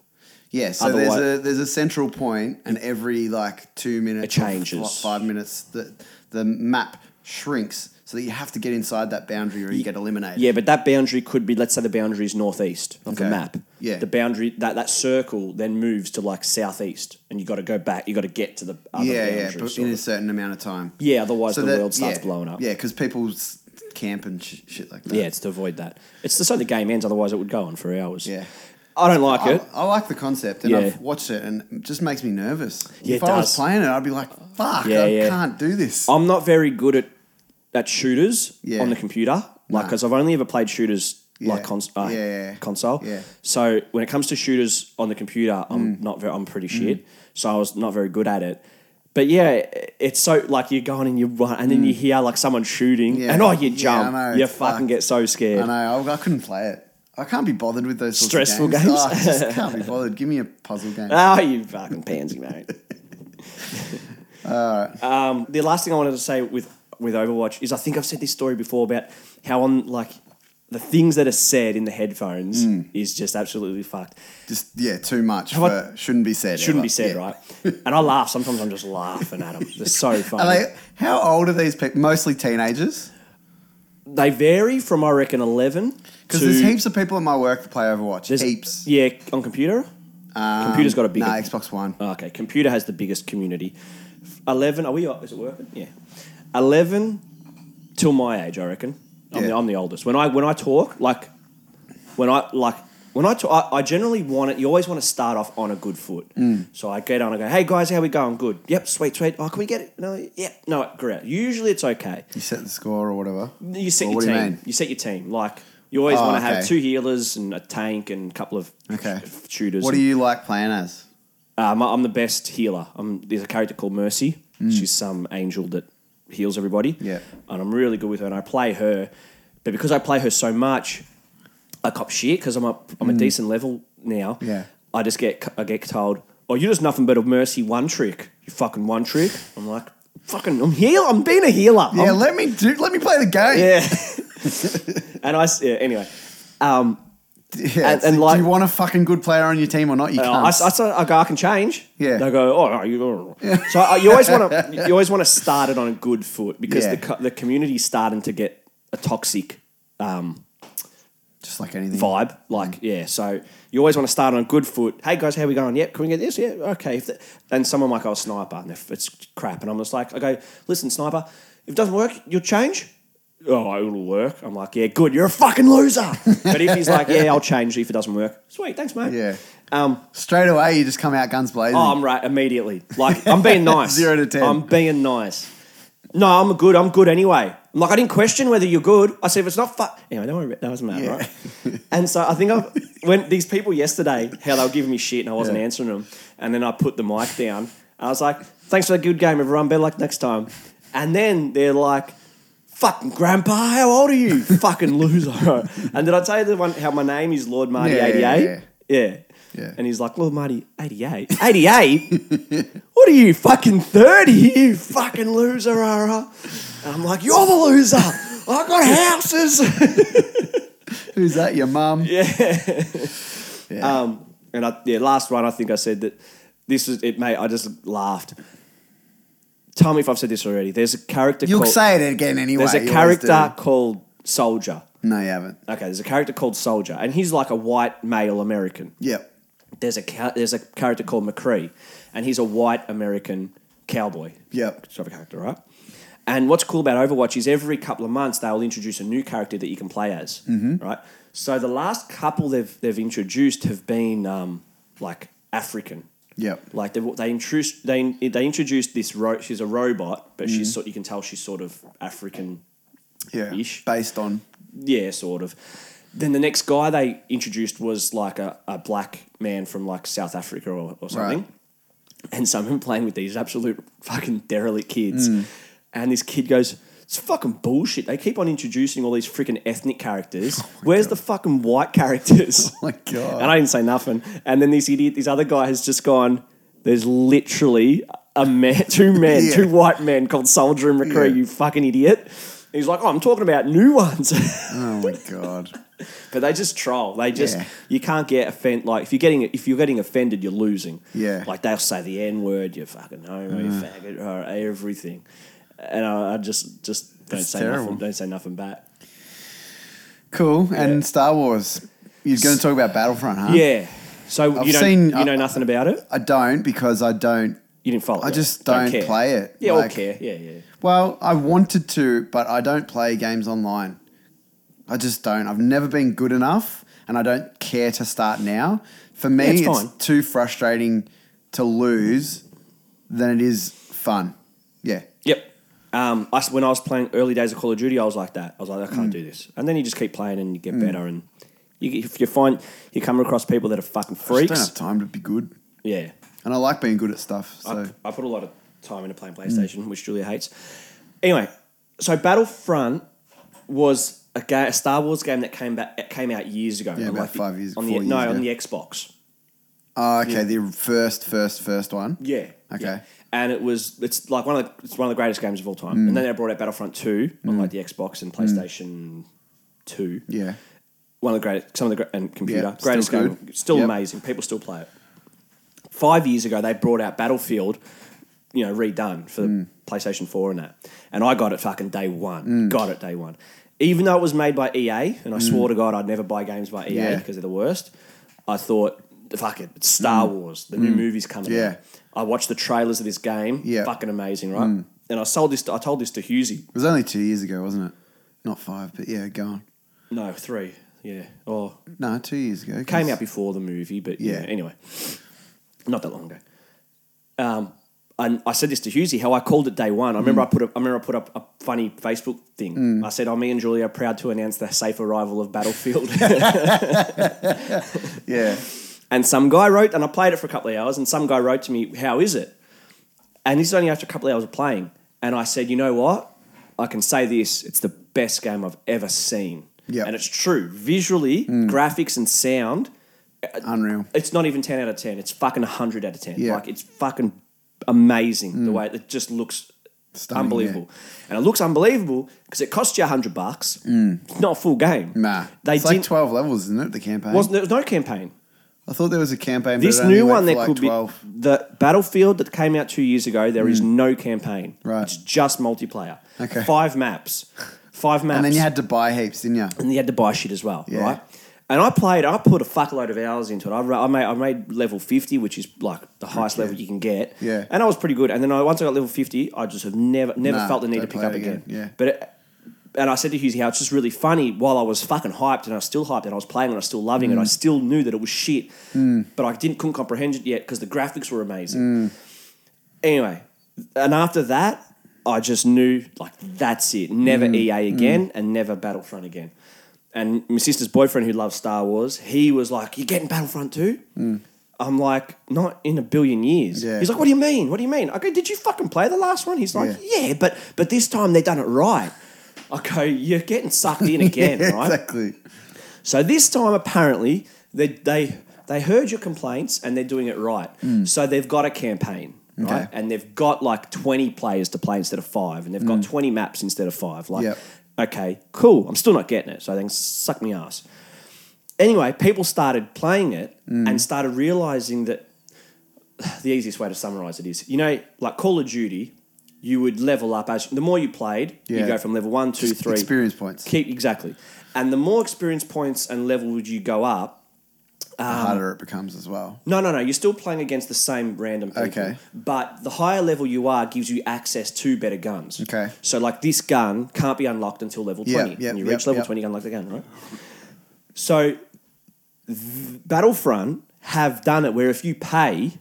Speaker 2: Yeah, so
Speaker 1: Otherwise-
Speaker 2: there's a there's a central point, and every like two minutes,
Speaker 1: It changes.
Speaker 2: or f- five minutes. The the map shrinks, so that you have to get inside that boundary, or you get eliminated.
Speaker 1: Yeah, but that boundary could be. Let's say the boundary is northeast of the
Speaker 2: Okay.
Speaker 1: map.
Speaker 2: Yeah.
Speaker 1: The boundary that that circle then moves to like southeast, and you got to go back. You got to get to the other
Speaker 2: yeah,
Speaker 1: boundary.
Speaker 2: yeah, but
Speaker 1: sort
Speaker 2: in a
Speaker 1: of.
Speaker 2: certain amount of time.
Speaker 1: yeah. Otherwise, the
Speaker 2: that-
Speaker 1: world starts
Speaker 2: yeah,
Speaker 1: blowing up.
Speaker 2: Yeah, because people s- camp and sh- shit like that.
Speaker 1: Yeah, it's to avoid that. It's to so the game ends. Otherwise, it would go on for hours.
Speaker 2: Yeah.
Speaker 1: I don't like
Speaker 2: I,
Speaker 1: it.
Speaker 2: I like the concept, and
Speaker 1: Yeah.
Speaker 2: I've watched it, and it just makes me nervous.
Speaker 1: Yeah,
Speaker 2: if
Speaker 1: it
Speaker 2: I
Speaker 1: does.
Speaker 2: was playing it, I'd be like, "Fuck,
Speaker 1: Yeah,
Speaker 2: I
Speaker 1: yeah.
Speaker 2: can't do this."
Speaker 1: I'm not very good at at shooters
Speaker 2: Yeah.
Speaker 1: on the computer, like
Speaker 2: Nah.
Speaker 1: because I've only ever played shooters like
Speaker 2: Yeah.
Speaker 1: cons- uh,
Speaker 2: Yeah, yeah, yeah.
Speaker 1: console.
Speaker 2: Yeah. Mm.
Speaker 1: So when it comes to shooters on the computer, I'm not very. I'm pretty shit. So I was not very good at it. But yeah, it's so like you're going and you run, and then you hear like someone shooting,
Speaker 2: Mm. Yeah.
Speaker 1: and oh, you
Speaker 2: Yeah, I
Speaker 1: jump,
Speaker 2: know,
Speaker 1: you
Speaker 2: it's
Speaker 1: fucking
Speaker 2: fucked.
Speaker 1: get so scared.
Speaker 2: I know. I, I couldn't play it. I can't be bothered with those sorts
Speaker 1: Stressful
Speaker 2: of games.
Speaker 1: games?
Speaker 2: Oh, I just can't be bothered. Give me a puzzle game.
Speaker 1: Ah, you fucking pansy, mate. Um, the last thing I wanted to say with with Overwatch is I think I've said this story before about how on like the things that are said in the headphones
Speaker 2: Hmm.
Speaker 1: is just absolutely fucked.
Speaker 2: Just yeah, too much.
Speaker 1: I-
Speaker 2: For, shouldn't be said.
Speaker 1: Shouldn't
Speaker 2: ever.
Speaker 1: be said,
Speaker 2: Yeah.
Speaker 1: right? And I laugh sometimes. I'm just laughing at them. They're so funny.
Speaker 2: Are they? How old are these people? Mostly teenagers.
Speaker 1: they vary from I reckon eleven
Speaker 2: Because
Speaker 1: to
Speaker 2: there's heaps of people at my work that play Overwatch.
Speaker 1: there's-
Speaker 2: heaps. Um,
Speaker 1: Yeah, on computer. computer's got a bigger
Speaker 2: Nah, Xbox One.
Speaker 1: Oh, Okay, computer has the biggest community. Eleven, are we? uh, Is it working? Yeah, eleven till my age, I reckon. I'm, the,
Speaker 2: Yeah.
Speaker 1: I'm the oldest. When I when I talk, like when I like when I talk, I, I generally want it. You always want to start off on a good foot.
Speaker 2: Mm.
Speaker 1: So I get on. I go, hey guys, how we going? Good. Yep, sweet, sweet. Oh, can we get it? No, yep, no, great. Usually it's okay.
Speaker 2: You set the score or whatever.
Speaker 1: You set
Speaker 2: Well,
Speaker 1: your
Speaker 2: what do
Speaker 1: team.
Speaker 2: you
Speaker 1: You,
Speaker 2: mean?
Speaker 1: set your team. Like you always
Speaker 2: Oh,
Speaker 1: want to have
Speaker 2: okay.
Speaker 1: two healers and a tank and a couple of
Speaker 2: Okay.
Speaker 1: sh- shooters.
Speaker 2: What
Speaker 1: and-
Speaker 2: do you like playing as?
Speaker 1: um, I- I'm the best healer. I'm, there's a character called Mercy. She's some angel that heals everybody.
Speaker 2: Mm. Yeah.
Speaker 1: And I'm really good with her. And I play her, but because I play her so much, I cop shit because I'm a, I'm a decent level now.
Speaker 2: Mm. Yeah.
Speaker 1: I just get I get told, oh, you're just nothing but a Mercy one trick. You fucking one trick. I'm like, fucking, I'm heal. I'm being a healer.
Speaker 2: Yeah,
Speaker 1: I'm
Speaker 2: let me do. Let me play the game.
Speaker 1: yeah. and I, s- yeah, anyway.
Speaker 2: Yeah,
Speaker 1: and
Speaker 2: it's like,
Speaker 1: like- Uh,
Speaker 2: do you want a fucking good player on your team or not? You
Speaker 1: I, I,
Speaker 2: can't.
Speaker 1: s- I go, I can change.
Speaker 2: Yeah.
Speaker 1: They go, oh, no, you. So I, you always want to, you always want to start it on a good foot because
Speaker 2: Yeah.
Speaker 1: the co- the community's starting to get a toxic
Speaker 2: Just like anything.
Speaker 1: vibe.
Speaker 2: Mm.
Speaker 1: Like, yeah. So you always want to start on a good foot. Hey guys, how we going? Yep. Can we get this? Yeah. Okay. If the, and someone might go sniper, and if it's crap, and I'm just like, I go, listen, sniper. If it doesn't work, you'll change. Oh, it'll work. I'm like, yeah, good. You're a fucking loser. but if he's like, yeah, I'll change if it doesn't work. Sweet, thanks, mate.
Speaker 2: Yeah.
Speaker 1: Um,
Speaker 2: Straight away, you just come out guns blazing.
Speaker 1: oh, I'm right immediately. Like I'm being nice.
Speaker 2: Zero to ten.
Speaker 1: I'm being nice. No, I'm good. I'm good anyway. I'm like I didn't question whether you're good. I said if it's not fu Anyway, don't worry. about- That doesn't matter,
Speaker 2: Yeah.
Speaker 1: right? And so I think I when these people yesterday, how they were giving me shit and I wasn't
Speaker 2: Yeah.
Speaker 1: answering them, and then I put the mic down. I was like, "Thanks for the good game, everyone. Better luck next time." And then they're like. Fucking grandpa, how old are you? Fucking loser. and did I tell you the one how my name is Lord Marty
Speaker 2: Yeah, yeah,
Speaker 1: 88?
Speaker 2: yeah.
Speaker 1: Yeah.
Speaker 2: Yeah.
Speaker 1: And he's like, Lord Marty, 88. 88? what are you, fucking 30? You fucking loser, Ara. And I'm like, you're the loser. I got houses.
Speaker 2: Who's that? Your mum? Yeah. yeah.
Speaker 1: um, and I, yeah, last one, I think I said that this was it, mate. I just laughed. Tell me if I've said this already. There's a character
Speaker 2: You'll
Speaker 1: called.
Speaker 2: say it again anyway.
Speaker 1: there's a
Speaker 2: you always do.
Speaker 1: character called Soldier.
Speaker 2: No, you haven't.
Speaker 1: Okay, there's a character called Soldier, and he's like a white male American.
Speaker 2: Yep.
Speaker 1: there's a cow- there's a character called McCree, and he's a white American cowboy.
Speaker 2: Yep.
Speaker 1: Sort of character, right? And what's cool about Overwatch is every couple of months they'll introduce a new character that you can play as, right? So the last couple they've they've introduced have been um, like African.
Speaker 2: Yep.
Speaker 1: Like they they introduced they they introduced this ro- she's a robot, but she's sort you can tell she's sort of African
Speaker 2: Yeah.
Speaker 1: Ish.
Speaker 2: Based on.
Speaker 1: yeah, sort of. Then the next guy they introduced was like a, a black man from like South Africa or, or something.
Speaker 2: Right.
Speaker 1: And so I'm playing with these absolute fucking derelict kids.
Speaker 2: Mm.
Speaker 1: And this kid goes, It's fucking bullshit. They keep on introducing all these freaking ethnic characters.
Speaker 2: Oh
Speaker 1: Where's the fucking white characters?
Speaker 2: My God.
Speaker 1: And I didn't say nothing. And then this idiot, this other guy has just gone, there's literally a man, two men,
Speaker 2: Yeah.
Speaker 1: two white men called Soldier and McCree,
Speaker 2: Yeah.
Speaker 1: you fucking idiot. And he's like, oh, I'm talking about new ones.
Speaker 2: oh my God.
Speaker 1: but they just troll. They just,
Speaker 2: Yeah.
Speaker 1: you can't get offended. Like, if you're getting, if you're getting offended, you're losing.
Speaker 2: Yeah. Mm.
Speaker 1: Like, they'll say the N word, you fucking homo, you faggot, or everything. And I, I just, just don't
Speaker 2: It's
Speaker 1: say
Speaker 2: terrible.
Speaker 1: nothing, don't say nothing back.
Speaker 2: Cool. And Star Wars. You're going to talk about Battlefront, huh?
Speaker 1: Yeah. So
Speaker 2: I've
Speaker 1: you don't,
Speaker 2: seen-
Speaker 1: you know
Speaker 2: I-
Speaker 1: nothing about it?
Speaker 2: I don't because I don't.
Speaker 1: You didn't follow
Speaker 2: I
Speaker 1: it?
Speaker 2: just don't,
Speaker 1: care.
Speaker 2: play it.
Speaker 1: Yeah, all
Speaker 2: Like,
Speaker 1: care. Yeah, yeah.
Speaker 2: Well, I wanted to, but I don't play games online. I just don't. I've never been good enough, and I don't care to start now. For me,
Speaker 1: it's
Speaker 2: it's,
Speaker 1: fine.
Speaker 2: too frustrating to lose than it is fun. Yeah.
Speaker 1: Yep. Um, I, when I was playing early days of Call of Duty, I was like that. I was like, I
Speaker 2: Mm.
Speaker 1: can't do this. And then you just keep playing and you get better. And you, if you find you come across people that are fucking
Speaker 2: I
Speaker 1: freaks,
Speaker 2: just don't have time to be good.
Speaker 1: yeah.
Speaker 2: And I like being good at stuff. So,
Speaker 1: I, I put a lot of time into playing PlayStation, which Julia hates. Anyway, so Battlefront was a, ga- a Star Wars game that came back, it came out years ago.
Speaker 2: Yeah,
Speaker 1: on
Speaker 2: about
Speaker 1: the-
Speaker 2: five years-
Speaker 1: on the,
Speaker 2: four
Speaker 1: no,
Speaker 2: years
Speaker 1: on
Speaker 2: ago.
Speaker 1: the Xbox.
Speaker 2: oh, okay, the first, first, first one.
Speaker 1: Yeah.
Speaker 2: Okay.
Speaker 1: yeah. And it was it's like one of the, it's one of the greatest games of all
Speaker 2: Mm.
Speaker 1: time. And then they brought out Battlefront Two on like the Xbox and PlayStation Two.
Speaker 2: Yeah.
Speaker 1: One of the greatest, some of the great and computer
Speaker 2: Yeah, still
Speaker 1: greatest game,
Speaker 2: good.
Speaker 1: still
Speaker 2: Yep.
Speaker 1: amazing. People still play it. Five years ago, they brought out Battlefield, you know, redone for
Speaker 2: Mm.
Speaker 1: PlayStation Four and that. And I got it fucking day
Speaker 2: Mm.
Speaker 1: one. Got it day one. Even though it was made by EA, and I swore to God I'd never buy games by EA
Speaker 2: Yeah.
Speaker 1: because they're the worst. I thought, fuck it, it's Star Wars. The new movie's coming
Speaker 2: Mm. Yeah.
Speaker 1: out. I watched the trailers of this game.
Speaker 2: Yeah. Mm.
Speaker 1: Fucking amazing, right? And I sold this. I told this to Husey.
Speaker 2: It was only two years ago, wasn't it? Not five, but yeah, go on.
Speaker 1: No, three. Yeah. Oh, Or
Speaker 2: No, two years ago. 'cause-
Speaker 1: came out before the movie, but yeah.
Speaker 2: Yeah.
Speaker 1: anyway, not that long ago. Um, and I said this to Husey how I called it day one. I remember I put up, I remember I put up a funny Facebook thing. I said, "Oh, me and Julia are proud to announce the safe arrival of Battlefield."
Speaker 2: Yeah.
Speaker 1: And some guy wrote, and I played it for a couple of hours, and some guy wrote to me, How is it? And this is only after a couple of hours of playing. And I said, You know what? I can say this it's the best game I've ever seen.
Speaker 2: Yeah.
Speaker 1: And it's true. Visually, graphics, and sound,
Speaker 2: Unreal.
Speaker 1: it's not even 10 out of 10. It's fucking 100 out of 10.
Speaker 2: Yeah. Mm.
Speaker 1: Like, it's fucking amazing the way it just looks
Speaker 2: Stunning,
Speaker 1: unbelievable. And it looks unbelievable because it costs you 100 bucks. It's not a full game.
Speaker 2: Mm. Nah.
Speaker 1: They
Speaker 2: it's like
Speaker 1: didn't.
Speaker 2: 12 levels, isn't it? The campaign?
Speaker 1: wasn't, there was no campaign.
Speaker 2: I thought there was a campaign.
Speaker 1: This
Speaker 2: but it only
Speaker 1: new
Speaker 2: went
Speaker 1: one
Speaker 2: for
Speaker 1: that
Speaker 2: like
Speaker 1: could
Speaker 2: 12.
Speaker 1: be the Battlefield that came out two years ago. There is no campaign.
Speaker 2: Mm. Right.
Speaker 1: It's just multiplayer.
Speaker 2: Okay.
Speaker 1: Five maps. Five maps.
Speaker 2: And then you had to buy heaps, didn't you?
Speaker 1: and you had to buy shit as well.
Speaker 2: Yeah.
Speaker 1: Right. And I played. I put a fuckload of hours into it. I, ra- I made. I made level fifty, which is like the highest level you can get.
Speaker 2: Yeah.
Speaker 1: And I was pretty good. And then I, once I got level fifty, I just have never, never
Speaker 2: Nah,
Speaker 1: felt the need to
Speaker 2: don't
Speaker 1: pick
Speaker 2: play
Speaker 1: up
Speaker 2: it
Speaker 1: again.
Speaker 2: again. Yeah.
Speaker 1: But it, and I said to Husey how it's just really funny while I was fucking hyped and I was still hyped and I was playing and I was still loving
Speaker 2: Mm.
Speaker 1: it. I still knew that it was shit, but I didn't couldn't comprehend it yet because the graphics were amazing. Anyway, and after that, I just knew like that's it. Never EA again and never Battlefront again. And my sister's boyfriend who loves Star Wars, he was like, "You getting Battlefront too?" I'm like, "Not in a billion years."
Speaker 2: Yeah.
Speaker 1: He's like, "What do you mean? What do you mean?" I go, "Did you fucking play the last one?" He's like, "Yeah, but but this time they done it right." I go, "You're getting sucked in again, right?"
Speaker 2: Exactly.
Speaker 1: So this time, apparently, they they they heard your complaints and they're doing it right. So they've got a campaign, right?
Speaker 2: Hmm. Okay.
Speaker 1: And they've got like twenty players to play instead of five, and they've got twenty maps instead of five. Like,
Speaker 2: Hmm. Yep.
Speaker 1: okay, cool. I'm still not getting it, so they can suck me ass. Anyway, people started playing it
Speaker 2: Hmm.
Speaker 1: and started realizing that the easiest way to summarize it is, you know, like Call of Duty, you would level up as the more you played, you
Speaker 2: Yeah.
Speaker 1: go from level one, two,
Speaker 2: Just
Speaker 1: three.
Speaker 2: experience points.
Speaker 1: Keep exactly. And the more experience points and level would you go up,
Speaker 2: the
Speaker 1: Um,
Speaker 2: harder it becomes as well.
Speaker 1: no, no, no, you're still playing against the same random people.
Speaker 2: Okay.
Speaker 1: But the higher level you are gives you access to better guns.
Speaker 2: Okay.
Speaker 1: So like this gun can't be unlocked until level
Speaker 2: Yeah,
Speaker 1: 20.
Speaker 2: yeah,
Speaker 1: and you
Speaker 2: yeah,
Speaker 1: reach level
Speaker 2: yeah.
Speaker 1: 20, you unlock the gun, right? So th- Battlefront have done it where if you pay,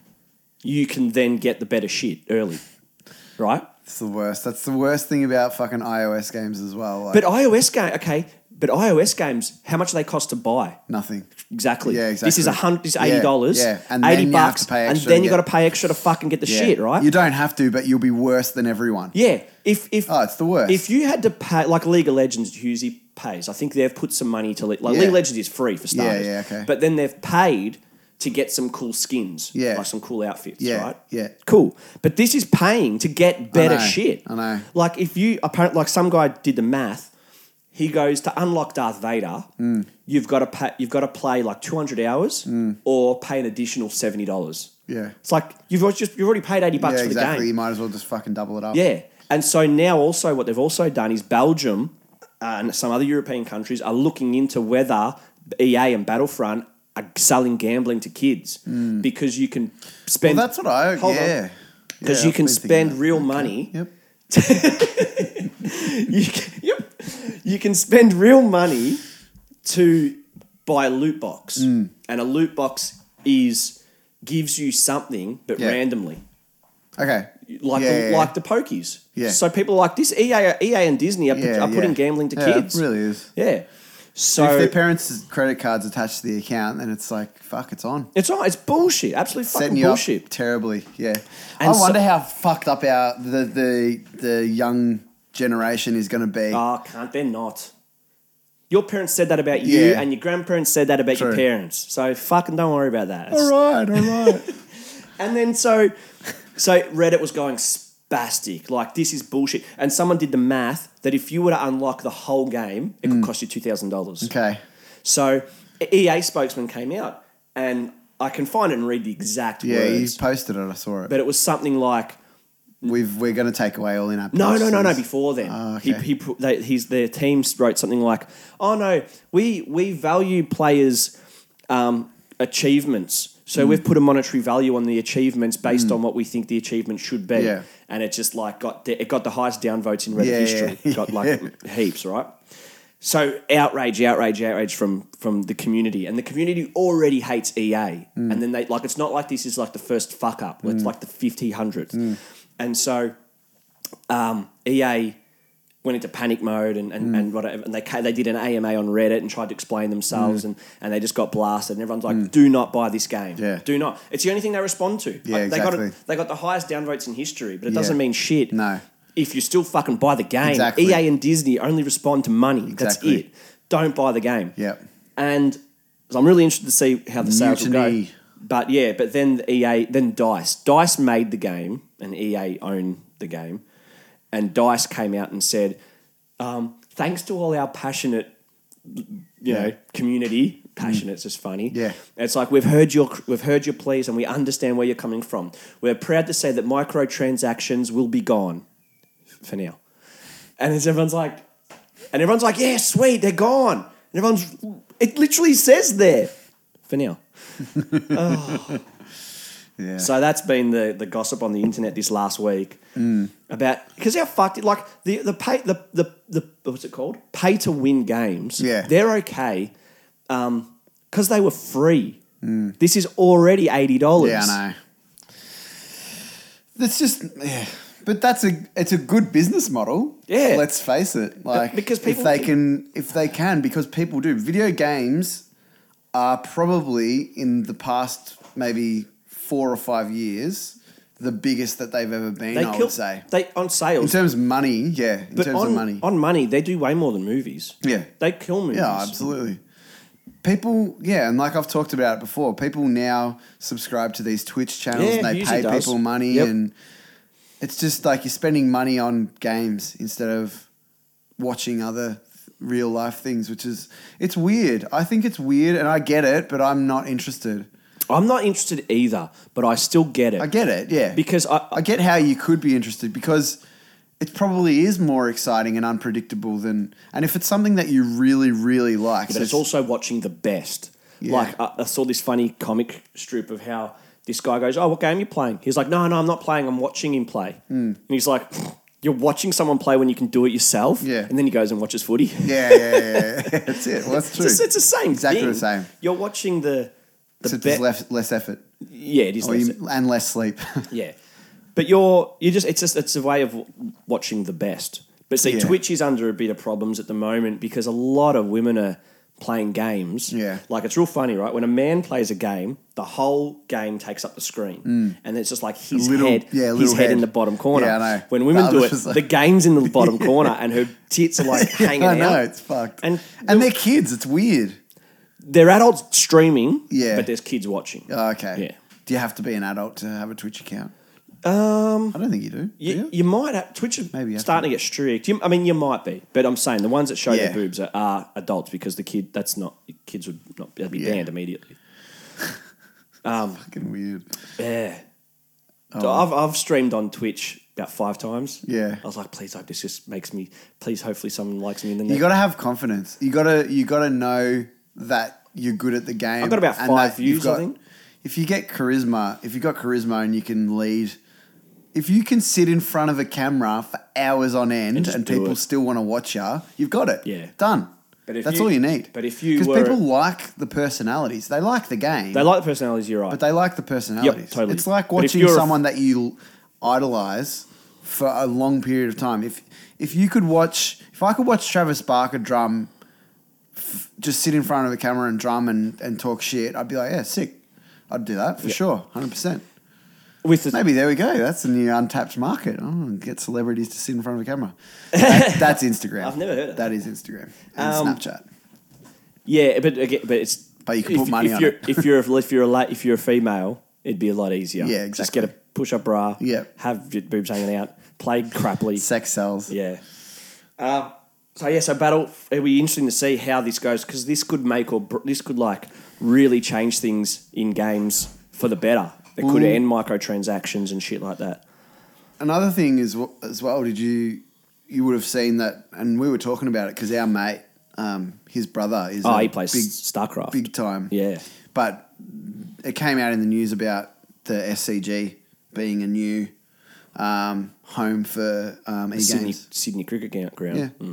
Speaker 1: you can then get the better shit early. Right?
Speaker 2: It's the worst. That's the worst thing about fucking iOS games as well. Like
Speaker 1: But iOS game okay, but iOS games, how much do they cost to buy?
Speaker 2: nothing.
Speaker 1: Exactly.
Speaker 2: Yeah,
Speaker 1: This is
Speaker 2: exactly.
Speaker 1: a hundred. This is
Speaker 2: Yeah,
Speaker 1: eighty dollars.
Speaker 2: yeah, and
Speaker 1: eighty
Speaker 2: then you have
Speaker 1: bucks,
Speaker 2: to pay
Speaker 1: and
Speaker 2: extra
Speaker 1: then
Speaker 2: to
Speaker 1: you
Speaker 2: get-
Speaker 1: got to pay extra to fucking get the
Speaker 2: Yeah.
Speaker 1: shit right.
Speaker 2: You don't have to, but you'll be worse than everyone.
Speaker 1: yeah. If if
Speaker 2: Oh, it's the worst.
Speaker 1: If you had to pay, like League of Legends, Husey pays. I think they've put some money to Le- like
Speaker 2: Yeah.
Speaker 1: League of Legends is free for
Speaker 2: Yeah,
Speaker 1: starters.
Speaker 2: yeah, okay.
Speaker 1: But then they've paid to get some cool skins.
Speaker 2: Yeah.
Speaker 1: Like some cool outfits.
Speaker 2: Yeah,
Speaker 1: Right.
Speaker 2: yeah.
Speaker 1: Cool. But this is paying to get better
Speaker 2: know,
Speaker 1: shit.
Speaker 2: I know.
Speaker 1: Like if you apparently like some guy did the math. He goes to unlock Darth Vader.
Speaker 2: Mm.
Speaker 1: You've got to pay, you've got to play like two hundred hours, or pay an additional seventy dollars.
Speaker 2: Yeah.
Speaker 1: It's like you've al- just you've already paid eighty bucks
Speaker 2: Yeah,
Speaker 1: for the
Speaker 2: exactly.
Speaker 1: game.
Speaker 2: You might as well just fucking double it up.
Speaker 1: Yeah. And so now also what they've also done is Belgium uh, and some other European countries are looking into whether EA and Battlefront are selling gambling to kids because you can
Speaker 2: Mm. Well,
Speaker 1: spend
Speaker 2: that's what I.
Speaker 1: Hold on.
Speaker 2: yeah.
Speaker 1: because
Speaker 2: Yeah,
Speaker 1: you
Speaker 2: I've
Speaker 1: can
Speaker 2: been thinking
Speaker 1: spend
Speaker 2: that.
Speaker 1: real money.
Speaker 2: Yep.
Speaker 1: You can, yep. You can spend real money to buy a loot box.
Speaker 2: Mm.
Speaker 1: And a loot box is gives you something but
Speaker 2: Yeah.
Speaker 1: randomly.
Speaker 2: Okay.
Speaker 1: like
Speaker 2: Yeah,
Speaker 1: the,
Speaker 2: yeah,
Speaker 1: like the pokies.
Speaker 2: Yeah.
Speaker 1: So people are like this E EA EA and Disney are, put-
Speaker 2: yeah,
Speaker 1: are putting
Speaker 2: yeah.
Speaker 1: gambling to
Speaker 2: Yeah, it
Speaker 1: kids.
Speaker 2: really is.
Speaker 1: Yeah.
Speaker 2: if
Speaker 1: So
Speaker 2: their parents' credit cards attached to the account, then it's like fuck, it's on.
Speaker 1: it's all it's bullshit. Absolute
Speaker 2: Setting
Speaker 1: fucking
Speaker 2: you
Speaker 1: bullshit.
Speaker 2: up terribly. Yeah.
Speaker 1: And
Speaker 2: I
Speaker 1: so-
Speaker 2: wonder how fucked up our the the, the young generation is going to be.
Speaker 1: Ah, can't they're not. Your parents said that about you,
Speaker 2: Yeah.
Speaker 1: and your grandparents said that about your
Speaker 2: True.
Speaker 1: parents. So fucking don't worry about that.
Speaker 2: all right, all right.
Speaker 1: And then so, so Reddit was going spastic, like this is bullshit. And someone did the math that if you were to unlock the whole game, it
Speaker 2: Mm.
Speaker 1: could cost you two thousand dollars.
Speaker 2: okay.
Speaker 1: So EA spokesman came out, and I can find it and read the exact
Speaker 2: Yeah,
Speaker 1: words,
Speaker 2: you posted it. I saw it.
Speaker 1: but it was something like,
Speaker 2: We've we're going to take away all in app.
Speaker 1: no, no, no, no.
Speaker 2: purchases.
Speaker 1: Before then,
Speaker 2: Ah,
Speaker 1: he,
Speaker 2: okay.
Speaker 1: he put- they, he's their team wrote something like, oh no, we we value players' um, achievements.
Speaker 2: Mm.
Speaker 1: So we've put a monetary value on the achievements based on what we think the achievement should be,
Speaker 2: Yeah.
Speaker 1: and it just like got the, it got the highest downvotes in Reddit
Speaker 2: Yeah,
Speaker 1: history,
Speaker 2: yeah.
Speaker 1: got like heaps, right? So outrage, outrage, outrage from from the community, and the community already hates EA.
Speaker 2: Mm.
Speaker 1: And then they like it's not like this is like the first fuck up; it's like the fifty hundredth.
Speaker 2: Mm.
Speaker 1: And so um, EA went into panic mode and,
Speaker 2: Mm.
Speaker 1: and, and whatever, and they ca- they did an AMA on Reddit and tried to explain
Speaker 2: Mm.
Speaker 1: themselves, and, and they just got blasted. And everyone's like, "Do not buy this game.
Speaker 2: Yeah.
Speaker 1: Do not." It's the only thing they respond to.
Speaker 2: Yeah,
Speaker 1: Like, They
Speaker 2: exactly.
Speaker 1: got they got the highest downvotes in history, but it
Speaker 2: Yeah.
Speaker 1: doesn't mean shit
Speaker 2: No.
Speaker 1: if you still fucking buy the game.
Speaker 2: Exactly.
Speaker 1: EA and Disney only respond to money.
Speaker 2: Exactly.
Speaker 1: That's it. Don't buy the game.
Speaker 2: Yep.
Speaker 1: And so I'm really interested to see how the sales will
Speaker 2: Mutiny.
Speaker 1: go. But yeah, but then the EA, then Dice, Dice made the game, and EA owned the game, and Dice came out and said, um, "Thanks to all our passionate, you know, community, passionate's just funny.
Speaker 2: Yeah.
Speaker 1: It's like we've heard your we've heard your pleas and we understand where you're coming from. We're proud to say that microtransactions will be gone for now. And it's, everyone's like, and everyone's like, yeah, sweet, they're gone. And everyone's, it literally says there for now.
Speaker 2: Yeah.
Speaker 1: So that's been the, the gossip on the internet this last week
Speaker 2: Mm.
Speaker 1: about because how fucked it like the the pay the the, the what's it called pay to win games.
Speaker 2: Yeah.
Speaker 1: they're okay because they were free. This is already eighty dollars.
Speaker 2: Mm. Yeah, I know. That's just, yeah. but that's a it's a good business model.
Speaker 1: Yeah.
Speaker 2: let's face it. Like
Speaker 1: because people
Speaker 2: if they
Speaker 1: do-
Speaker 2: can, if they can, because people do. Video games are probably in the past maybe four or five years the biggest that they've ever been.
Speaker 1: They
Speaker 2: I
Speaker 1: kill-
Speaker 2: would say
Speaker 1: they on
Speaker 2: in
Speaker 1: sales.
Speaker 2: terms of money, yeah. In
Speaker 1: But
Speaker 2: terms
Speaker 1: on,
Speaker 2: of money,
Speaker 1: on money, they do way more than movies.
Speaker 2: yeah,
Speaker 1: They kill movies.
Speaker 2: yeah, absolutely. People, yeah, and like I've talked about it before, people now subscribe to these Twitch channels
Speaker 1: Yeah,
Speaker 2: and they
Speaker 1: usually
Speaker 2: pay
Speaker 1: does.
Speaker 2: people money,
Speaker 1: Yep.
Speaker 2: and it's just like you're spending money on games instead of watching other real life things, which is it's weird. I think it's weird, and I get it, but I'm not interested.
Speaker 1: I'm not interested either, but I still get it
Speaker 2: I get it, yeah,
Speaker 1: because I,
Speaker 2: I get how you could be interested because it probably is more exciting and unpredictable than, and if it's something that you really, really like,
Speaker 1: but
Speaker 2: so
Speaker 1: it's also watching the best.
Speaker 2: Yeah.
Speaker 1: Like I, I saw this funny comic strip of how this guy goes, "Oh, what game you playing?" He's like, "No, no, I'm not playing. I'm watching him play."
Speaker 2: Hmm.
Speaker 1: And he's like, "You're watching someone play when you can do it yourself."
Speaker 2: Yeah.
Speaker 1: And then he goes and watches footy.
Speaker 2: Yeah, yeah, yeah, yeah. That's it. Well, that's true.
Speaker 1: it's, it's the same.
Speaker 2: Exactly the
Speaker 1: thing.
Speaker 2: same.
Speaker 1: You're watching the the
Speaker 2: Except there's
Speaker 1: best.
Speaker 2: less, less effort
Speaker 1: yeah, it is.
Speaker 2: or
Speaker 1: less-
Speaker 2: Oh, you, and less sleep.
Speaker 1: Yeah, but you're you just it's just it's a way of w- watching the best. But see,
Speaker 2: Yeah.
Speaker 1: Twitch is under a bit of problems at the moment because a lot of women are playing games.
Speaker 2: Yeah.
Speaker 1: like it's real funny, right? When a man plays a game, the whole game takes up the screen, and it's just like his
Speaker 2: Mm. little-
Speaker 1: head,
Speaker 2: yeah, a
Speaker 1: his
Speaker 2: little
Speaker 1: head, in
Speaker 2: head.
Speaker 1: the bottom corner.
Speaker 2: Yeah, I know.
Speaker 1: When women
Speaker 2: No,
Speaker 1: do it,
Speaker 2: this is like-
Speaker 1: the game's in the bottom corner, and her tits are like hanging
Speaker 2: I know
Speaker 1: out.
Speaker 2: it's fucked.
Speaker 1: And-
Speaker 2: And they're kids. It's weird.
Speaker 1: They're adults streaming,
Speaker 2: Yeah.
Speaker 1: but there's kids watching.
Speaker 2: Oh, okay.
Speaker 1: Yeah.
Speaker 2: Do you have to be an adult to have a Twitch account? Um, I don't think you do.
Speaker 1: You,
Speaker 2: do you?
Speaker 1: you might have Twitch is
Speaker 2: Maybe you have
Speaker 1: starting to get strict. You, I mean, you might be, but I'm saying the ones that show their
Speaker 2: Yeah.
Speaker 1: boobs are, are adults because the kid that's not kids would not they'd be
Speaker 2: Yeah.
Speaker 1: banned immediately.
Speaker 2: Fucking weird.
Speaker 1: Yeah, So I've I've streamed on Twitch about five times.
Speaker 2: Oh. Yeah.
Speaker 1: I was like, please, hope this just makes me. Please, hopefully, someone likes me in the
Speaker 2: You
Speaker 1: next.
Speaker 2: got to have confidence. You got to you got to know that you're good at the game.
Speaker 1: I've got about
Speaker 2: and
Speaker 1: five
Speaker 2: that you've
Speaker 1: views, I think.
Speaker 2: If you get charisma, if you got charisma and you can lead, if you can sit in front of a camera for hours on
Speaker 1: And
Speaker 2: end and,
Speaker 1: just do
Speaker 2: people
Speaker 1: it.
Speaker 2: still want to watch you, you've got it.
Speaker 1: Yeah.
Speaker 2: done.
Speaker 1: But if
Speaker 2: That's
Speaker 1: you-
Speaker 2: all you need.
Speaker 1: but if you
Speaker 2: because
Speaker 1: were-
Speaker 2: people like the personalities, they like the game,
Speaker 1: they like the personalities. You're right.
Speaker 2: but they like the personalities.
Speaker 1: totally.
Speaker 2: It's like
Speaker 1: But if
Speaker 2: watching
Speaker 1: you're a-
Speaker 2: someone that you idolize for a long period of time. If if you could watch, if I could watch Travis Barker drum, f- just sit in front of a camera and drum and, and talk shit, I'd be like, yeah, sick. I'd do that for sure, hundred percent.
Speaker 1: With the,
Speaker 2: Maybe there we go. That's the new untapped market. Oh, get celebrities to sit in front of a camera. That- that's Instagram.
Speaker 1: I've never heard of
Speaker 2: That is Instagram and
Speaker 1: Um,
Speaker 2: Snapchat.
Speaker 1: yeah, but again, but it's
Speaker 2: But you can
Speaker 1: if,
Speaker 2: put money
Speaker 1: if
Speaker 2: on
Speaker 1: you're,
Speaker 2: it.
Speaker 1: If you're a, if you're a la- if you're a female, it'd be a lot easier.
Speaker 2: Yeah,
Speaker 1: Just get a
Speaker 2: exactly.
Speaker 1: push up bra.
Speaker 2: Yeah.
Speaker 1: have your boobs hanging out. Play crappily.
Speaker 2: Sex sells.
Speaker 1: Yeah. Uh, so yeah, so battle. It'll be interesting to see how this goes because this could make or br- this could like really change things in games for the better. It could
Speaker 2: Mm.
Speaker 1: end microtransactions and shit like that.
Speaker 2: another thing is w- as well. Did you you would have seen that, and we were talking about it because our mate, um, his brother is
Speaker 1: Oh,
Speaker 2: a
Speaker 1: he plays
Speaker 2: big
Speaker 1: StarCraft.
Speaker 2: big time.
Speaker 1: Yeah.
Speaker 2: but it came out in the news about the SCG being a new um, home for um, e
Speaker 1: Sydney, Hmm.
Speaker 2: games.
Speaker 1: Sydney cricket Ga- ground.
Speaker 2: Yeah.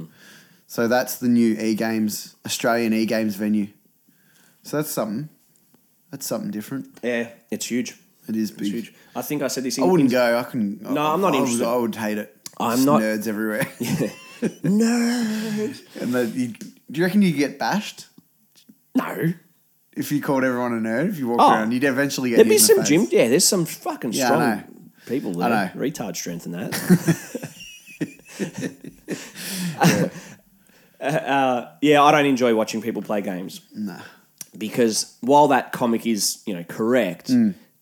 Speaker 2: So that's the new e games Australian e games venue. So that's something. That's something different.
Speaker 1: Yeah, it's huge.
Speaker 2: It is
Speaker 1: It's
Speaker 2: big.
Speaker 1: huge. I think I said this. In,
Speaker 2: I wouldn't go. I couldn't.
Speaker 1: No,
Speaker 2: I,
Speaker 1: I'm not
Speaker 2: I would-
Speaker 1: interested.
Speaker 2: I would hate it.
Speaker 1: I'm
Speaker 2: Just
Speaker 1: not-
Speaker 2: nerds everywhere.
Speaker 1: No,
Speaker 2: And the, you, do you reckon you get bashed
Speaker 1: no.
Speaker 2: if you called everyone a nerd? If you walk
Speaker 1: Oh.
Speaker 2: around, you'd eventually get
Speaker 1: There'd
Speaker 2: hit
Speaker 1: be
Speaker 2: in the
Speaker 1: some
Speaker 2: face.
Speaker 1: gym. Yeah, there's some fucking
Speaker 2: Yeah, I
Speaker 1: strong
Speaker 2: know.
Speaker 1: people there.
Speaker 2: I
Speaker 1: Retard strength in that. Uh, yeah, I don't enjoy watching people play games
Speaker 2: Nah.
Speaker 1: because while that comic is you know correct,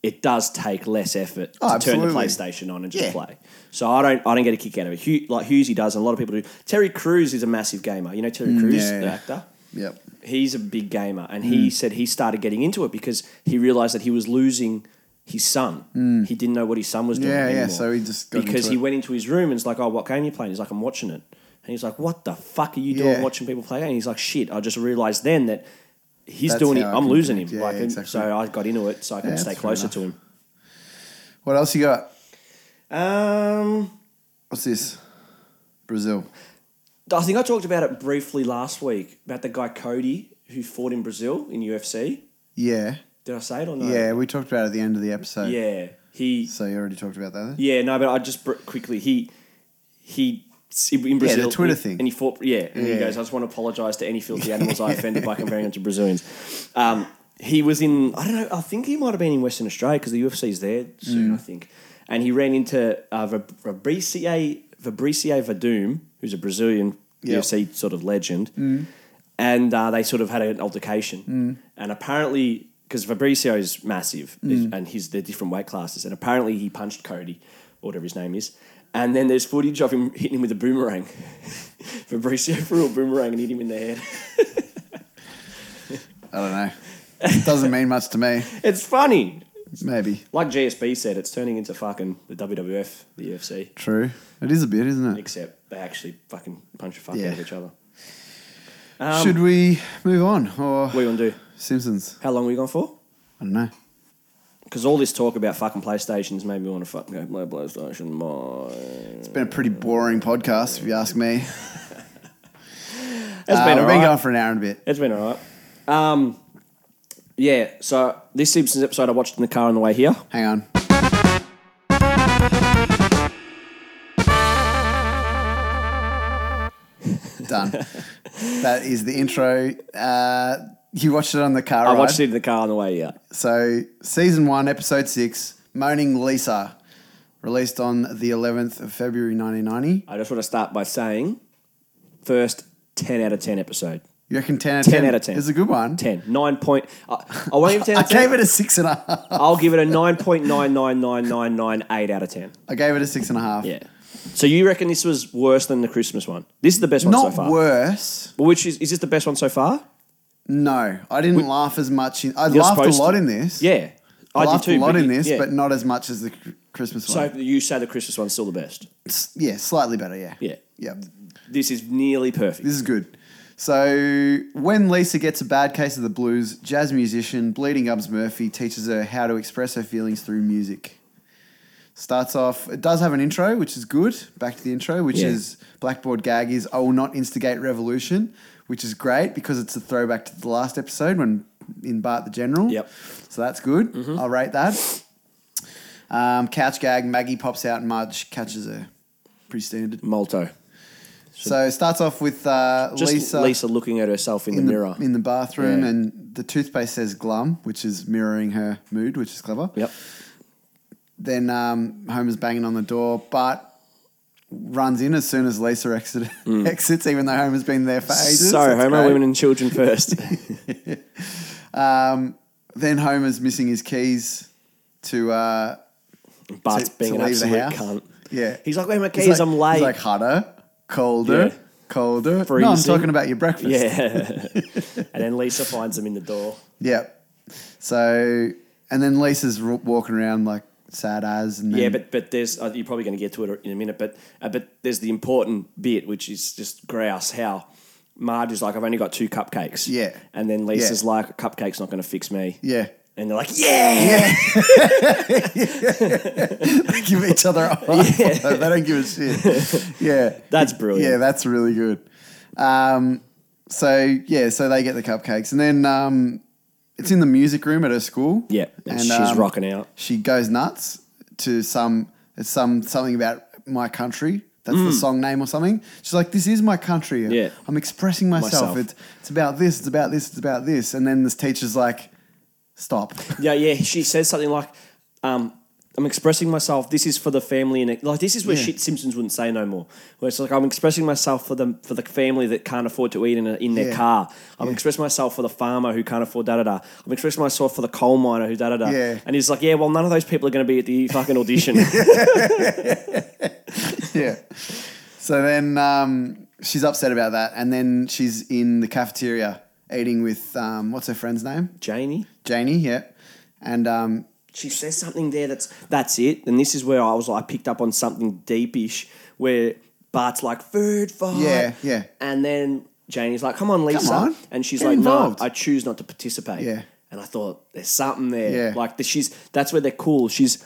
Speaker 1: it does take less effort to
Speaker 2: Mm. Oh,
Speaker 1: turn the
Speaker 2: absolutely.
Speaker 1: PlayStation on and just
Speaker 2: Yeah.
Speaker 1: play. So I don't I don't get a kick out of it. Hugh, like Hughesy does, and a lot of people do. Terry Crews is a massive gamer. You know Terry Crews,
Speaker 2: Mm, yeah,
Speaker 1: the
Speaker 2: yeah.
Speaker 1: actor
Speaker 2: Yep.
Speaker 1: he's a big gamer and
Speaker 2: Mm.
Speaker 1: he said he started getting into it because he realized that he was losing his son. He didn't know what his son was doing.
Speaker 2: Mm. Yeah, yeah,
Speaker 1: anymore.
Speaker 2: so he just got
Speaker 1: because
Speaker 2: into
Speaker 1: he
Speaker 2: it.
Speaker 1: went into his room and was like, "Oh, what game you playing?" He's like, "I'm watching it," and he's like, "What the fuck are you doing
Speaker 2: Yeah.
Speaker 1: watching people play?" And he's like, "Shit, I just realized then that he's
Speaker 2: That's
Speaker 1: doing it.
Speaker 2: how I
Speaker 1: I'm
Speaker 2: can
Speaker 1: losing him.
Speaker 2: connect. Yeah,
Speaker 1: like,
Speaker 2: yeah,
Speaker 1: and
Speaker 2: exactly.
Speaker 1: so I got into it so I can
Speaker 2: Yeah,
Speaker 1: stay
Speaker 2: that's fair
Speaker 1: closer
Speaker 2: enough.
Speaker 1: to him."
Speaker 2: What else you got?
Speaker 1: Um,
Speaker 2: What's this? Brazil.
Speaker 1: I think I talked about it briefly last week about the guy Cody who fought in Brazil in UFC.
Speaker 2: Yeah.
Speaker 1: Did I say it or no?
Speaker 2: Yeah, we talked about it at the end of the episode.
Speaker 1: Yeah. He.
Speaker 2: So you already talked about that? Then?
Speaker 1: Yeah. No, but I just br- quickly he he in Brazil.
Speaker 2: the Twitter
Speaker 1: he-
Speaker 2: thing.
Speaker 1: And he fought. Yeah. And
Speaker 2: Yeah.
Speaker 1: he goes, I just want to apologise to any filthy animals I offended by comparing them to Brazilians. Um, he was in. I don't know. I think he might have been in Western Australia because the UFC's there
Speaker 2: Mm.
Speaker 1: soon. I think. And he ran into uh, Vab- Fabricio Fabricio Verdum, who's a Brazilian
Speaker 2: Yep.
Speaker 1: UFC sort of legend. and uh, they sort of had an altercation. And apparently, because Fabrizio's massive and he's they're different weight classes, and apparently he punched Cody, or whatever his name is. And then there's footage of him hitting him with a boomerang. Fabricio threw a boomerang and hit him in the head.
Speaker 2: I don't know. It doesn't mean much to me.
Speaker 1: It's funny.
Speaker 2: Maybe.
Speaker 1: Like GSB said, it's turning into fucking the WWF, the UFC,
Speaker 2: True. It is a bit, isn't it?
Speaker 1: except they actually fucking punch the fuck
Speaker 2: Yeah.
Speaker 1: out of each other. um,
Speaker 2: Should we move on or
Speaker 1: What do you want to do?
Speaker 2: Simpsons?
Speaker 1: How long are we gone for?
Speaker 2: I don't know.
Speaker 1: Because all this talk about fucking PlayStations made me want to fucking go play PlayStation. My
Speaker 2: It's been a pretty boring podcast, if you ask me.
Speaker 1: It's
Speaker 2: Uh,
Speaker 1: been
Speaker 2: we've
Speaker 1: alright.
Speaker 2: been going for an hour and a bit.
Speaker 1: It's been alright. Um, yeah. So this Simpsons episode I watched in the car on the way here.
Speaker 2: Hang on. Done. that is the intro. Uh, you watched it on the car
Speaker 1: I
Speaker 2: ride.
Speaker 1: watched it in the car on the way here.
Speaker 2: So, season one, episode six, "Moaning Lisa," released on the 11th of February 1990.
Speaker 1: I just want to start by saying, first ten out of ten episode.
Speaker 2: You reckon 10 out of 10,
Speaker 1: 10 out of 10.
Speaker 2: is a good one.
Speaker 1: 10. 9 point. I, I won't give it 10 out
Speaker 2: I
Speaker 1: of 10.
Speaker 2: gave it a six and a half.
Speaker 1: I'll give it a 9.999998 out of 10.
Speaker 2: I gave it a six and a half.
Speaker 1: Yeah. So you reckon this was worse than the Christmas one? This is the best one
Speaker 2: Not
Speaker 1: so far.
Speaker 2: worse.
Speaker 1: But Which is, is this the best one so far?
Speaker 2: No, I didn't laugh as much. In, I
Speaker 1: You're
Speaker 2: laughed a
Speaker 1: supposed
Speaker 2: lot
Speaker 1: to.
Speaker 2: in this.
Speaker 1: Yeah.
Speaker 2: I,
Speaker 1: did
Speaker 2: laughed
Speaker 1: too,
Speaker 2: a lot
Speaker 1: but
Speaker 2: in
Speaker 1: you-
Speaker 2: this,
Speaker 1: yeah.
Speaker 2: but not as much as the cr- Christmas
Speaker 1: So
Speaker 2: one.
Speaker 1: you say the Christmas one's still the best.
Speaker 2: S- yeah, slightly better. Yeah.
Speaker 1: Yeah.
Speaker 2: Yeah.
Speaker 1: This is nearly perfect.
Speaker 2: This is good. So when Lisa gets a bad case of the blues, jazz musician Bleeding Gums Murphy teaches her how to express her feelings through music. Starts off. It does have an intro, which is good. Back to the intro, which
Speaker 1: Yeah.
Speaker 2: is Blackboard Gag is I will not instigate revolution, which is great because it's a throwback to the last episode when in Bart the General.
Speaker 1: Yep. Mm-hmm.
Speaker 2: So that's good. I'll rate that. Um, couch gag. Maggie pops out and Marge catches her. Pretty standard.
Speaker 1: Malto.
Speaker 2: So it starts off with uh,
Speaker 1: Just
Speaker 2: Lisa,
Speaker 1: Lisa, looking at herself in,
Speaker 2: in
Speaker 1: the
Speaker 2: the
Speaker 1: mirror.
Speaker 2: in the bathroom,
Speaker 1: Yeah.
Speaker 2: and the toothpaste says "glum," which is mirroring her mood, which is clever.
Speaker 1: yep.
Speaker 2: Then um, Homer's banging on the door, but runs in as soon as Lisa exit- exits, even though Homer's been there for ages.
Speaker 1: Mm. Sorry,
Speaker 2: That's
Speaker 1: Homer,
Speaker 2: great.
Speaker 1: women and children first.
Speaker 2: Um, then Homer's missing his keys to. Uh,
Speaker 1: Bart's
Speaker 2: To-
Speaker 1: being
Speaker 2: to
Speaker 1: an
Speaker 2: leave the
Speaker 1: absolute cunt.
Speaker 2: house? yeah,
Speaker 1: He's like, where are my
Speaker 2: He's
Speaker 1: keys?
Speaker 2: like-
Speaker 1: I'm late.
Speaker 2: He's like hotter, colder,
Speaker 1: Yeah.
Speaker 2: colder. No, I'm
Speaker 1: Freezing.
Speaker 2: talking about your breakfast.
Speaker 1: yeah. and then Lisa finds him in the door.
Speaker 2: Yep. So, and then Lisa's r- walking around like sad as. And then,
Speaker 1: Yeah, but but there's uh, you're probably going to get to it in a minute, but uh, but there's the important bit which is just grouse how Marge is like, I've only got two cupcakes.
Speaker 2: Yeah.
Speaker 1: And then Lisa's like, a cupcake's not going to fix me.
Speaker 2: yeah,
Speaker 1: And they're like, yeah.
Speaker 2: they give each other a they don't give a shit. Yeah,
Speaker 1: That's brilliant.
Speaker 2: yeah, that's really good. Um, so yeah, so they get the cupcakes, and then um, it's in the music room at her school.
Speaker 1: Yeah, and she's
Speaker 2: um,
Speaker 1: rocking out.
Speaker 2: She goes nuts to some it's some something about my country. That's the song name or something. She's like, "This is my country.
Speaker 1: Mm. Yeah.
Speaker 2: I'm expressing myself.
Speaker 1: Myself.
Speaker 2: It's it's about this. It's about this. It's about this." And then this teacher's like, "Stop."
Speaker 1: Yeah, yeah. She says something like, um, "I'm expressing myself. This is for the family." And like, this is where
Speaker 2: Yeah.
Speaker 1: shit Simpsons wouldn't say no more. Where it's like, "I'm expressing myself for the for the family that can't afford to eat in, a, in their
Speaker 2: Yeah.
Speaker 1: car. I'm expressing myself for the farmer who can't afford da da da. I'm expressing myself for the coal miner who da da da."
Speaker 2: Yeah.
Speaker 1: And he's like, "Yeah, well, none of those people are going to be at the fucking audition."
Speaker 2: yeah. So then um, she's upset about that, and then she's in the cafeteria eating with um, what's her friend's name,
Speaker 1: Janie.
Speaker 2: Janie. Yeah, and um,
Speaker 1: she says something there that's that's it. And this is where I was like, I picked up on something deepish where Bart's like, food fight.
Speaker 2: Yeah, yeah.
Speaker 1: And then Janie's like, come on, Lisa.
Speaker 2: on,
Speaker 1: And she's
Speaker 2: get
Speaker 1: like,
Speaker 2: involved.
Speaker 1: no, I choose not to participate.
Speaker 2: Yeah.
Speaker 1: And I thought, there's something there.
Speaker 2: Yeah.
Speaker 1: Like, the, she's that's where they're cool. She's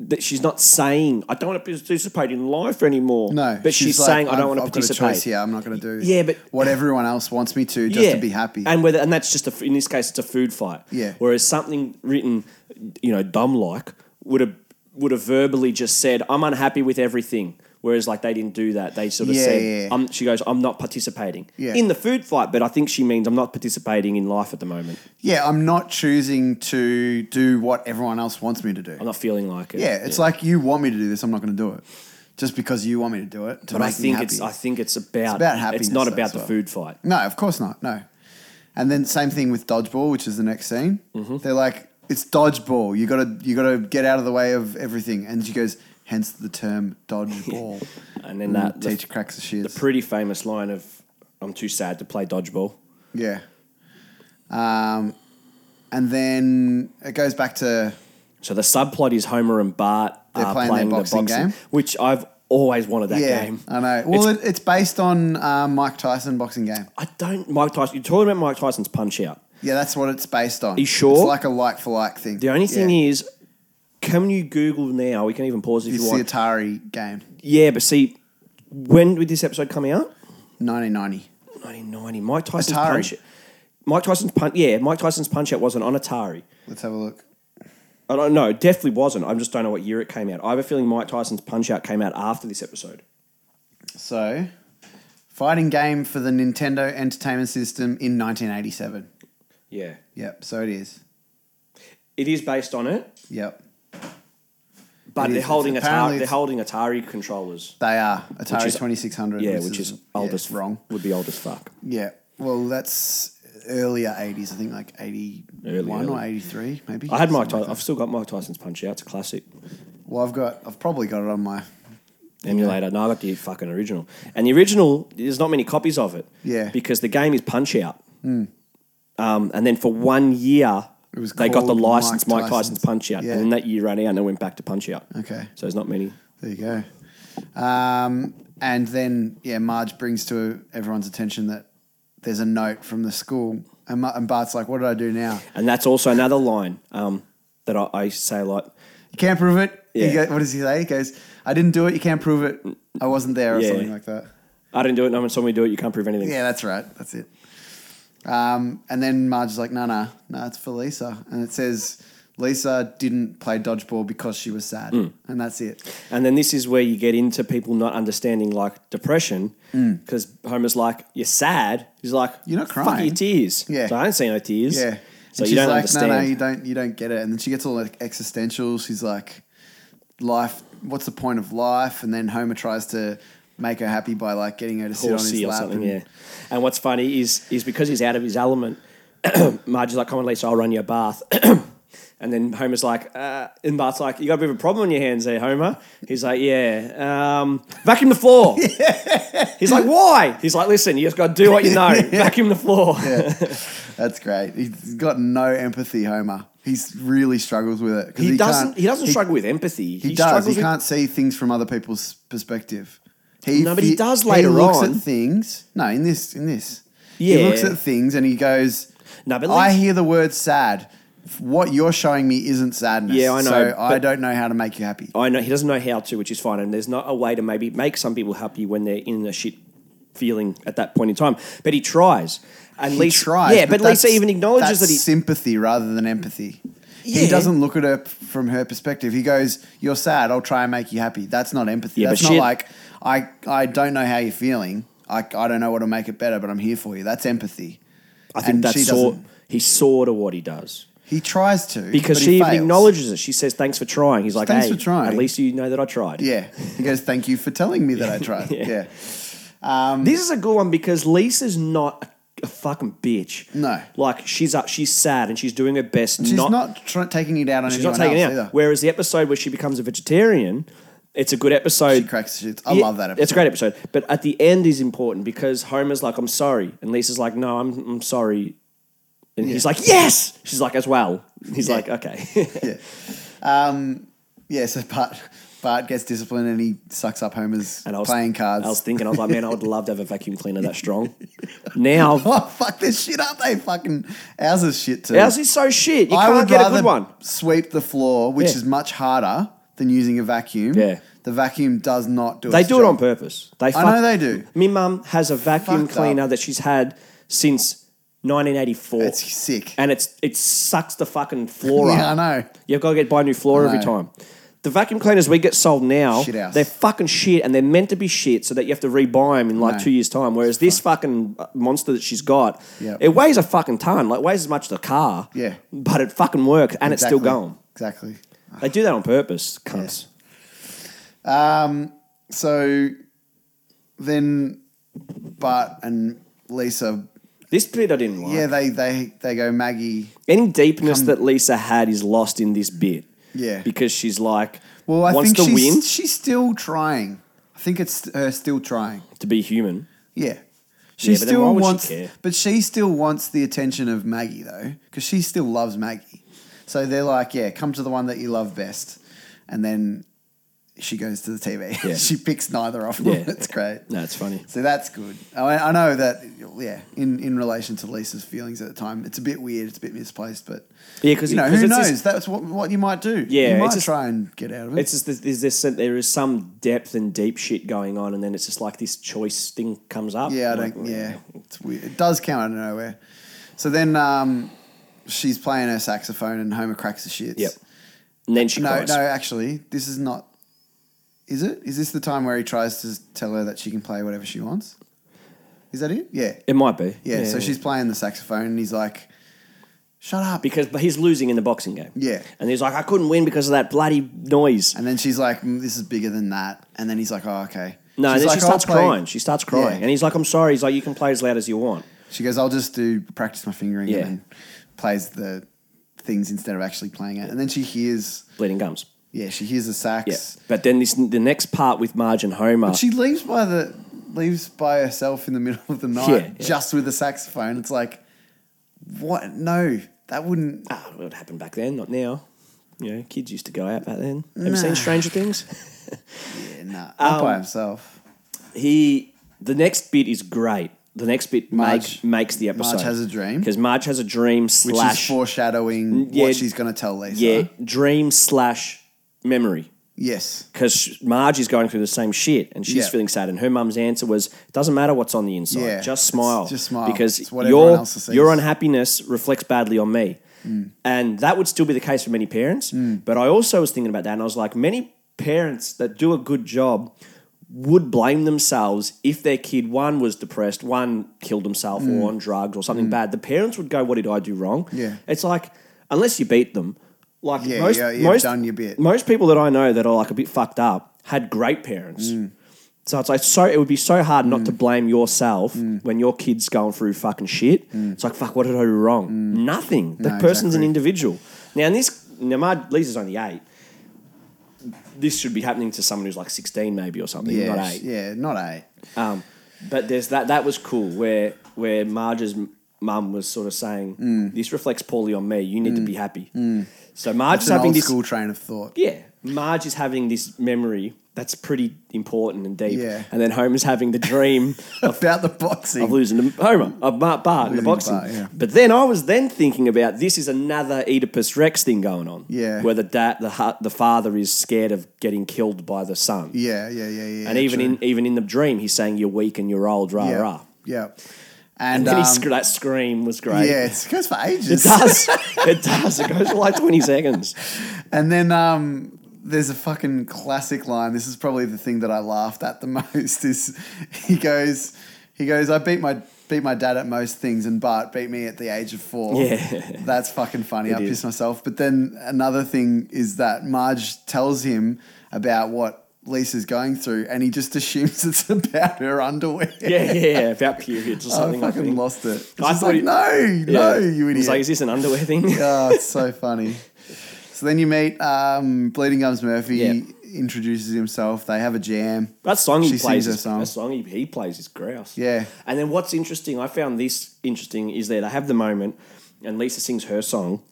Speaker 1: that she's not saying I don't want to participate in life anymore.
Speaker 2: No,
Speaker 1: but she's,
Speaker 2: like,
Speaker 1: saying I
Speaker 2: "I've-
Speaker 1: don't want to
Speaker 2: I've got a choice
Speaker 1: participate.
Speaker 2: here. I'm not going to do.
Speaker 1: Yeah, but-
Speaker 2: what everyone else wants me to, just to be happy.
Speaker 1: And whether and that's just a, in this case it's a food fight.
Speaker 2: Yeah.
Speaker 1: Whereas something written, you know, dumb like would have would have verbally just said, "I'm unhappy with everything." Whereas like they didn't do that. They sort of
Speaker 2: Yeah,
Speaker 1: said,
Speaker 2: yeah, yeah.
Speaker 1: I'm, "She goes, I'm not participating
Speaker 2: Yeah.
Speaker 1: in the food fight," but I think she means I'm not participating in life at the moment.
Speaker 2: yeah, I'm not choosing to do what everyone else wants me to do.
Speaker 1: I'm not feeling like it.
Speaker 2: yeah, it's like you want me to do this. I'm not going to do it, just because you want me to do it. To
Speaker 1: But I
Speaker 2: make me
Speaker 1: think
Speaker 2: happy.
Speaker 1: it's I think it's about it's,
Speaker 2: about
Speaker 1: not
Speaker 2: happiness, though,
Speaker 1: about
Speaker 2: as
Speaker 1: the
Speaker 2: well.
Speaker 1: food fight.
Speaker 2: No, of course not. No. And then same thing with dodgeball, which is the next scene.
Speaker 1: Mm-hmm.
Speaker 2: They're like, it's dodgeball. You gotta you gotta get out of the way of everything. And she goes, hence the term dodgeball.
Speaker 1: And
Speaker 2: Mm,
Speaker 1: then that the,
Speaker 2: teacher cracks the shears.
Speaker 1: pretty famous line of "I'm too sad to play dodgeball."
Speaker 2: yeah. Um, and then it goes back to
Speaker 1: So the subplot is Homer and Bart
Speaker 2: They're
Speaker 1: are
Speaker 2: playing their
Speaker 1: playing,
Speaker 2: boxing
Speaker 1: the boxing
Speaker 2: game.
Speaker 1: which I've always wanted that
Speaker 2: yeah. uh,
Speaker 1: game.
Speaker 2: I know. Well, it's, it, it's based on um, Mike Tyson boxing game.
Speaker 1: I don't Mike Tyson. You're talking about Mike Tyson's punch out.
Speaker 2: Yeah, that's what it's based on.
Speaker 1: You sure?
Speaker 2: It's like a like for like thing.
Speaker 1: The only thing
Speaker 2: yeah.
Speaker 1: is, can you Google now? We can even pause if you
Speaker 2: it's the
Speaker 1: want.
Speaker 2: Atari game,
Speaker 1: yeah, but see, when did this episode come out?
Speaker 2: 1990.
Speaker 1: 1990. Mike Tyson's
Speaker 2: Atari.
Speaker 1: punch. Mike Tyson's punch. Yeah, Mike Tyson's punch out wasn't on Atari.
Speaker 2: Let's have a look.
Speaker 1: I don't know. It definitely wasn't. I just don't know what year it came out. I have a feeling Mike Tyson's Punch Out came out after this episode.
Speaker 2: So, fighting game for the Nintendo Entertainment System in 1987.
Speaker 1: Yeah.
Speaker 2: Yep, so it is.
Speaker 1: It is based on it,
Speaker 2: Yep,
Speaker 1: but
Speaker 2: It is.
Speaker 1: they're holding
Speaker 2: It's- apparently
Speaker 1: Atari. They're
Speaker 2: it's-
Speaker 1: holding Atari controllers.
Speaker 2: they are Atari
Speaker 1: is-
Speaker 2: 2600.
Speaker 1: Yeah, which is, old
Speaker 2: yeah,
Speaker 1: as
Speaker 2: wrong.
Speaker 1: Would be old as fuck.
Speaker 2: Yeah, well, that's earlier 80s. I think like 81
Speaker 1: Early,
Speaker 2: or
Speaker 1: early.
Speaker 2: 83, maybe.
Speaker 1: I had Mike.
Speaker 2: Something
Speaker 1: Ty-
Speaker 2: like that.
Speaker 1: I've still got Mike Tyson's Punch Out. It's a classic
Speaker 2: Well, I've got. I've probably got it on my.
Speaker 1: emulator. No, I got the fucking original. And the original, there's not many copies of it.
Speaker 2: Yeah. Hmm.
Speaker 1: Because the game is Punch Out. Um, and then for one year,
Speaker 2: It was
Speaker 1: they got the
Speaker 2: called
Speaker 1: license
Speaker 2: Mike
Speaker 1: Mike Tyson's,
Speaker 2: Tyson's.
Speaker 1: Punch Out,
Speaker 2: Yeah.
Speaker 1: and then that year ran out, and they went back to Punch Out.
Speaker 2: Okay.
Speaker 1: So there's not many.
Speaker 2: There you go. Um, and then, yeah, Marge brings to everyone's attention that there's a note from the school. And, Ma- and Bart's like, what did I do now?
Speaker 1: And that's also another line um, that I, I say a lot.
Speaker 2: You can't prove it. He
Speaker 1: Yeah.
Speaker 2: go- what does he say? He goes, I didn't do it. You can't prove it. I wasn't there or
Speaker 1: Yeah.
Speaker 2: something like that.
Speaker 1: I didn't do it. No one saw me do it. You can't prove anything.
Speaker 2: Yeah, that's right. That's it. Um, and then Marge's like, no, no, no, it's for Lisa. And it says, Lisa didn't play dodgeball because she was sad.
Speaker 1: Hmm.
Speaker 2: And that's it.
Speaker 1: And then this is where you get into people not understanding like depression because Homer's like, "You're sad." He's like,
Speaker 2: Mm. You're not
Speaker 1: Fuck
Speaker 2: crying."
Speaker 1: your tears.
Speaker 2: Yeah.
Speaker 1: So I don't see no tears.
Speaker 2: Yeah.
Speaker 1: So you
Speaker 2: and she's
Speaker 1: don't
Speaker 2: like,
Speaker 1: understand.
Speaker 2: No, no, you don't. You don't get it. And then she gets all like existential. She's like, life. What's the point of life? And then Homer tries to make her happy by like getting her to sit on his
Speaker 1: horsey or
Speaker 2: lap.
Speaker 1: something.
Speaker 2: and,
Speaker 1: Yeah. And what's funny is is because he's out of his element. Marge is like, "Come on, Lisa, I'll run you a bath." and then Homer's like, uh, and Bart's like, "You got a bit of a problem on your hands there, Homer." He's like, "Yeah, um, vacuum the floor." He's like, "Why?" He's like, "Listen, you just got to do what you know. Vacuum the floor."
Speaker 2: That's great. He's got no empathy, Homer. He's really struggles with it. 'cause
Speaker 1: He, doesn't.
Speaker 2: can't-
Speaker 1: He doesn't struggle with empathy.
Speaker 2: He, does. He
Speaker 1: with
Speaker 2: can't see things from other people's perspective. He
Speaker 1: No, but he
Speaker 2: fe-
Speaker 1: does later
Speaker 2: He looks
Speaker 1: on.
Speaker 2: at things. No, in this, in this, he
Speaker 1: Yeah.
Speaker 2: looks at things and he goes.
Speaker 1: No, but
Speaker 2: I
Speaker 1: Lisa-
Speaker 2: hear the word sad. What you're showing me isn't sadness.
Speaker 1: Yeah, I know,
Speaker 2: So I
Speaker 1: but-
Speaker 2: don't know how to make you happy.
Speaker 1: I know he doesn't know how to, which is fine. And there's not a way to maybe make some people happy when they're in a shit feeling at that point in time. But he tries. And
Speaker 2: He
Speaker 1: Lisa,
Speaker 2: tries.
Speaker 1: yeah, but, Lisa
Speaker 2: that's-
Speaker 1: even acknowledges
Speaker 2: that's
Speaker 1: that he.
Speaker 2: sympathy rather than empathy. He
Speaker 1: Yeah.
Speaker 2: doesn't look at her p- from her perspective. He goes, "You're sad. I'll try and make you happy." That's not empathy.
Speaker 1: Yeah, but
Speaker 2: that's not
Speaker 1: she-
Speaker 2: like I. I don't know how you're feeling. I, I don't know what'll make it better, but I'm here for you. That's empathy.
Speaker 1: I think
Speaker 2: and she
Speaker 1: that's sort.
Speaker 2: doesn't.
Speaker 1: He's sort of what he does
Speaker 2: He tries to
Speaker 1: because
Speaker 2: but
Speaker 1: she
Speaker 2: he
Speaker 1: even
Speaker 2: fails.
Speaker 1: acknowledges it. She says, "Thanks for trying." He's like,
Speaker 2: Thanks
Speaker 1: "Hey,
Speaker 2: for trying."
Speaker 1: At least you know that I tried."
Speaker 2: Yeah, he goes, "Thank you for telling me that I tried." yeah.
Speaker 1: This is a good one because Lisa's not a, a fucking bitch.
Speaker 2: No.
Speaker 1: like she's up. She's sad and she's doing her best.
Speaker 2: she's not,
Speaker 1: not
Speaker 2: tr- taking it out on
Speaker 1: She's
Speaker 2: anyone
Speaker 1: not taking it
Speaker 2: else
Speaker 1: out.
Speaker 2: either.
Speaker 1: Whereas the episode where she becomes a vegetarian, it's a good episode.
Speaker 2: She cracks the shits. I
Speaker 1: Yeah,
Speaker 2: love that episode.
Speaker 1: It's a great episode. But at the end is important because Homer's like, I'm sorry. And Lisa's like, no, I'm, I'm sorry. And he's like, yes. She's like, as well. He's like, okay.
Speaker 2: Yeah, so Bart, Bart gets disciplined and he sucks up Homer's
Speaker 1: and I was
Speaker 2: playing cards.
Speaker 1: I was thinking, I was like, man, I would love to have a vacuum cleaner that strong. Now,
Speaker 2: oh, fuck this shit up. They fucking. Ours is shit too.
Speaker 1: ours is so shit. You
Speaker 2: I
Speaker 1: can't
Speaker 2: would
Speaker 1: get a
Speaker 2: rather
Speaker 1: good one.
Speaker 2: sweep the floor, which
Speaker 1: Yeah.
Speaker 2: is much harder than using a vacuum.
Speaker 1: Yeah.
Speaker 2: The vacuum does not do
Speaker 1: They
Speaker 2: its
Speaker 1: do it on
Speaker 2: job.
Speaker 1: purpose. They
Speaker 2: I
Speaker 1: fuck-
Speaker 2: know they do.
Speaker 1: My mum has a vacuum
Speaker 2: Fucked
Speaker 1: cleaner
Speaker 2: up.
Speaker 1: that she's had since 1984.
Speaker 2: It's sick.
Speaker 1: and it's it sucks the fucking floor up.
Speaker 2: Yeah, I know.
Speaker 1: You've got to get buy new floor every
Speaker 2: know.
Speaker 1: time. The vacuum cleaners we get sold now,
Speaker 2: Shit house.
Speaker 1: they're fucking shit and they're meant to be shit so that you have to rebuy them in like
Speaker 2: know.
Speaker 1: two years' time. Whereas this fucking uh, monster that she's got,
Speaker 2: Yep.
Speaker 1: it weighs a fucking ton, like weighs as much as a car.
Speaker 2: Yeah.
Speaker 1: But it fucking works and it's still
Speaker 2: Exactly.
Speaker 1: going.
Speaker 2: Exactly.
Speaker 1: They do that on purpose, cunts.
Speaker 2: So then Bart and Lisa,
Speaker 1: This bit I didn't like.
Speaker 2: yeah, they, they, they go, Maggie.
Speaker 1: Any deepness that Lisa had is lost in this bit.
Speaker 2: Yeah.
Speaker 1: Because she's like
Speaker 2: Well, I
Speaker 1: wants
Speaker 2: think
Speaker 1: to
Speaker 2: she's,
Speaker 1: win
Speaker 2: she's still trying. I think it's her still trying.
Speaker 1: to be human.
Speaker 2: Yeah. She
Speaker 1: Yeah, but then
Speaker 2: still
Speaker 1: why would she
Speaker 2: wants,
Speaker 1: care?
Speaker 2: but she still wants the attention of Maggie though, because she still loves Maggie. So they're like, yeah, come to the one that you love best, and then she goes to the TV.
Speaker 1: Yeah.
Speaker 2: she picks neither of them.
Speaker 1: Yeah.
Speaker 2: it's great.
Speaker 1: No, it's funny.
Speaker 2: So that's good. I, I know that, yeah. In, in relation to Lisa's feelings at the time, it's a bit weird. It's a bit misplaced, but
Speaker 1: Yeah, 'cause
Speaker 2: you know
Speaker 1: it- 'cause
Speaker 2: who
Speaker 1: it's
Speaker 2: knows?
Speaker 1: just-
Speaker 2: that's what what you might do.
Speaker 1: Yeah,
Speaker 2: you
Speaker 1: it's
Speaker 2: might
Speaker 1: just-
Speaker 2: try and get out of it.
Speaker 1: It's just this, is this there is some depth and deep shit going on, and then it's just like this choice thing comes up.
Speaker 2: Yeah, I
Speaker 1: Like,
Speaker 2: don't. Yeah, it's weird. It does come out of nowhere. So then, um, she's playing her saxophone, and Homer cracks the shits.
Speaker 1: Yep. And then she
Speaker 2: No,
Speaker 1: cries.
Speaker 2: no, actually, this is not. Is it? Is this the time where he tries to tell her that she can play whatever she wants? Is that it? Yeah.
Speaker 1: It might be.
Speaker 2: Yeah. so she's playing the saxophone, and he's like, "Shut up."
Speaker 1: because but he's losing in the boxing game.
Speaker 2: Yeah.
Speaker 1: and he's like, I couldn't win because of that bloody noise.
Speaker 2: And then she's like, "Mm, "This is bigger than that." And then he's like, "Oh, okay."
Speaker 1: No,
Speaker 2: she's
Speaker 1: and then
Speaker 2: like,
Speaker 1: she starts
Speaker 2: "I'll play-"
Speaker 1: crying. She starts crying,
Speaker 2: Yeah.
Speaker 1: and he's like, I'm sorry. He's like, you can play as loud as you want.
Speaker 2: She goes, I'll just do practice my fingering
Speaker 1: Yeah.
Speaker 2: and then plays the things instead of actually playing it. And then she hears,
Speaker 1: Bleeding gums.
Speaker 2: yeah, she hears the
Speaker 1: Yeah,
Speaker 2: sax.
Speaker 1: but then this the next part with Marge and Homer.
Speaker 2: She leaves by the leaves by herself in the middle of the night
Speaker 1: Yeah, yeah.
Speaker 2: just with the saxophone. It's like, what? No, that wouldn't.
Speaker 1: ah, well, it happened back then, not now. You know, kids used to go out back then. Ever seen Stranger Things?
Speaker 2: Yeah, nah, not by
Speaker 1: Um,
Speaker 2: himself.
Speaker 1: he the next bit is great. The next bit
Speaker 2: Marge-
Speaker 1: make, makes the episode.
Speaker 2: has a dream.
Speaker 1: because Marge has a dream
Speaker 2: Which
Speaker 1: slash
Speaker 2: is foreshadowing
Speaker 1: Mm, yeah.
Speaker 2: what she's going to tell Lisa.
Speaker 1: yeah dream slash memory.
Speaker 2: Yes.
Speaker 1: Because Marge is going through the same shit and she's
Speaker 2: Yeah.
Speaker 1: feeling sad, and her mum's answer was, "Doesn't matter what's on the inside,
Speaker 2: Yeah,
Speaker 1: just
Speaker 2: it's-
Speaker 1: smile,
Speaker 2: just smile.
Speaker 1: because
Speaker 2: It's what
Speaker 1: your
Speaker 2: everyone else sees." Mm.
Speaker 1: your unhappiness reflects badly on me." And that would still be the case for many parents. But I also was thinking about that, and I was like, many parents that do a good job would blame themselves if their kid one was depressed, one killed himself, or on drugs or something bad. The parents would go, "What did I do wrong?"
Speaker 2: Mm. Yeah.
Speaker 1: it's like unless you beat them. Like
Speaker 2: Yeah,
Speaker 1: most,
Speaker 2: yeah, you've
Speaker 1: most,
Speaker 2: done your bit.
Speaker 1: Most people that I know that are like a bit fucked up had great parents.
Speaker 2: Mm.
Speaker 1: So it's like so it would be so hard not to blame yourself
Speaker 2: Mm.
Speaker 1: when your kid's going through fucking shit. It's like fuck, what did I do wrong? Nothing. The
Speaker 2: Mm. No,
Speaker 1: person's an
Speaker 2: exactly.
Speaker 1: individual. Now in this now my Lisa's only eight. This should be happening to someone who's like sixteen maybe or something,
Speaker 2: Yeah.
Speaker 1: not eight.
Speaker 2: Yeah, not eight.
Speaker 1: Um, but there's that that was cool where where Marge's m- mum was sort of saying
Speaker 2: Mm.
Speaker 1: this reflects poorly on me. You need to be happy. So Marge's
Speaker 2: It's Mm. an
Speaker 1: having
Speaker 2: old
Speaker 1: this
Speaker 2: school train of thought.
Speaker 1: yeah, Marge is having this memory that's pretty important and deep.
Speaker 2: Yeah.
Speaker 1: And then Homer's having the dream
Speaker 2: About the boxing.
Speaker 1: of losing to Homer, of Bart, Bart in the
Speaker 2: Losing to
Speaker 1: boxing.
Speaker 2: Bart, yeah.
Speaker 1: But then I was then thinking about this is another Oedipus Rex thing going on.
Speaker 2: Yeah.
Speaker 1: Where the dad, the, hu- the father is scared of getting killed by the son.
Speaker 2: yeah, yeah, yeah, yeah.
Speaker 1: and even
Speaker 2: true.
Speaker 1: in even in the dream, he's saying you're weak and you're old, rah
Speaker 2: yeah,
Speaker 1: rah.
Speaker 2: yeah.
Speaker 1: And
Speaker 2: And,
Speaker 1: then he
Speaker 2: um,
Speaker 1: sc- that scream was great.
Speaker 2: yeah, it's- it goes for
Speaker 1: It
Speaker 2: ages.
Speaker 1: does. it does. It goes for like twenty seconds.
Speaker 2: And then um, there's a fucking classic line. This is probably the thing that I laughed at the most. Is he goes, he goes, I beat my beat my dad at most things, and Bart beat me at the age of four.
Speaker 1: Yeah.
Speaker 2: that's fucking funny. I
Speaker 1: is.
Speaker 2: pissed myself. But then another thing is that Marge tells him about what Lisa's going through, and he just assumes it's about her underwear.
Speaker 1: Yeah, yeah, yeah. About periods or
Speaker 2: I
Speaker 1: something. I
Speaker 2: Oh, fucking
Speaker 1: think.
Speaker 2: lost it.
Speaker 1: I
Speaker 2: I was
Speaker 1: thought
Speaker 2: like,
Speaker 1: he-
Speaker 2: no, no, you idiot.
Speaker 1: He's like, is this an underwear thing?
Speaker 2: oh, it's so funny. So then you meet um, Bleeding Gums Murphy.
Speaker 1: Yeah.
Speaker 2: Introduces himself. They have a jam.
Speaker 1: That song he
Speaker 2: She
Speaker 1: plays,
Speaker 2: sings her
Speaker 1: is,
Speaker 2: song.
Speaker 1: that song he, he plays is grouse.
Speaker 2: Yeah.
Speaker 1: And then what's interesting, I found this interesting, is that I have the moment, and Lisa sings her song,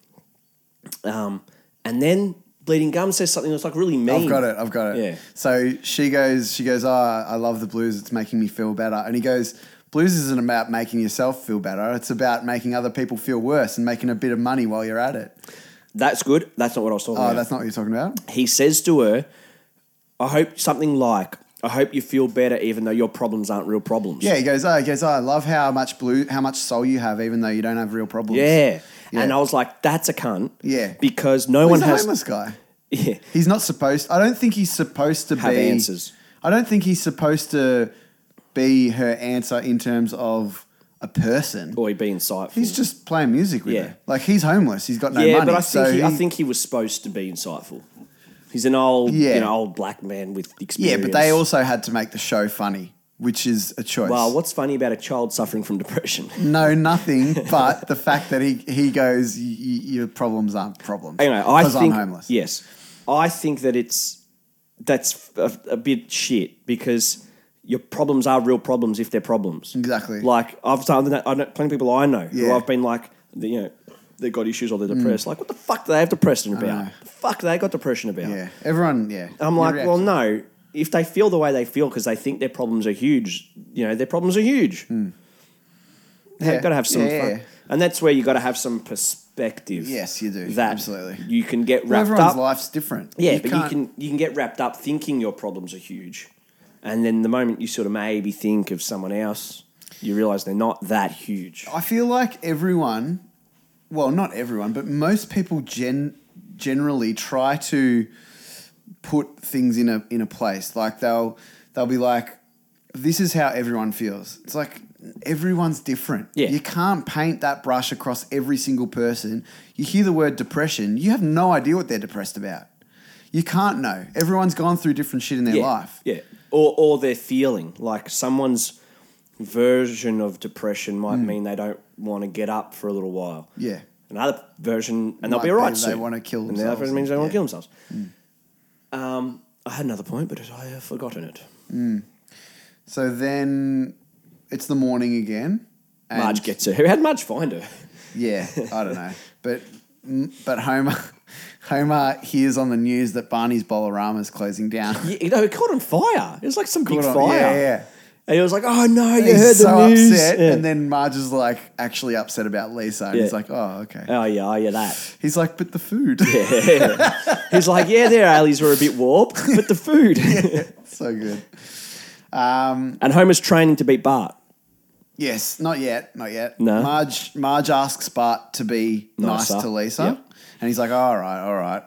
Speaker 1: um, and then Bleeding Gum says something that's like really mean.
Speaker 2: I've got it. I've got it.
Speaker 1: Yeah.
Speaker 2: So she goes. She goes. Ah, I love the blues. It's making me feel better. And he goes. Blues isn't about making yourself feel better. It's about making other people feel worse and making a bit of money while you're at it.
Speaker 1: That's good. That's not what I was talking
Speaker 2: Oh,
Speaker 1: about.
Speaker 2: that's not what you're talking about.
Speaker 1: he says to her, I hope something like, I hope you feel better even though your problems aren't real problems.
Speaker 2: Yeah, he goes. Oh, he goes. Oh, I love how much blue, how much soul you have, even though you don't have real problems.
Speaker 1: Yeah.
Speaker 2: Yeah.
Speaker 1: And I was like, that's a cunt.
Speaker 2: Yeah.
Speaker 1: Because no
Speaker 2: he's
Speaker 1: one
Speaker 2: a
Speaker 1: has.
Speaker 2: homeless guy.
Speaker 1: Yeah.
Speaker 2: He's not supposed. I don't think he's supposed to
Speaker 1: Have
Speaker 2: be.
Speaker 1: answers.
Speaker 2: I don't think he's supposed to be her answer in terms of a person.
Speaker 1: Boy, be insightful.
Speaker 2: He's just playing music with
Speaker 1: Yeah.
Speaker 2: her. Like he's homeless. He's got no
Speaker 1: yeah,
Speaker 2: money.
Speaker 1: but I think,
Speaker 2: so
Speaker 1: he, I
Speaker 2: he-
Speaker 1: think he was supposed to be insightful. He's an old,
Speaker 2: Yeah.
Speaker 1: you know, old black man with
Speaker 2: Yeah,
Speaker 1: experience.
Speaker 2: but they also had to make the show funny, which is a choice.
Speaker 1: Well, what's funny about a child suffering from depression?
Speaker 2: No, nothing. but the fact that he he goes, "Y- y- your problems aren't problems.
Speaker 1: Anyway, I
Speaker 2: because
Speaker 1: think
Speaker 2: I'm homeless.
Speaker 1: Yes, I think that it's that's a, a bit shit because your problems are real problems if they're problems.
Speaker 2: Exactly.
Speaker 1: Like I've done that. I know plenty of people I know who
Speaker 2: Yeah. Mm.
Speaker 1: I've been like, you know, they got issues or they're depressed. Like, what the fuck do they have depression
Speaker 2: know.
Speaker 1: about? The fuck do they got depression about?
Speaker 2: Yeah, everyone. Yeah,
Speaker 1: I'm
Speaker 2: Your
Speaker 1: like, well, no.
Speaker 2: reaction-
Speaker 1: If they feel the way they feel because they think their problems are huge, you know, their problems are huge.
Speaker 2: Yeah.
Speaker 1: They've got to have some
Speaker 2: Hmm. Yeah, yeah,
Speaker 1: fun.
Speaker 2: yeah.
Speaker 1: And that's where you got to have some perspective.
Speaker 2: Yes, you do.
Speaker 1: That
Speaker 2: Absolutely.
Speaker 1: You can get
Speaker 2: Well,
Speaker 1: wrapped
Speaker 2: everyone's
Speaker 1: up.
Speaker 2: life's different.
Speaker 1: yeah, but you
Speaker 2: can't-
Speaker 1: can you can get wrapped up thinking your problems are huge. And then the moment you sort of maybe think of someone else, you realize they're not that huge.
Speaker 2: I feel like everyone, well, not everyone, but most people gen generally try to put things in a in a place. Like they'll they'll be like, "This is how everyone feels." It's like everyone's different.
Speaker 1: Yeah.
Speaker 2: you can't paint that brush across every single person. You hear the word depression, you have no idea what they're depressed about. You can't know. Everyone's gone through different shit in their
Speaker 1: yeah.
Speaker 2: life.
Speaker 1: Yeah. Or or their feeling. Like someone's version of depression might mean they don't want to get up for a little while.
Speaker 2: Mm. Yeah.
Speaker 1: Another version and they'll
Speaker 2: Might
Speaker 1: be alright
Speaker 2: be they
Speaker 1: soon.
Speaker 2: wanna kill
Speaker 1: And the other
Speaker 2: themselves Mm.
Speaker 1: version means they
Speaker 2: and-
Speaker 1: want
Speaker 2: yeah.
Speaker 1: to kill themselves. Um, I had another point, but I have forgotten it.
Speaker 2: So then it's the morning again. and-
Speaker 1: Marge gets her. Who had Marge find her?
Speaker 2: Yeah, I don't know, but but Homer Homer hears on the news that Barney's Bolorama is closing down.
Speaker 1: Yeah, You know, it caught on fire. It was like some big
Speaker 2: Put on-
Speaker 1: fire.
Speaker 2: Yeah, yeah.
Speaker 1: And he was like, "Oh no, you
Speaker 2: He's
Speaker 1: heard the
Speaker 2: so
Speaker 1: news."
Speaker 2: upset,
Speaker 1: Yeah.
Speaker 2: and then Marge is like actually upset about Lisa, and he's
Speaker 1: Yeah.
Speaker 2: like, "Oh, okay."
Speaker 1: oh yeah, oh yeah, that.
Speaker 2: He's like, "But the food,
Speaker 1: He's like, "Yeah, their alleys were a bit warped, but the food."
Speaker 2: so good." Um,
Speaker 1: And Homer's training to beat Bart.
Speaker 2: yes, not yet, not yet.
Speaker 1: No.
Speaker 2: Marge Marge asks Bart to be nice
Speaker 1: Nicer.
Speaker 2: to Lisa,
Speaker 1: Yep.
Speaker 2: and he's like, "All right, all right."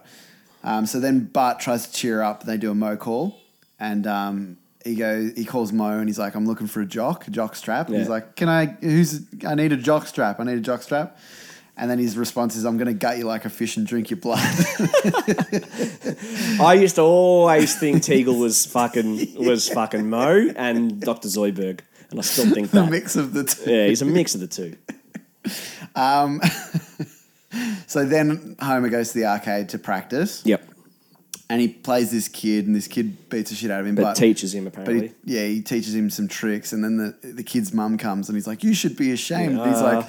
Speaker 2: Um, so then Bart tries to cheer her up. They do a mo call, and um, he goes, he calls Mo, and he's like, "I'm looking for a jock, a jock strap." And he's
Speaker 1: Yeah.
Speaker 2: like, "Can I? Who's? I need a jock strap. I need a jock strap." And then his response is, "I'm going to gut you like a fish and drink your blood."
Speaker 1: I used to always think Teagle was fucking was fucking Mo and Dr. Zoidberg, and I still think
Speaker 2: the
Speaker 1: that.
Speaker 2: mix of the two.
Speaker 1: Yeah, he's a mix of the two.
Speaker 2: So then Homer goes to the arcade to practice,
Speaker 1: Yep,
Speaker 2: and he plays this kid, and this kid beats the shit out of him.
Speaker 1: but,
Speaker 2: But,
Speaker 1: teaches him
Speaker 2: but
Speaker 1: apparently.
Speaker 2: he, yeah, he teaches him some tricks, and then the the kid's mum comes, and he's like, "You should be ashamed." And he's like,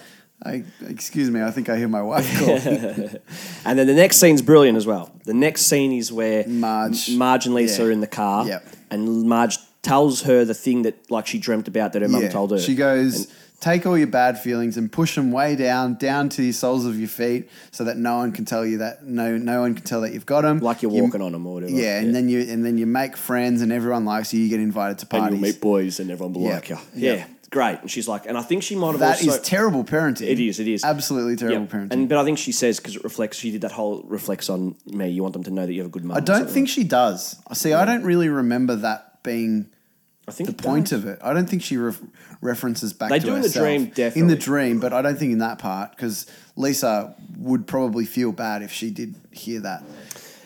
Speaker 2: I, "Excuse me, I think I hear my wife call."
Speaker 1: and then the next scene's brilliant as well. The next scene is where
Speaker 2: Marge-
Speaker 1: M- Marge and Lisa
Speaker 2: yeah.
Speaker 1: are in the car,
Speaker 2: Yep.
Speaker 1: and Marge tells her the thing that like she dreamt about that her mum
Speaker 2: Yeah.
Speaker 1: told her.
Speaker 2: She goes, take all your bad feelings and push them way down, down to the soles of your feet, so that no one can tell you that no no one can tell that you've got them.
Speaker 1: like you're
Speaker 2: You-
Speaker 1: walking on them or whatever.
Speaker 2: Yeah, and then you and then you make friends and everyone likes you. You get invited to
Speaker 1: and
Speaker 2: parties.
Speaker 1: you'll meet boys and everyone will
Speaker 2: Yeah.
Speaker 1: like you.
Speaker 2: Yeah.
Speaker 1: Yeah. great. And she's like, and I think she might have
Speaker 2: That is
Speaker 1: also.
Speaker 2: terrible parenting.
Speaker 1: It is, it is.
Speaker 2: absolutely
Speaker 1: Yeah.
Speaker 2: terrible parenting.
Speaker 1: And but I think she says because it reflects. She did that whole reflects on me. You want them to know that you have a good mum.
Speaker 2: I don't think she does. See, I don't really remember that being
Speaker 1: I think
Speaker 2: the
Speaker 1: it
Speaker 2: point
Speaker 1: does.
Speaker 2: of it. I don't think she ref references back.
Speaker 1: They
Speaker 2: to
Speaker 1: do in the
Speaker 2: herself.
Speaker 1: dream,
Speaker 2: In the
Speaker 1: definitely.
Speaker 2: dream, but I don't think in that part because Lisa would probably feel bad if she did hear that,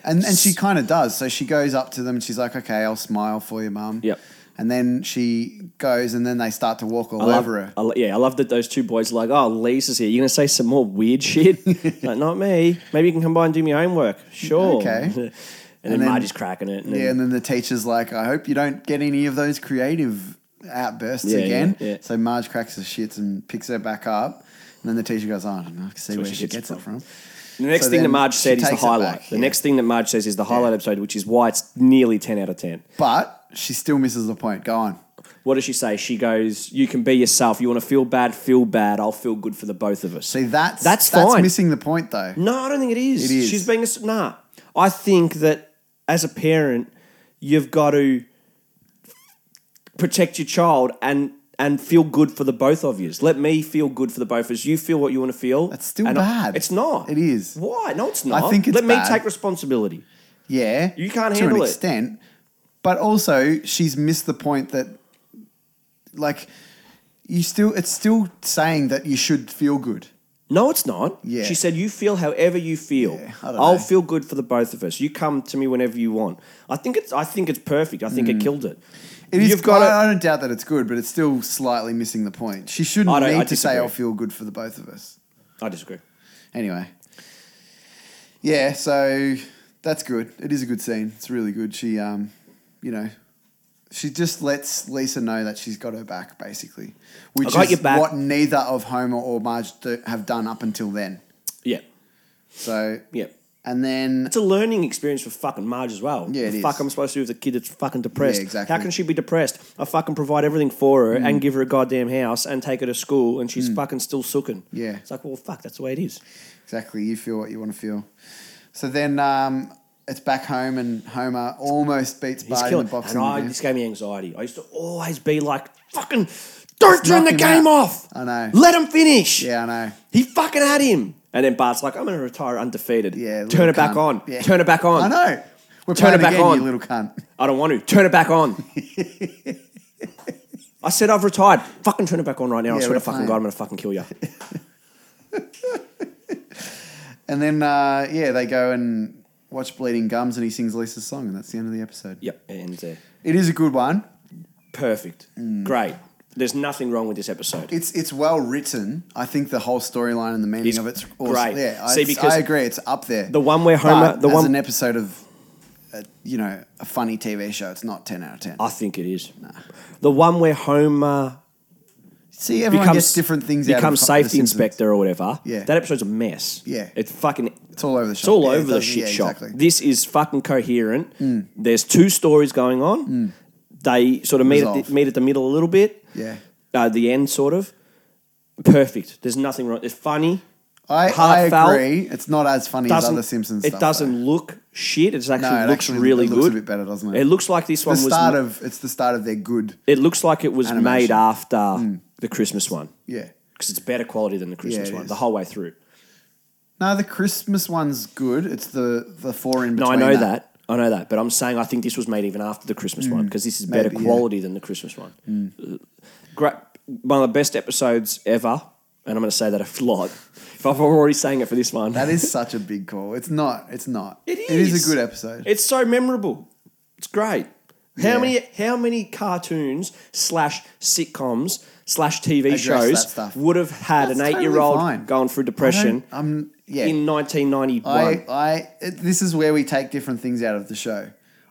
Speaker 2: and and she kind of does. So she goes up to them and she's like, "Okay, I'll smile for you, mum."
Speaker 1: Yep.
Speaker 2: And then she goes, and then they start to walk all
Speaker 1: I love,
Speaker 2: over her.
Speaker 1: I lo- yeah, I love that those two boys are like, oh, Lisa's here. You're gonna say some more weird shit? like, not me. Maybe you can come by and do my homework. Sure.
Speaker 2: Okay.
Speaker 1: and, then,
Speaker 2: then-
Speaker 1: Marty's cracking it. And
Speaker 2: Yeah,
Speaker 1: then,
Speaker 2: and then the teacher's like, "I hope you don't get any of those creative outbursts
Speaker 1: Yeah,
Speaker 2: again."
Speaker 1: yeah, yeah.
Speaker 2: So Marge cracks her shits and picks her back up, and then the teacher goes, "Oh, I don't know, I can see where, she gets, it from."
Speaker 1: the next
Speaker 2: so
Speaker 1: thing that
Speaker 2: then
Speaker 1: Marge
Speaker 2: she
Speaker 1: said is the
Speaker 2: takes it back,
Speaker 1: highlight. The
Speaker 2: yeah.
Speaker 1: next thing that Marge says is the highlight episode, which is why it's nearly ten out of ten.
Speaker 2: But she still misses the point. Go on.
Speaker 1: what does she say? She goes, "You can be yourself. You want to feel bad, feel bad. I'll feel good for the both of us."
Speaker 2: See, that's
Speaker 1: That's fine.
Speaker 2: missing the point though.
Speaker 1: No, I don't think it is.
Speaker 2: It is.
Speaker 1: She's being a s- nah. I think that as a parent, you've got to protect your child and and feel good for the both of you. Let me feel good for the both of us. You feel what you want to feel.
Speaker 2: That's still
Speaker 1: and I-
Speaker 2: bad.
Speaker 1: it's not.
Speaker 2: It is.
Speaker 1: Why? No, it's not.
Speaker 2: think it's
Speaker 1: Let
Speaker 2: bad.
Speaker 1: me take responsibility.
Speaker 2: Yeah,
Speaker 1: You can't
Speaker 2: to
Speaker 1: handle
Speaker 2: an
Speaker 1: it.
Speaker 2: extent, but also she's missed the point that, like, you still it's still saying that you should feel good.
Speaker 1: No, it's not.
Speaker 2: Yeah.
Speaker 1: She said, You feel however you feel.
Speaker 2: Yeah, I don't
Speaker 1: I'll
Speaker 2: know.
Speaker 1: feel good for the both of us. You come to me whenever you want. I think it's I think it's perfect. I think it killed it.
Speaker 2: Mm. It is
Speaker 1: You've got to
Speaker 2: I don't doubt that it's good, but it's still slightly missing the point. She shouldn't
Speaker 1: I don't-
Speaker 2: need
Speaker 1: I
Speaker 2: to say
Speaker 1: disagree.
Speaker 2: I feel good for the both of us.
Speaker 1: I disagree.
Speaker 2: Anyway, yeah, so that's good. It is a good scene. It's really good. She, um, you know, she just lets Lisa know that she's got her back, basically, which
Speaker 1: got
Speaker 2: is
Speaker 1: your back.
Speaker 2: what neither of Homer or Marge do, have done up until then.
Speaker 1: Yeah.
Speaker 2: So,
Speaker 1: Yeah.
Speaker 2: and then
Speaker 1: It's a learning experience for fucking Marge as well.
Speaker 2: Yeah, it
Speaker 1: the
Speaker 2: is.
Speaker 1: fuck I'm supposed to do with a kid that's fucking depressed.
Speaker 2: Yeah, exactly. Mm.
Speaker 1: How can she be depressed? I fucking provide everything for her and give her a goddamn house and take her to school and she's fucking still sooking.
Speaker 2: Yeah.
Speaker 1: It's like, well, fuck, that's the way it is.
Speaker 2: exactly, you feel what you want to feel. So then, um, it's back home, and Homer almost beats
Speaker 1: He's
Speaker 2: Bart in the
Speaker 1: killing.
Speaker 2: boxing.
Speaker 1: and I,
Speaker 2: again.
Speaker 1: this gave me anxiety. I used to always be like, fucking, don't turn the
Speaker 2: knock him
Speaker 1: game
Speaker 2: out.
Speaker 1: off.
Speaker 2: I know.
Speaker 1: Let him finish.
Speaker 2: yeah, I know.
Speaker 1: He fucking had him. And then Bart's like, I'm going to retire undefeated.
Speaker 2: Yeah, little
Speaker 1: Turn it back on.
Speaker 2: cunt. Yeah.
Speaker 1: Turn it back on.
Speaker 2: I know. We're
Speaker 1: Turn
Speaker 2: playing
Speaker 1: it back
Speaker 2: again,
Speaker 1: on.
Speaker 2: you little cunt.
Speaker 1: I don't want to. Turn it back on. I said I've retired. Fucking turn it back on right now. I
Speaker 2: Yeah,
Speaker 1: swear
Speaker 2: we're
Speaker 1: to fucking
Speaker 2: fine.
Speaker 1: God, I'm going to fucking kill you.
Speaker 2: And then, uh, yeah, they go and watch Bleeding Gums, and he sings Lisa's song, and that's the end of the episode.
Speaker 1: yep. And uh,
Speaker 2: It is a good one.
Speaker 1: perfect.
Speaker 2: Mm.
Speaker 1: Great. There's nothing wrong with this episode.
Speaker 2: It's it's well written. I think the whole storyline and the meaning
Speaker 1: It's
Speaker 2: of it's
Speaker 1: great.
Speaker 2: Yeah, I,
Speaker 1: See, because
Speaker 2: I agree, it's up there.
Speaker 1: the one where Homer-
Speaker 2: But
Speaker 1: the
Speaker 2: as
Speaker 1: one-
Speaker 2: an episode of, uh you know, a funny TV show, it's not ten out of ten.
Speaker 1: I think it is. The one where Homer
Speaker 2: See, everyone
Speaker 1: becomes
Speaker 2: gets different things. out of
Speaker 1: becomes
Speaker 2: the
Speaker 1: safety
Speaker 2: Simpsons.
Speaker 1: inspector or whatever.
Speaker 2: Yeah.
Speaker 1: That episode's a mess.
Speaker 2: Yeah.
Speaker 1: It's fucking.
Speaker 2: It's all over the
Speaker 1: It's
Speaker 2: shop.
Speaker 1: all
Speaker 2: Yeah, it
Speaker 1: over the
Speaker 2: doesn't-
Speaker 1: shit
Speaker 2: yeah,
Speaker 1: shop.
Speaker 2: Exactly. Mm.
Speaker 1: This is fucking coherent. There's two stories going on. They sort of meet at,
Speaker 2: Resolve.
Speaker 1: the, meet at the middle a little bit.
Speaker 2: Yeah.
Speaker 1: Uh, the end, sort of. Perfect. There's nothing wrong. It's funny.
Speaker 2: I, I
Speaker 1: Heartfelt.
Speaker 2: agree. It's not as funny as other Simpsons.
Speaker 1: it
Speaker 2: stuff,
Speaker 1: doesn't
Speaker 2: though.
Speaker 1: look shit. It actually
Speaker 2: No, it
Speaker 1: looks
Speaker 2: actually-
Speaker 1: really
Speaker 2: it looks a
Speaker 1: good.
Speaker 2: bit better, doesn't it?
Speaker 1: It looks like this
Speaker 2: The
Speaker 1: one was.
Speaker 2: start of it's the start of their good.
Speaker 1: it looks like it was made
Speaker 2: Animation.
Speaker 1: after the Christmas one
Speaker 2: Yeah.
Speaker 1: because it's better quality than the Christmas
Speaker 2: it
Speaker 1: one
Speaker 2: is.
Speaker 1: the whole way through.
Speaker 2: No, the Christmas one's good. It's the the four in
Speaker 1: No,
Speaker 2: between.
Speaker 1: I know that. I know that, but I'm saying I think this was made even after the Christmas one because this is better
Speaker 2: Mm. Maybe, yeah. Mm.
Speaker 1: quality than the Christmas one. Great, one of the best episodes ever, and I'm going to say that a lot. If I'm already saying it for this one,
Speaker 2: That is such a big call. It's not. It's not.
Speaker 1: It
Speaker 2: It is
Speaker 1: is.
Speaker 2: a good episode.
Speaker 1: It's so memorable. It's great. How
Speaker 2: Yeah.
Speaker 1: many how many cartoons slash sitcoms slash TV
Speaker 2: Address that
Speaker 1: shows
Speaker 2: stuff.
Speaker 1: would have had
Speaker 2: That's
Speaker 1: an eight
Speaker 2: totally
Speaker 1: year
Speaker 2: fine.
Speaker 1: old going through depression
Speaker 2: I don't- I'm yeah.
Speaker 1: in 1991?
Speaker 2: I I it, this is where we take different things out of the show.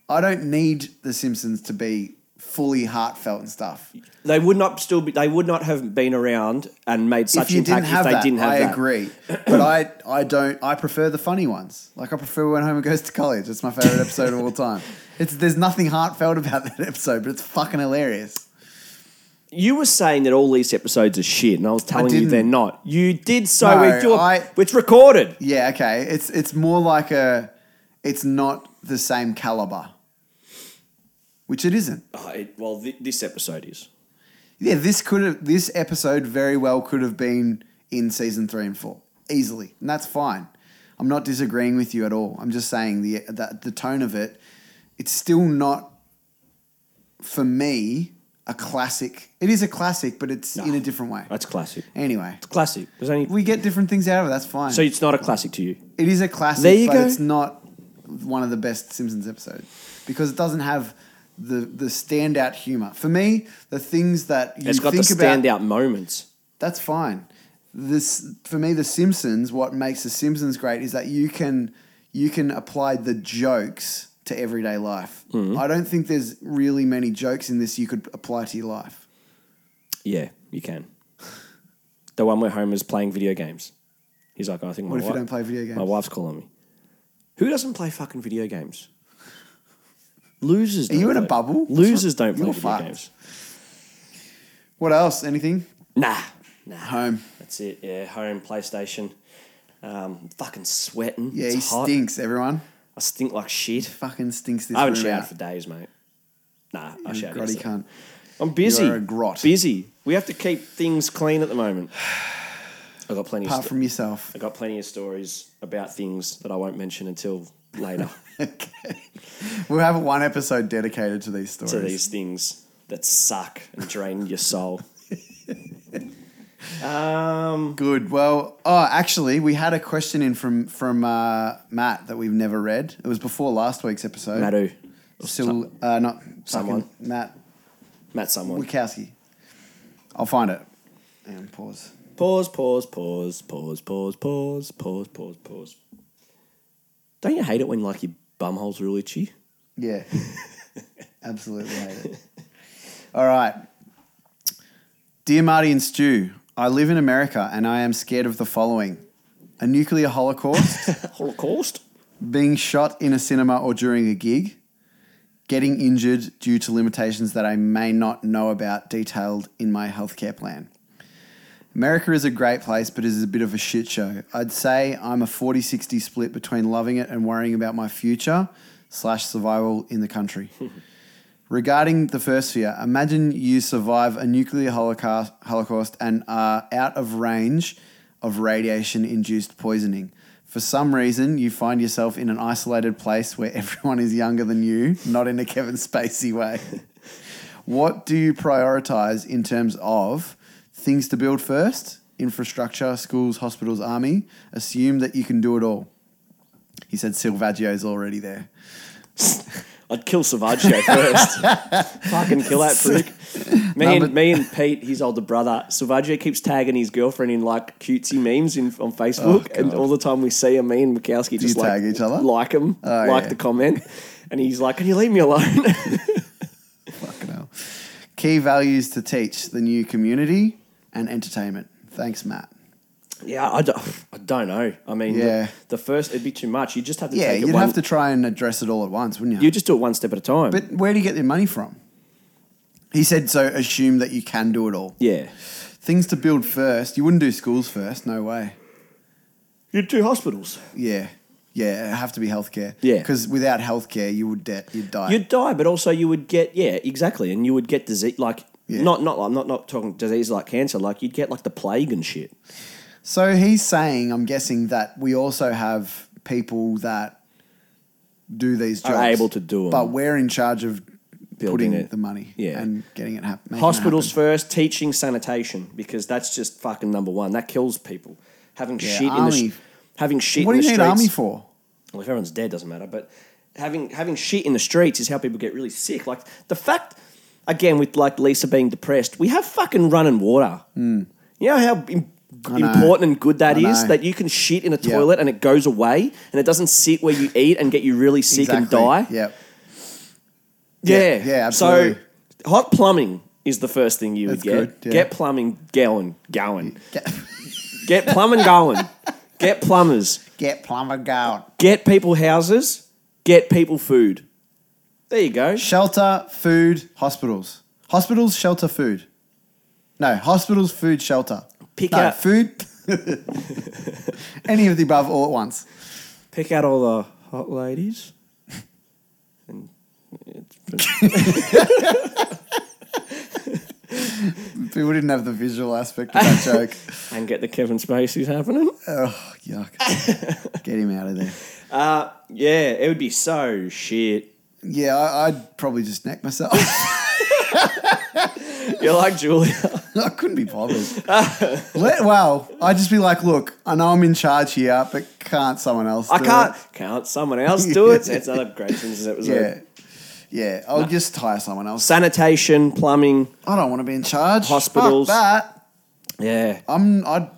Speaker 2: I don't need the Simpsons to be fully heartfelt and stuff.
Speaker 1: they would not still be. They would not have been around and made such
Speaker 2: if you
Speaker 1: impact
Speaker 2: didn't
Speaker 1: if
Speaker 2: have
Speaker 1: they
Speaker 2: that,
Speaker 1: didn't have
Speaker 2: I
Speaker 1: that.
Speaker 2: agree. but I I don't. I prefer the funny ones. Like I prefer when Homer goes to college. It's my favorite episode of all time. It's there's nothing heartfelt about that episode, but it's fucking hilarious.
Speaker 1: You were saying that all these episodes are shit, and I was telling you
Speaker 2: didn't.
Speaker 1: they're not. You did so.
Speaker 2: No,
Speaker 1: with your-
Speaker 2: I-
Speaker 1: it's recorded.
Speaker 2: Yeah, okay. It's it's more like a it's not the same caliber. Which it isn't.
Speaker 1: Oh, it- well, thi- this episode is.
Speaker 2: Yeah, this could have this episode very well could have been in season 3 and 4 easily. And that's fine. I'm not disagreeing with you at all. I'm just saying the that the tone of it it's still not for me a classic. It is a classic, but it's in a different way.
Speaker 1: That's classic.
Speaker 2: Anyway,
Speaker 1: Classic. There's only
Speaker 2: we get different things out of it. That's fine.
Speaker 1: so it's not a classic to you.
Speaker 2: It is a classic,
Speaker 1: There you
Speaker 2: but
Speaker 1: go.
Speaker 2: it's not one of the best Simpsons episodes because it doesn't have the the standout humor. For me, the things that you
Speaker 1: It's got the
Speaker 2: think about
Speaker 1: standout moments.
Speaker 2: that's fine. This for me, the Simpsons. What makes the Simpsons great is that you can you can apply the jokes to everyday life.
Speaker 1: Mm-hmm.
Speaker 2: I don't think there's really many jokes in this you could apply to your life.
Speaker 1: Yeah, you can. The one where Homer's playing video games. He's like, I think my
Speaker 2: What if you
Speaker 1: wife,
Speaker 2: don't play video
Speaker 1: my
Speaker 2: games?
Speaker 1: wife's calling me. Who doesn't play fucking video games? Losers. Are
Speaker 2: you in a bubble?
Speaker 1: Losers don't play
Speaker 2: You're
Speaker 1: video
Speaker 2: fucked.
Speaker 1: games.
Speaker 2: What else? Anything?
Speaker 1: Nah, nah.
Speaker 2: Home.
Speaker 1: That's it. Yeah, home PlayStation. Um, fucking sweating.
Speaker 2: Yeah,
Speaker 1: it's
Speaker 2: he
Speaker 1: hot.
Speaker 2: stinks. Everyone
Speaker 1: I stink like shit.
Speaker 2: fucking stinks. This
Speaker 1: I haven't
Speaker 2: room
Speaker 1: showered
Speaker 2: out.
Speaker 1: for days, mate. Nah, I
Speaker 2: You
Speaker 1: showered.
Speaker 2: grotty
Speaker 1: yesterday.
Speaker 2: cunt.
Speaker 1: I'm busy.
Speaker 2: You are a grot.
Speaker 1: Busy. We have to keep things clean at the moment. I got plenty. Of
Speaker 2: Apart
Speaker 1: sto-
Speaker 2: from yourself.
Speaker 1: I got plenty of stories about things that I won't mention until later
Speaker 2: okay. We'll have one episode dedicated to these stories.
Speaker 1: to these things that suck and drain your soul. um,
Speaker 2: Good. Well, oh, actually, we had a question in from from uh, Matt that we've never read. It was before last week's episode.
Speaker 1: Mattu,
Speaker 2: Still, uh, not fucking
Speaker 1: Someone.
Speaker 2: Matt
Speaker 1: Matt, someone.
Speaker 2: Wikowski. I'll find it. And pause.
Speaker 1: Pause. Pause. Pause. Pause. Pause. Pause. Pause. Pause. Pause. Don't you hate it when like your bum hole's real itchy?
Speaker 2: Yeah. Absolutely hate it. All right. Dear Marty and Stu, I live in America and I am scared of the following a nuclear holocaust,
Speaker 1: Holocaust.
Speaker 2: being shot in a cinema or during a gig, getting injured due to limitations that I may not know about detailed in my healthcare plan. America is a great place, but it is a bit of a shit show. I'd say I'm a 40 60 split between loving it and worrying about my future slash survival in the country. Regarding the first fear, imagine you survive a nuclear holocaust, holocaust and are out of range of radiation induced poisoning. For some reason, you find yourself in an isolated place where everyone is younger than you, not in a Kevin Spacey way. What do you prioritize in terms of things to build first? Infrastructure, schools, hospitals, army. Assume that you can do it all. He said Silvaggio's already there.
Speaker 1: I'd kill Savaggio first. Fucking kill that prick. Me
Speaker 2: Number-
Speaker 1: and, me and Pete, his older brother, Savaggio keeps tagging his girlfriend in like cutesy memes in, on Facebook,
Speaker 2: Oh,
Speaker 1: and all the time we see him, me and Mikowski just like
Speaker 2: tag each other?
Speaker 1: like him,
Speaker 2: Oh,
Speaker 1: like
Speaker 2: yeah.
Speaker 1: the comment, and he's like, "Can you leave me alone?"
Speaker 2: Fucking hell. Key values to teach the new community and entertainment. Thanks, Matt.
Speaker 1: yeah, I don't, I don't know. I mean, the-
Speaker 2: Yeah.
Speaker 1: the, first it'd be too much. You just have to
Speaker 2: Yeah,
Speaker 1: take it
Speaker 2: you'd
Speaker 1: one.
Speaker 2: have to try and address it all at once, wouldn't you?
Speaker 1: you just do it one step at a time.
Speaker 2: But where do you get the money from? He said, so assume that you can do it all.
Speaker 1: yeah,
Speaker 2: Things to build first. You wouldn't do schools first, no way.
Speaker 1: you'd do hospitals.
Speaker 2: Yeah. Yeah, it have to be healthcare.
Speaker 1: Yeah.
Speaker 2: Because without healthcare, you would de- you'd die.
Speaker 1: You'd die, but also you would get yeah, exactly, and you would get disease like
Speaker 2: Yeah.
Speaker 1: not not I'm not not talking disease like cancer, like you'd get like the plague and shit.
Speaker 2: so he's saying, I'm guessing that we also have people that do these jobs.
Speaker 1: Are able to do 'em.
Speaker 2: But we're in charge of
Speaker 1: Building
Speaker 2: putting
Speaker 1: it.
Speaker 2: the money
Speaker 1: Yeah.
Speaker 2: and getting it hap- making it happen.
Speaker 1: Hospitals first, teaching sanitation because that's just fucking number one. That kills people. Having
Speaker 2: Yeah,
Speaker 1: shit in the
Speaker 2: army.
Speaker 1: sh- having shit
Speaker 2: What do
Speaker 1: in
Speaker 2: you
Speaker 1: the
Speaker 2: need
Speaker 1: streets.
Speaker 2: army for?
Speaker 1: Well, if everyone's dead, doesn't matter. But having having shit in the streets is how people get really sick. Like the fact, again, with like Lisa being depressed, we have fucking running water. You know how im-
Speaker 2: know.
Speaker 1: important and good that
Speaker 2: Mm. I
Speaker 1: is.
Speaker 2: know.
Speaker 1: That you can shit in a
Speaker 2: Yeah.
Speaker 1: toilet and it goes away, and it doesn't sit where you eat and get you really sick and
Speaker 2: Exactly.
Speaker 1: die.
Speaker 2: Yep.
Speaker 1: Yeah,
Speaker 2: Yeah, yeah, absolutely.
Speaker 1: So hot plumbing is the first thing you would
Speaker 2: That's
Speaker 1: get.
Speaker 2: good, yeah.
Speaker 1: Get plumbing going, going. Get plumbing going. Get plumbers.
Speaker 2: Get plumber gown.
Speaker 1: Get people houses. Get people food. There you go.
Speaker 2: Shelter, food, hospitals. Hospitals, shelter, food. No, hospitals, food, shelter.
Speaker 1: Pick
Speaker 2: no,
Speaker 1: out-
Speaker 2: food. Any of the above all at once.
Speaker 1: Pick out all the hot ladies. And it's-
Speaker 2: People didn't have the visual aspect of that joke.
Speaker 1: and get the Kevin Spacey's happening.
Speaker 2: Oh, yuck. Get him out of there.
Speaker 1: Uh, yeah, it would be so shit.
Speaker 2: Yeah, I, I'd probably just neck myself.
Speaker 1: You're like Julia.
Speaker 2: I couldn't be bothered. Let, well, I'd just be like, look, I know I'm in charge here, but can't someone else
Speaker 1: I
Speaker 2: do
Speaker 1: can't.
Speaker 2: it?
Speaker 1: Can't someone else do it? That's another great sentence. That was
Speaker 2: Yeah. Yeah, I'll just hire someone else.
Speaker 1: sanitation, plumbing.
Speaker 2: I don't want to be in charge. Fuck
Speaker 1: Hospitals.
Speaker 2: that.
Speaker 1: Yeah.
Speaker 2: I'm I.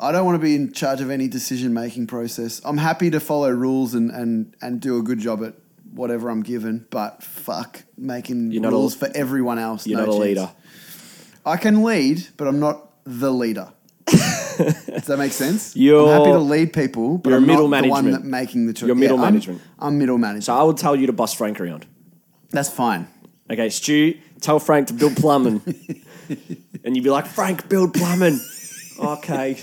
Speaker 2: I don't want to be in charge of any decision making process. I'm happy to follow rules and, and, and do a good job at whatever I'm given, but fuck making
Speaker 1: You're not a-
Speaker 2: rules for everyone else.
Speaker 1: You're
Speaker 2: no
Speaker 1: not a
Speaker 2: chance.
Speaker 1: leader.
Speaker 2: I can lead, but I'm not the leader. Does that make sense?
Speaker 1: You're-
Speaker 2: I'm happy to lead people, but
Speaker 1: you're
Speaker 2: I'm
Speaker 1: middle
Speaker 2: not the one
Speaker 1: management.
Speaker 2: that making the choice.
Speaker 1: You're middle management.
Speaker 2: I'm, middle management.
Speaker 1: So I would tell you to bust Frank around.
Speaker 2: That's fine.
Speaker 1: Okay, Stu, tell Frank to build plumbing. and you'd be like, Frank, build plumbing. okay.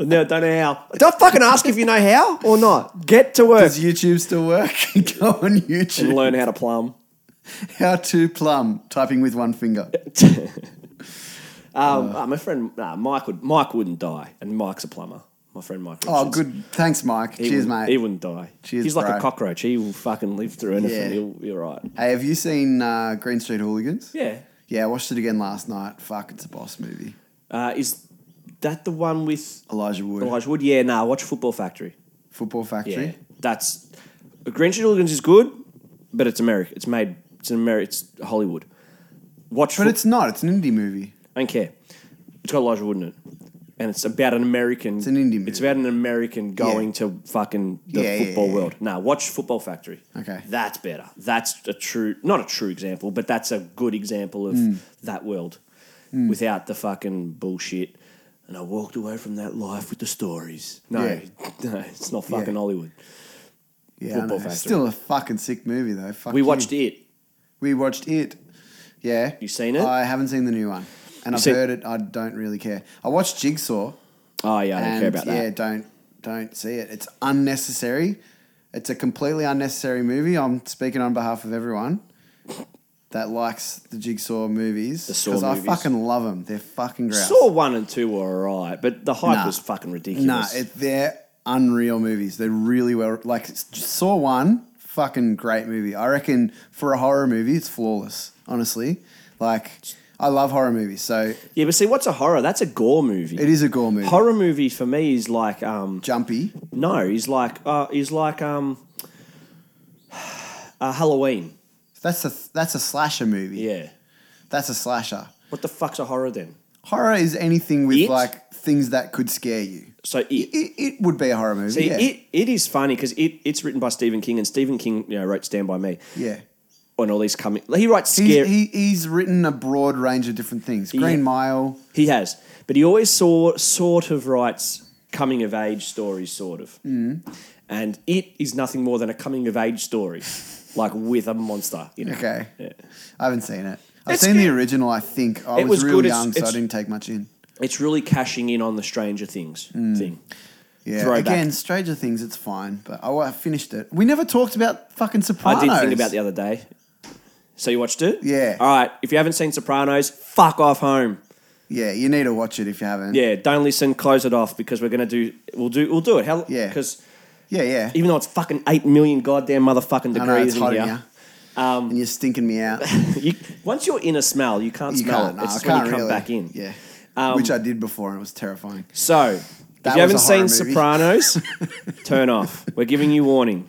Speaker 1: No, don't know how. Don't fucking ask if you know how or not. Get to work
Speaker 2: Does YouTube still work? Go on YouTube.
Speaker 1: and learn how to plumb.
Speaker 2: How to plumb, typing with one finger.
Speaker 1: Um, ah, my friend nah, Mike would Mike wouldn't die, and Mike's a plumber. My friend Mike.
Speaker 2: Oh,
Speaker 1: Richards.
Speaker 2: good. Thanks, Mike.
Speaker 1: He
Speaker 2: Cheers,
Speaker 1: wouldn't-
Speaker 2: mate.
Speaker 1: He wouldn't die.
Speaker 2: Cheers,
Speaker 1: He's like
Speaker 2: bro.
Speaker 1: a cockroach. He will fucking live through anything.
Speaker 2: Yeah.
Speaker 1: He'll, you're right.
Speaker 2: Hey, have you seen uh, Green Street Hooligans?
Speaker 1: Yeah.
Speaker 2: Yeah, I watched it again last night. Fuck, it's a boss movie.
Speaker 1: Uh, is that the one with
Speaker 2: Elijah Wood,
Speaker 1: Elijah Wood? Yeah. Nah. Watch Football Factory.
Speaker 2: Football
Speaker 1: Yeah.
Speaker 2: Factory.
Speaker 1: That's Green Street Hooligans is good, but it's America. It's made. It's an America. It's Hollywood. Watch.
Speaker 2: But
Speaker 1: Fo-
Speaker 2: it's not. It's an indie movie.
Speaker 1: I don't care. It's got Elijah Wood in it. And it's about an American. It's
Speaker 2: an indie movie.
Speaker 1: It's about an American going to fucking the
Speaker 2: Yeah, yeah,
Speaker 1: football
Speaker 2: yeah,
Speaker 1: world. Now watch Football Factory.
Speaker 2: Okay.
Speaker 1: that's better. That's a true, not a true example, but that's a good example of
Speaker 2: Mm.
Speaker 1: that world without the fucking bullshit. And I walked away from that life with the stories. No,
Speaker 2: Yeah.
Speaker 1: no, it's not fucking
Speaker 2: Yeah.
Speaker 1: Hollywood.
Speaker 2: Yeah, I
Speaker 1: Football
Speaker 2: know.
Speaker 1: Factory.
Speaker 2: Still a fucking sick movie though. Fuck
Speaker 1: We
Speaker 2: you.
Speaker 1: watched it.
Speaker 2: We watched it. Yeah.
Speaker 1: You seen it?
Speaker 2: I haven't seen the new one, and I've
Speaker 1: seen-
Speaker 2: heard it. I don't really care. I watched Jigsaw.
Speaker 1: Oh yeah, I don't
Speaker 2: and
Speaker 1: care about
Speaker 2: yeah,
Speaker 1: that.
Speaker 2: don't don't see it. It's unnecessary. It's a completely unnecessary movie. I'm speaking on behalf of everyone that likes the Jigsaw movies
Speaker 1: The Saw
Speaker 2: I
Speaker 1: movies.
Speaker 2: fucking love them. They're fucking great.
Speaker 1: Saw one and two were alright, but the hype
Speaker 2: Nah.
Speaker 1: was fucking ridiculous.
Speaker 2: Nah, it, they're unreal movies. They're really well. Like Saw One, fucking great movie. I reckon for a horror movie, it's flawless. Honestly, like I love horror movies, so
Speaker 1: yeah, but see, what's a horror? That's a gore movie.
Speaker 2: it is a gore movie.
Speaker 1: Horror movie for me is like um
Speaker 2: Jumpy.
Speaker 1: no, he's like uh he's like um uh, Halloween.
Speaker 2: That's a that's a slasher movie.
Speaker 1: Yeah.
Speaker 2: That's a slasher.
Speaker 1: What the fuck's a horror then?
Speaker 2: Horror is anything with
Speaker 1: It?
Speaker 2: like things that could scare you.
Speaker 1: So it
Speaker 2: It, it would be a horror movie.
Speaker 1: see,
Speaker 2: yeah.
Speaker 1: it it is funny because it, it's written by Stephen King and Stephen King, you know, wrote Stand by Me
Speaker 2: yeah.
Speaker 1: and all these coming he writes
Speaker 2: He's,
Speaker 1: scary
Speaker 2: he, he's written a broad range of different things. Green
Speaker 1: Yeah.
Speaker 2: Mile.
Speaker 1: He has, but he always saw sort of writes coming of age stories, sort of. Mm. And it is nothing more than a coming of age story, like with a monster. You know?
Speaker 2: Okay.
Speaker 1: Yeah.
Speaker 2: I haven't seen it. I've
Speaker 1: It's
Speaker 2: seen the
Speaker 1: good.
Speaker 2: original, I think. I
Speaker 1: It
Speaker 2: was,
Speaker 1: was
Speaker 2: real
Speaker 1: good. It's-
Speaker 2: young, so I
Speaker 1: it's-
Speaker 2: didn't take much in.
Speaker 1: It's really cashing in on the Stranger Things
Speaker 2: Mm.
Speaker 1: thing.
Speaker 2: Yeah.
Speaker 1: Throwback.
Speaker 2: Again, Stranger Things, it's fine, but I, I finished it. We never talked about fucking Sopranos.
Speaker 1: I did think about the other day. So you watched it?
Speaker 2: Yeah.
Speaker 1: All right. If you haven't seen Sopranos, fuck off home.
Speaker 2: Yeah, you need to watch it if you haven't.
Speaker 1: Yeah. Don't listen. Close it off because we're gonna do. We'll do. We'll do it. Hell.
Speaker 2: Yeah.
Speaker 1: Because
Speaker 2: Yeah, yeah.
Speaker 1: even though it's fucking eight million goddamn motherfucking
Speaker 2: I know
Speaker 1: degrees
Speaker 2: it's hot
Speaker 1: in
Speaker 2: in
Speaker 1: here.
Speaker 2: here.
Speaker 1: Um,
Speaker 2: and you're stinking me out.
Speaker 1: you, once you're in a smell, you can't
Speaker 2: You
Speaker 1: smell
Speaker 2: can't.
Speaker 1: it.
Speaker 2: No,
Speaker 1: It's
Speaker 2: I
Speaker 1: just
Speaker 2: can't
Speaker 1: when you come
Speaker 2: really.
Speaker 1: back in.
Speaker 2: Yeah.
Speaker 1: Um,
Speaker 2: Which I did before and it was terrifying.
Speaker 1: So,
Speaker 2: That
Speaker 1: if you haven't
Speaker 2: was a horror
Speaker 1: seen
Speaker 2: movie.
Speaker 1: Sopranos, turn off. We're giving you warning.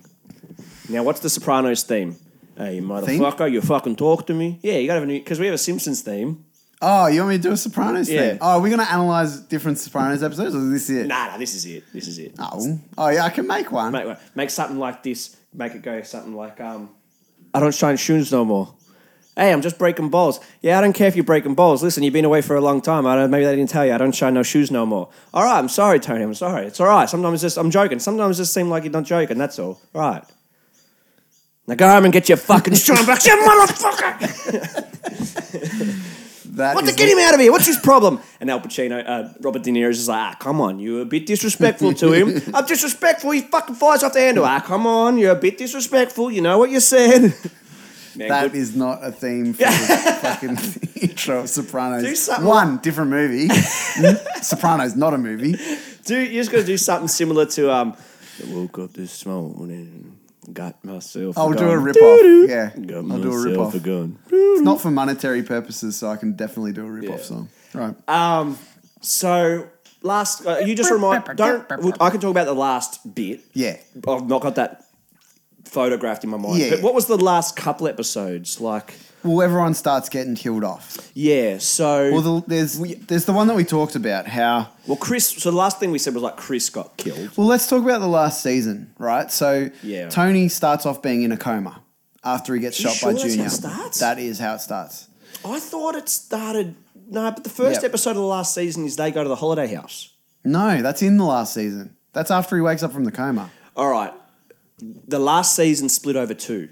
Speaker 1: Now, what's the Sopranos theme? Hey, you motherfucker, you fucking talk to me. Yeah, you gotta have a new, because we have a Simpsons theme.
Speaker 2: Oh, you want me to do a Sopranos
Speaker 1: Yeah.
Speaker 2: thing? Oh, we're going to analyze different Sopranos episodes, or is this it?
Speaker 1: Nah, nah, this is it. This is it.
Speaker 2: Oh. oh, yeah, I can make one.
Speaker 1: Make, make something like this, make it go something like, um, I don't shine shoes no more. Hey, I'm just breaking balls. Yeah, I don't care if you're breaking balls. Listen, you've been away for a long time. I don't, maybe they didn't tell you. I don't shine no shoes no more. All right, I'm sorry, Tony. I'm sorry. It's all right. Sometimes just I'm joking. Sometimes it just seem like you're not joking. That's all. All right. Now go home and get your fucking shine back, you motherfucker!
Speaker 2: That
Speaker 1: What
Speaker 2: is
Speaker 1: the get him out of here? What's his problem? And Al Pacino, uh, Robert De Niro is just like, ah, come on, you're a bit disrespectful to him. I'm disrespectful. He fucking flies off the handle. Ah, come on, you're a bit disrespectful. You know what you said. Man,
Speaker 2: That
Speaker 1: good-
Speaker 2: is not a theme for the fucking intro of Sopranos.
Speaker 1: Do something
Speaker 2: One different movie. Mm, Sopranos not a movie.
Speaker 1: do you just got to do something similar to um. I woke up this morning, got myself.
Speaker 2: I'll do a
Speaker 1: gun.
Speaker 2: rip off.
Speaker 1: Doo-doo.
Speaker 2: Yeah,
Speaker 1: Got
Speaker 2: I'll do a rip
Speaker 1: myself
Speaker 2: off.
Speaker 1: a gun.
Speaker 2: It's not for monetary purposes, so I can definitely do a rip off
Speaker 1: Yeah. Uh,
Speaker 2: song. Right.
Speaker 1: So last, uh, you just remind. Don't. I can talk about the last bit.
Speaker 2: yeah.
Speaker 1: I've not got that photographed in my mind.
Speaker 2: Yeah,
Speaker 1: but
Speaker 2: yeah.
Speaker 1: what was the last couple episodes like?
Speaker 2: Well, everyone starts getting killed off.
Speaker 1: Yeah. So well,
Speaker 2: Well, the, there's there's the one that we talked about. How
Speaker 1: Chris. So the last thing we said was like Chris got killed.
Speaker 2: Well, let's talk about the last season, right? So
Speaker 1: Yeah.
Speaker 2: Tony starts off being in a coma after he gets
Speaker 1: You
Speaker 2: shot
Speaker 1: sure
Speaker 2: by
Speaker 1: that's how it
Speaker 2: Junior.
Speaker 1: starts?
Speaker 2: That is how it starts.
Speaker 1: I thought it started. No, but the first
Speaker 2: Yep.
Speaker 1: episode of the last season is they go to the holiday house.
Speaker 2: No, that's in the last season. That's after he wakes up from the coma.
Speaker 1: All right. The last season split over two.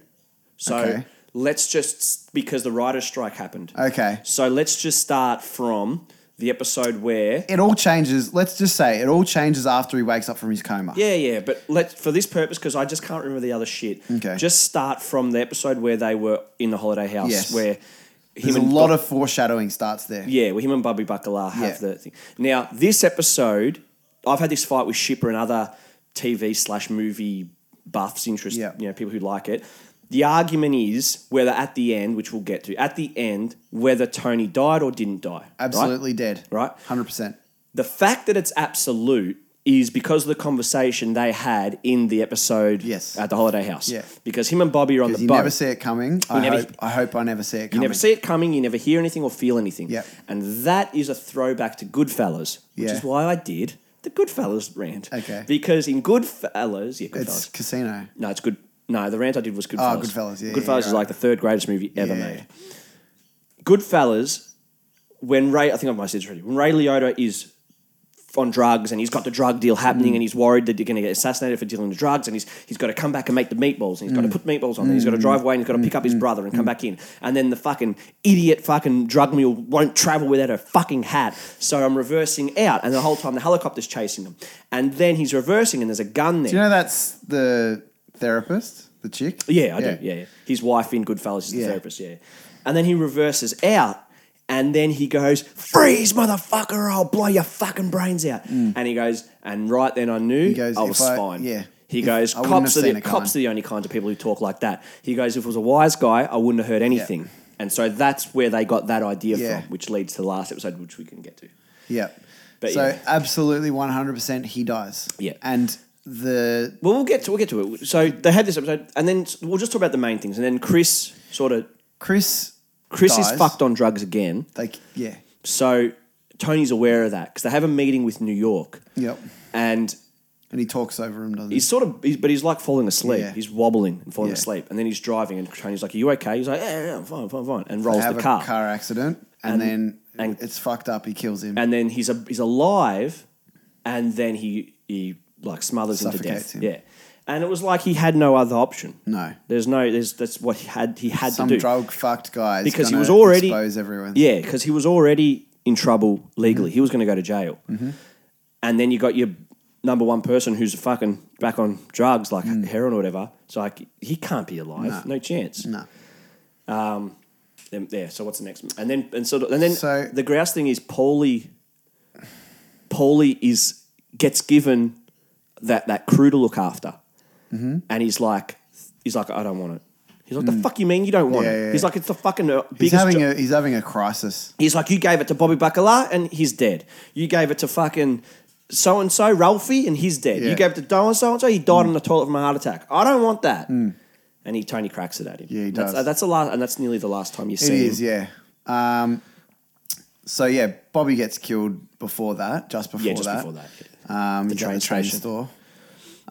Speaker 1: So
Speaker 2: Okay.
Speaker 1: let's just because the writer's strike happened.
Speaker 2: Okay.
Speaker 1: So let's just start from the episode where
Speaker 2: It all changes. Let's just say it all changes after he wakes up from his coma.
Speaker 1: Yeah, yeah, but let for this purpose because I just can't remember the other shit.
Speaker 2: Okay.
Speaker 1: Just start from the episode where they were in the holiday house
Speaker 2: Yes.
Speaker 1: where him
Speaker 2: There's a
Speaker 1: and
Speaker 2: lot
Speaker 1: Bu-
Speaker 2: of foreshadowing starts there.
Speaker 1: yeah, where him and Bobby Buckler have
Speaker 2: Yeah.
Speaker 1: the thing. Now this episode, I've had this fight with Shipper and other TV slash movie buffs, interest,
Speaker 2: Yeah.
Speaker 1: you know, people who like it. The argument is whether at the end, which we'll get to, at the end, whether Tony died or didn't die. right?
Speaker 2: Absolutely dead.
Speaker 1: Right.
Speaker 2: Hundred percent.
Speaker 1: The fact that it's absolute is because of the conversation they had in the episode
Speaker 2: Yes.
Speaker 1: at the holiday house.
Speaker 2: Yeah.
Speaker 1: Because him and Bobby are on the
Speaker 2: You
Speaker 1: boat.
Speaker 2: never see it coming. I
Speaker 1: never-
Speaker 2: hope. I hope I never see it
Speaker 1: You
Speaker 2: coming.
Speaker 1: never see it coming. You never hear anything or feel anything.
Speaker 2: Yeah.
Speaker 1: And that is a throwback to Goodfellas, which
Speaker 2: Yeah.
Speaker 1: is why I did the Goodfellas rant.
Speaker 2: Okay.
Speaker 1: Because in Goodfellas, yeah, Goodfellas.
Speaker 2: it's Casino.
Speaker 1: no, it's good. No, the rant I did was Goodfellas.
Speaker 2: Oh, Goodfellas, yeah, yeah,
Speaker 1: Goodfellas
Speaker 2: yeah,
Speaker 1: is
Speaker 2: right.
Speaker 1: like the third greatest movie ever
Speaker 2: Yeah.
Speaker 1: made. Goodfellas, when Ray, I think I've said this already. When Ray Liotta is on drugs and he's got the drug deal happening
Speaker 2: Mm.
Speaker 1: and he's worried that they're going to get assassinated for dealing the drugs and he's he's got to come back and make the meatballs and he's got
Speaker 2: Mm.
Speaker 1: to put meatballs on and he's got to drive away and he's got to pick up his brother and come back in and then the fucking idiot fucking drug mule won't travel without a fucking hat so I'm reversing out and the whole time the helicopter's chasing him and then he's reversing and there's a gun there
Speaker 2: Do you know that's the therapist, the chick?
Speaker 1: yeah, I do. Yeah, yeah. His wife in Goodfellas is the
Speaker 2: Yeah.
Speaker 1: therapist. Yeah, and then he reverses out, and then he goes, "Freeze, motherfucker! or I'll blow your fucking brains out." And he goes, and right then I knew
Speaker 2: Mm. goes,
Speaker 1: I
Speaker 2: "If
Speaker 1: was
Speaker 2: I-
Speaker 1: fine.
Speaker 2: yeah.
Speaker 1: He
Speaker 2: If-
Speaker 1: goes,
Speaker 2: I wouldn't
Speaker 1: cops are,
Speaker 2: have
Speaker 1: the,
Speaker 2: seen it
Speaker 1: cops are
Speaker 2: coming."
Speaker 1: the only kinds of people who talk like that. He goes, if it was a wise guy, I wouldn't have heard anything. And so that's where they got that idea
Speaker 2: Yeah.
Speaker 1: from, which leads to the last episode, which we can get to.
Speaker 2: Yeah.
Speaker 1: But
Speaker 2: so
Speaker 1: yeah.
Speaker 2: absolutely 100% he dies.
Speaker 1: Yeah.
Speaker 2: And the
Speaker 1: Well, we'll get to we'll get to it. So they had this episode, and then we'll just talk about the main things, and then Chris sort of
Speaker 2: Chris
Speaker 1: Chris is
Speaker 2: dies.
Speaker 1: fucked on drugs again.
Speaker 2: Like yeah.
Speaker 1: So Tony's aware of that because they have a meeting with New York,
Speaker 2: Yep.
Speaker 1: and
Speaker 2: And he talks over him, doesn't he?
Speaker 1: he's sort of, he's, but he's like falling asleep.
Speaker 2: Yeah.
Speaker 1: He's wobbling and falling
Speaker 2: Yeah.
Speaker 1: asleep, and then he's driving, and Tony's like, "Are you okay?" He's like, "Yeah, yeah, I'm fine, fine, fine," and rolls
Speaker 2: have
Speaker 1: the
Speaker 2: a
Speaker 1: car.
Speaker 2: car, accident and, then
Speaker 1: and-
Speaker 2: it's fucked up. He kills him.
Speaker 1: and then he's a, he's alive, and then he he like smothers him to
Speaker 2: Suffocates
Speaker 1: death.
Speaker 2: him.
Speaker 1: Yeah, and it was like he had no other option.
Speaker 2: No.
Speaker 1: there's no, there's that's what he had. He had
Speaker 2: Some
Speaker 1: to do
Speaker 2: drug fucked guy is
Speaker 1: because he
Speaker 2: gonna
Speaker 1: was already
Speaker 2: expose everyone.
Speaker 1: Yeah, because he was already in trouble legally. He was going to go to jail,
Speaker 2: Mm-hmm.
Speaker 1: and then you got your number one person who's fucking back on drugs like
Speaker 2: Mm.
Speaker 1: heroin or whatever. It's like he can't be alive. No, chance.
Speaker 2: No.
Speaker 1: Then- yeah. So what's the next? And then and sort of and then
Speaker 2: So-
Speaker 1: the grouse thing is Paulie. Paulie is gets given that that crew to look after,
Speaker 2: Mm-hmm.
Speaker 1: and he's like, he's like, I don't want it. He's like, the fuck you mean you don't want
Speaker 2: Mm. Yeah,
Speaker 1: it?
Speaker 2: yeah,
Speaker 1: he's
Speaker 2: yeah.
Speaker 1: like, it's the fucking uh, biggest.
Speaker 2: He's having
Speaker 1: jo-
Speaker 2: a he's having a crisis.
Speaker 1: He's like, you gave it to Bobby Bacala and he's dead. You gave it to fucking so and so Ralphie and he's dead.
Speaker 2: Yeah. Mm.
Speaker 1: You gave it to Doe and so and so. He died on the toilet from a heart attack. I don't want that. And he Tony cracks it at him.
Speaker 2: Yeah, he
Speaker 1: that's, uh,
Speaker 2: does.
Speaker 1: That's the last, and that's nearly the last time you
Speaker 2: It
Speaker 1: see
Speaker 2: is,
Speaker 1: him.
Speaker 2: yeah. Um, so yeah, Bobby gets killed before that, just before
Speaker 1: Yeah, just
Speaker 2: that.
Speaker 1: before that.
Speaker 2: Um,
Speaker 1: The
Speaker 2: he's at
Speaker 1: train
Speaker 2: the train
Speaker 1: station.
Speaker 2: store.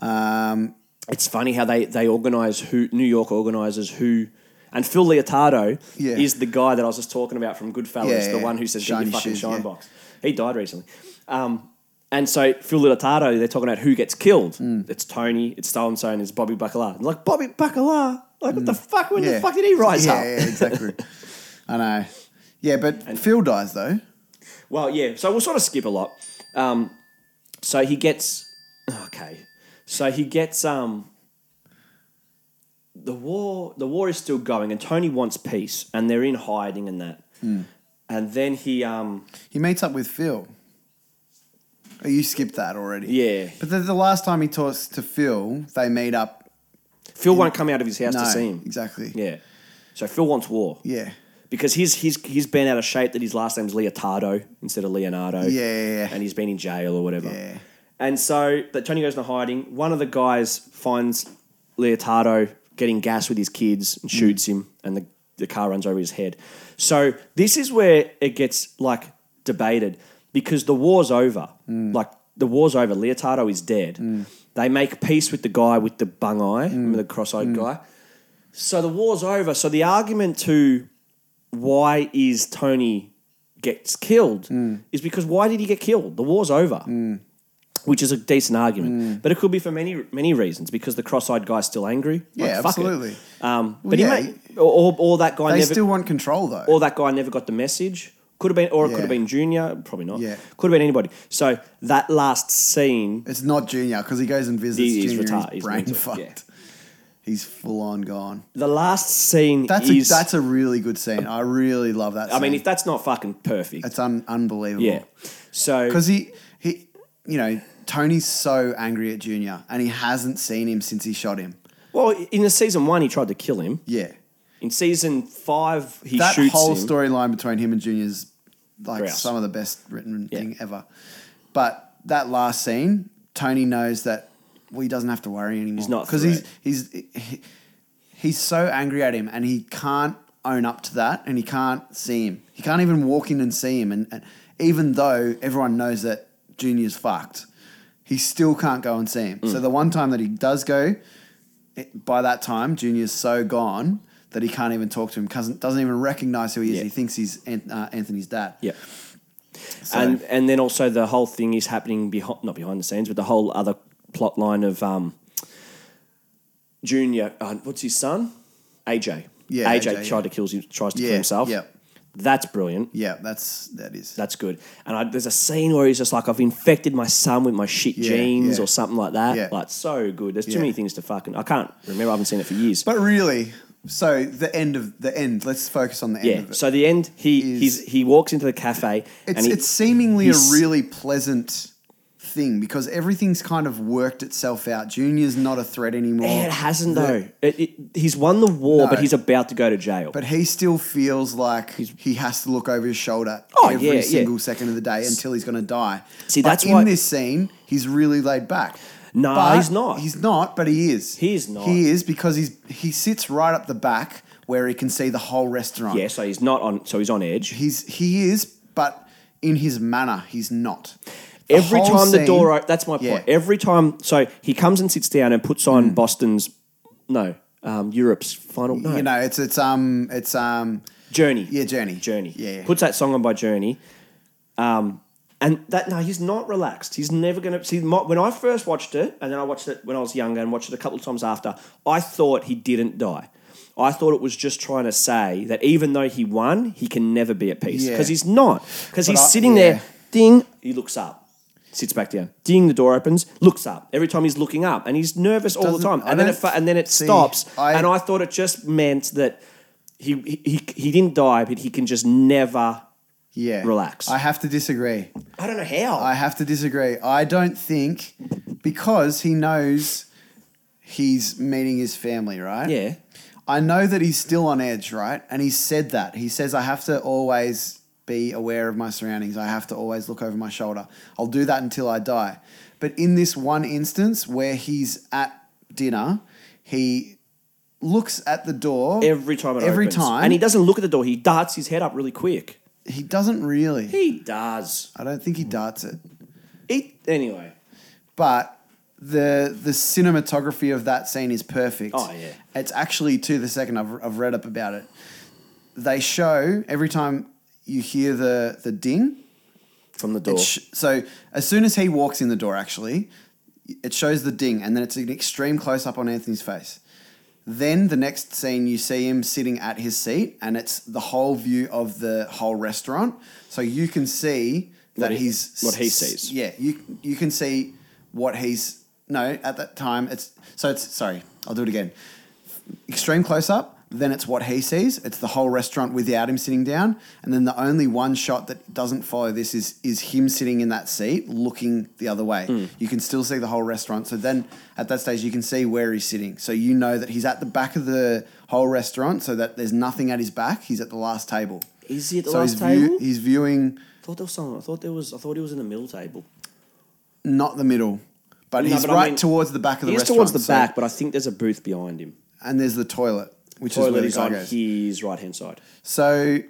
Speaker 2: Um,
Speaker 1: It's funny how they they organize who New York organizes who. And Phil Leotardo
Speaker 2: Yeah.
Speaker 1: is the guy that I was just talking about from Goodfellas,
Speaker 2: Yeah, yeah,
Speaker 1: the
Speaker 2: yeah.
Speaker 1: one who says,
Speaker 2: Shiny
Speaker 1: "Get your fucking
Speaker 2: shoes,
Speaker 1: shine
Speaker 2: yeah.
Speaker 1: box." He died recently. Um, and so Phil Leotardo, they're talking about who gets killed.
Speaker 2: Mm.
Speaker 1: It's Tony, it's so and so, and it's Bobby Bacala. And like Bobby Bacala, like what the fuck? When the
Speaker 2: Mm. yeah.
Speaker 1: fuck did he rise
Speaker 2: yeah,
Speaker 1: up?
Speaker 2: Yeah, exactly. I know. Yeah, but Phil dies though.
Speaker 1: Well, yeah. So we'll sort of skip a lot. Um, so he gets okay. So he gets um. The war, the war is still going, and Tony wants peace, and they're in hiding and that.
Speaker 2: Hmm.
Speaker 1: And then he um.
Speaker 2: He meets up with Phil. Oh, you skipped that already.
Speaker 1: Yeah.
Speaker 2: But the, the last time he talks to Phil, they meet up.
Speaker 1: Phil won't come out of his house
Speaker 2: no,
Speaker 1: to see him.
Speaker 2: exactly.
Speaker 1: Yeah. So Phil wants war
Speaker 2: Yeah.
Speaker 1: because he's he's he's been out of shape that his last name's Leotardo instead of Leonardo.
Speaker 2: Yeah, yeah, yeah.
Speaker 1: And he's been in jail or whatever.
Speaker 2: Yeah.
Speaker 1: And so but Tony goes into hiding. One of the guys finds Leotardo getting gas with his kids
Speaker 2: Mm.
Speaker 1: and shoots him and the, the car runs over his head. So this is where it gets like debated because the war's over.
Speaker 2: Mm.
Speaker 1: Like the war's over. Leotardo is dead. They make peace with the guy with the bung eye,
Speaker 2: Mm.
Speaker 1: remember the cross-eyed guy? So the war's over. So the argument to why is
Speaker 2: Mm.
Speaker 1: Tony gets killed is because why did he get killed? The war's over. which is a decent
Speaker 2: Mm.
Speaker 1: argument. But it could be for many many reasons because the cross-eyed guy's still angry. Like,
Speaker 2: Yeah,
Speaker 1: fuck it.
Speaker 2: absolutely.
Speaker 1: Um,
Speaker 2: Well,
Speaker 1: but
Speaker 2: yeah,
Speaker 1: he may, or, or or that guy
Speaker 2: They
Speaker 1: never
Speaker 2: still want control though.
Speaker 1: or that guy never got the message. Could have been, or it could
Speaker 2: Yeah.
Speaker 1: have been Junior. Probably not.
Speaker 2: Yeah.
Speaker 1: Could have been anybody. So that last scene,
Speaker 2: it's not Junior because he goes and visits
Speaker 1: He is
Speaker 2: Junior. and
Speaker 1: retarded.
Speaker 2: He's
Speaker 1: He's
Speaker 2: brain
Speaker 1: mental,
Speaker 2: fucked.
Speaker 1: yeah.
Speaker 2: He's full on gone.
Speaker 1: the last scene
Speaker 2: That's
Speaker 1: is.
Speaker 2: a, that's a really good scene. I really love that. Scene.
Speaker 1: I mean, if that's not fucking perfect,
Speaker 2: it's un- unbelievable.
Speaker 1: yeah. So
Speaker 2: because he he you know Tony's so angry at Junior and he hasn't seen him since he shot him.
Speaker 1: well, in the season one, he tried to kill him.
Speaker 2: Yeah,
Speaker 1: In season five, he
Speaker 2: that
Speaker 1: shoots
Speaker 2: whole
Speaker 1: him.
Speaker 2: storyline between him and Junior's like
Speaker 1: Grouse.
Speaker 2: some of the best written
Speaker 1: Yeah.
Speaker 2: thing ever. But that last scene, Tony knows that well he doesn't have to worry anymore. He's
Speaker 1: not a
Speaker 2: because he's
Speaker 1: threat.
Speaker 2: he's he, he's so angry at him and he can't own up to that and he can't see him. He can't even walk in and see him. And, and even though everyone knows that Junior's fucked, he still can't go and see him.
Speaker 1: Mm.
Speaker 2: So the one time that he does go, it- by that time, Junior's so gone that he can't even talk to him. Cousin doesn't even recognize who he is.
Speaker 1: Yeah.
Speaker 2: He thinks he's An- uh, Anthony's dad.
Speaker 1: Yeah.
Speaker 2: So-
Speaker 1: And and then also the whole thing is happening behind not behind the scenes, but the whole other plot line of um, Junior. Uh, what's his son? AJ.
Speaker 2: Yeah,
Speaker 1: AJ,
Speaker 2: AJ,
Speaker 1: tried to kill him, tries to
Speaker 2: Yeah,
Speaker 1: kill himself.
Speaker 2: yeah.
Speaker 1: That's brilliant.
Speaker 2: Yeah, that's that is.
Speaker 1: That's good. And I, there's a scene where he's just like, I've infected my son with my shit
Speaker 2: Yeah,
Speaker 1: genes
Speaker 2: yeah.
Speaker 1: or something like that.
Speaker 2: Yeah.
Speaker 1: Like, so good. There's too
Speaker 2: Yeah.
Speaker 1: many things to fucking. I can't remember. I haven't seen it for years.
Speaker 2: but really, so the end of the end. Let's focus on the end
Speaker 1: yeah.
Speaker 2: of it.
Speaker 1: So the end, he
Speaker 2: Is-
Speaker 1: he's, he walks into the cafe
Speaker 2: it's
Speaker 1: and he,
Speaker 2: it's seemingly a
Speaker 1: he's-
Speaker 2: really pleasant thing because everything's kind of worked itself out. Junior's not a threat anymore.
Speaker 1: Yeah, it hasn't though. Oh, It, it, he's won the war,
Speaker 2: No.
Speaker 1: but he's about to go to jail.
Speaker 2: But he still feels like he has to look over his shoulder
Speaker 1: Oh,
Speaker 2: every
Speaker 1: yeah, yeah.
Speaker 2: single second of the day until he's going to die.
Speaker 1: See,
Speaker 2: But
Speaker 1: that's
Speaker 2: in
Speaker 1: why-
Speaker 2: this scene he's really laid back.
Speaker 1: No,
Speaker 2: But
Speaker 1: he's not.
Speaker 2: He's not, but he is.
Speaker 1: He is not.
Speaker 2: He is because he's he sits right up the back where he can see the whole restaurant.
Speaker 1: yeah, so he's not on. So he's on edge.
Speaker 2: He's he is, but in his manner he's not. The
Speaker 1: Every
Speaker 2: whole
Speaker 1: time the
Speaker 2: scene-
Speaker 1: door, o- that's my
Speaker 2: Yeah. Mm.
Speaker 1: point. Every time, so he comes and sits down and puts on Boston's, no, um, Europe's final, no,
Speaker 2: you know, it's it's um it's um
Speaker 1: Journey,
Speaker 2: yeah, Journey.
Speaker 1: Journey.
Speaker 2: Yeah.
Speaker 1: puts that song on by Journey. Um, and that no, he's not relaxed. He's never gonna see. My, when I first watched it, and then I watched it when I was younger, and watched it a couple of times after. I thought he didn't die. I thought it was just trying to say that even though he won, he can never be at peace
Speaker 2: Yeah.
Speaker 1: because he's not. Because he's
Speaker 2: I-
Speaker 1: sitting
Speaker 2: yeah.
Speaker 1: there, ding. He looks up, sits back down, ding. The door opens, looks up. Every time he's looking up, and he's nervous all the
Speaker 2: Doesn't-
Speaker 1: time.
Speaker 2: I
Speaker 1: And then it
Speaker 2: don't
Speaker 1: fa- and then it
Speaker 2: see-
Speaker 1: stops.
Speaker 2: I-
Speaker 1: and I thought it just meant that he he, he he didn't die, but he can just never.
Speaker 2: yeah.
Speaker 1: Relax.
Speaker 2: I have to disagree.
Speaker 1: I don't know how.
Speaker 2: I have to disagree. I don't think because he knows he's meeting his family, right?
Speaker 1: yeah,
Speaker 2: I know that he's still on edge, right? And he said that. He says, I have to always be aware of my surroundings. I have to always look over my shoulder. I'll do that until I die. But in this one instance where he's at dinner, he looks at the door
Speaker 1: every time it
Speaker 2: Every
Speaker 1: opens.
Speaker 2: time.
Speaker 1: and he doesn't look at the door. He darts his head up really quick.
Speaker 2: He doesn't really.
Speaker 1: He does.
Speaker 2: I don't think he darts it.
Speaker 1: He anyway.
Speaker 2: but the the cinematography of that scene is perfect.
Speaker 1: Oh, yeah.
Speaker 2: it's actually to the second. I've, I've read up about it. They show every time you hear the the ding.
Speaker 1: From the door.
Speaker 2: It sh- so as soon as he walks in the door, actually, it shows the ding, and then it's an extreme close up on Anthony's face. Then the next scene, you see him sitting at his seat, and it's the whole view of the whole restaurant. So you can see that
Speaker 1: What he-
Speaker 2: he's
Speaker 1: what he
Speaker 2: s-
Speaker 1: sees.
Speaker 2: Yeah, you you can see what he's no at that time. It's so it's sorry. I'll do it again. Extreme close up. Then it's what he sees. It's the whole restaurant without him sitting down, and then the only one shot that doesn't follow this is is him sitting in that seat looking the other way.
Speaker 1: Hmm.
Speaker 2: You can still see the whole restaurant. So then at that stage you can see where he's sitting. So you know that he's at the back of the whole restaurant, so that there's nothing at his back. He's at the last table.
Speaker 1: Is he at the
Speaker 2: so
Speaker 1: last
Speaker 2: he's view-
Speaker 1: table?
Speaker 2: he's viewing
Speaker 1: I thought there was someone. I thought there was. I thought he was in the middle table.
Speaker 2: not the middle, but
Speaker 1: No,
Speaker 2: he's
Speaker 1: but I
Speaker 2: right
Speaker 1: mean-
Speaker 2: towards the back of the
Speaker 1: He is
Speaker 2: restaurant.
Speaker 1: towards the
Speaker 2: so-
Speaker 1: back, but I think there's a booth behind him.
Speaker 2: and there's the toilet, which is where
Speaker 1: Toilet
Speaker 2: the
Speaker 1: is
Speaker 2: guy
Speaker 1: on
Speaker 2: goes.
Speaker 1: his right hand side.
Speaker 2: So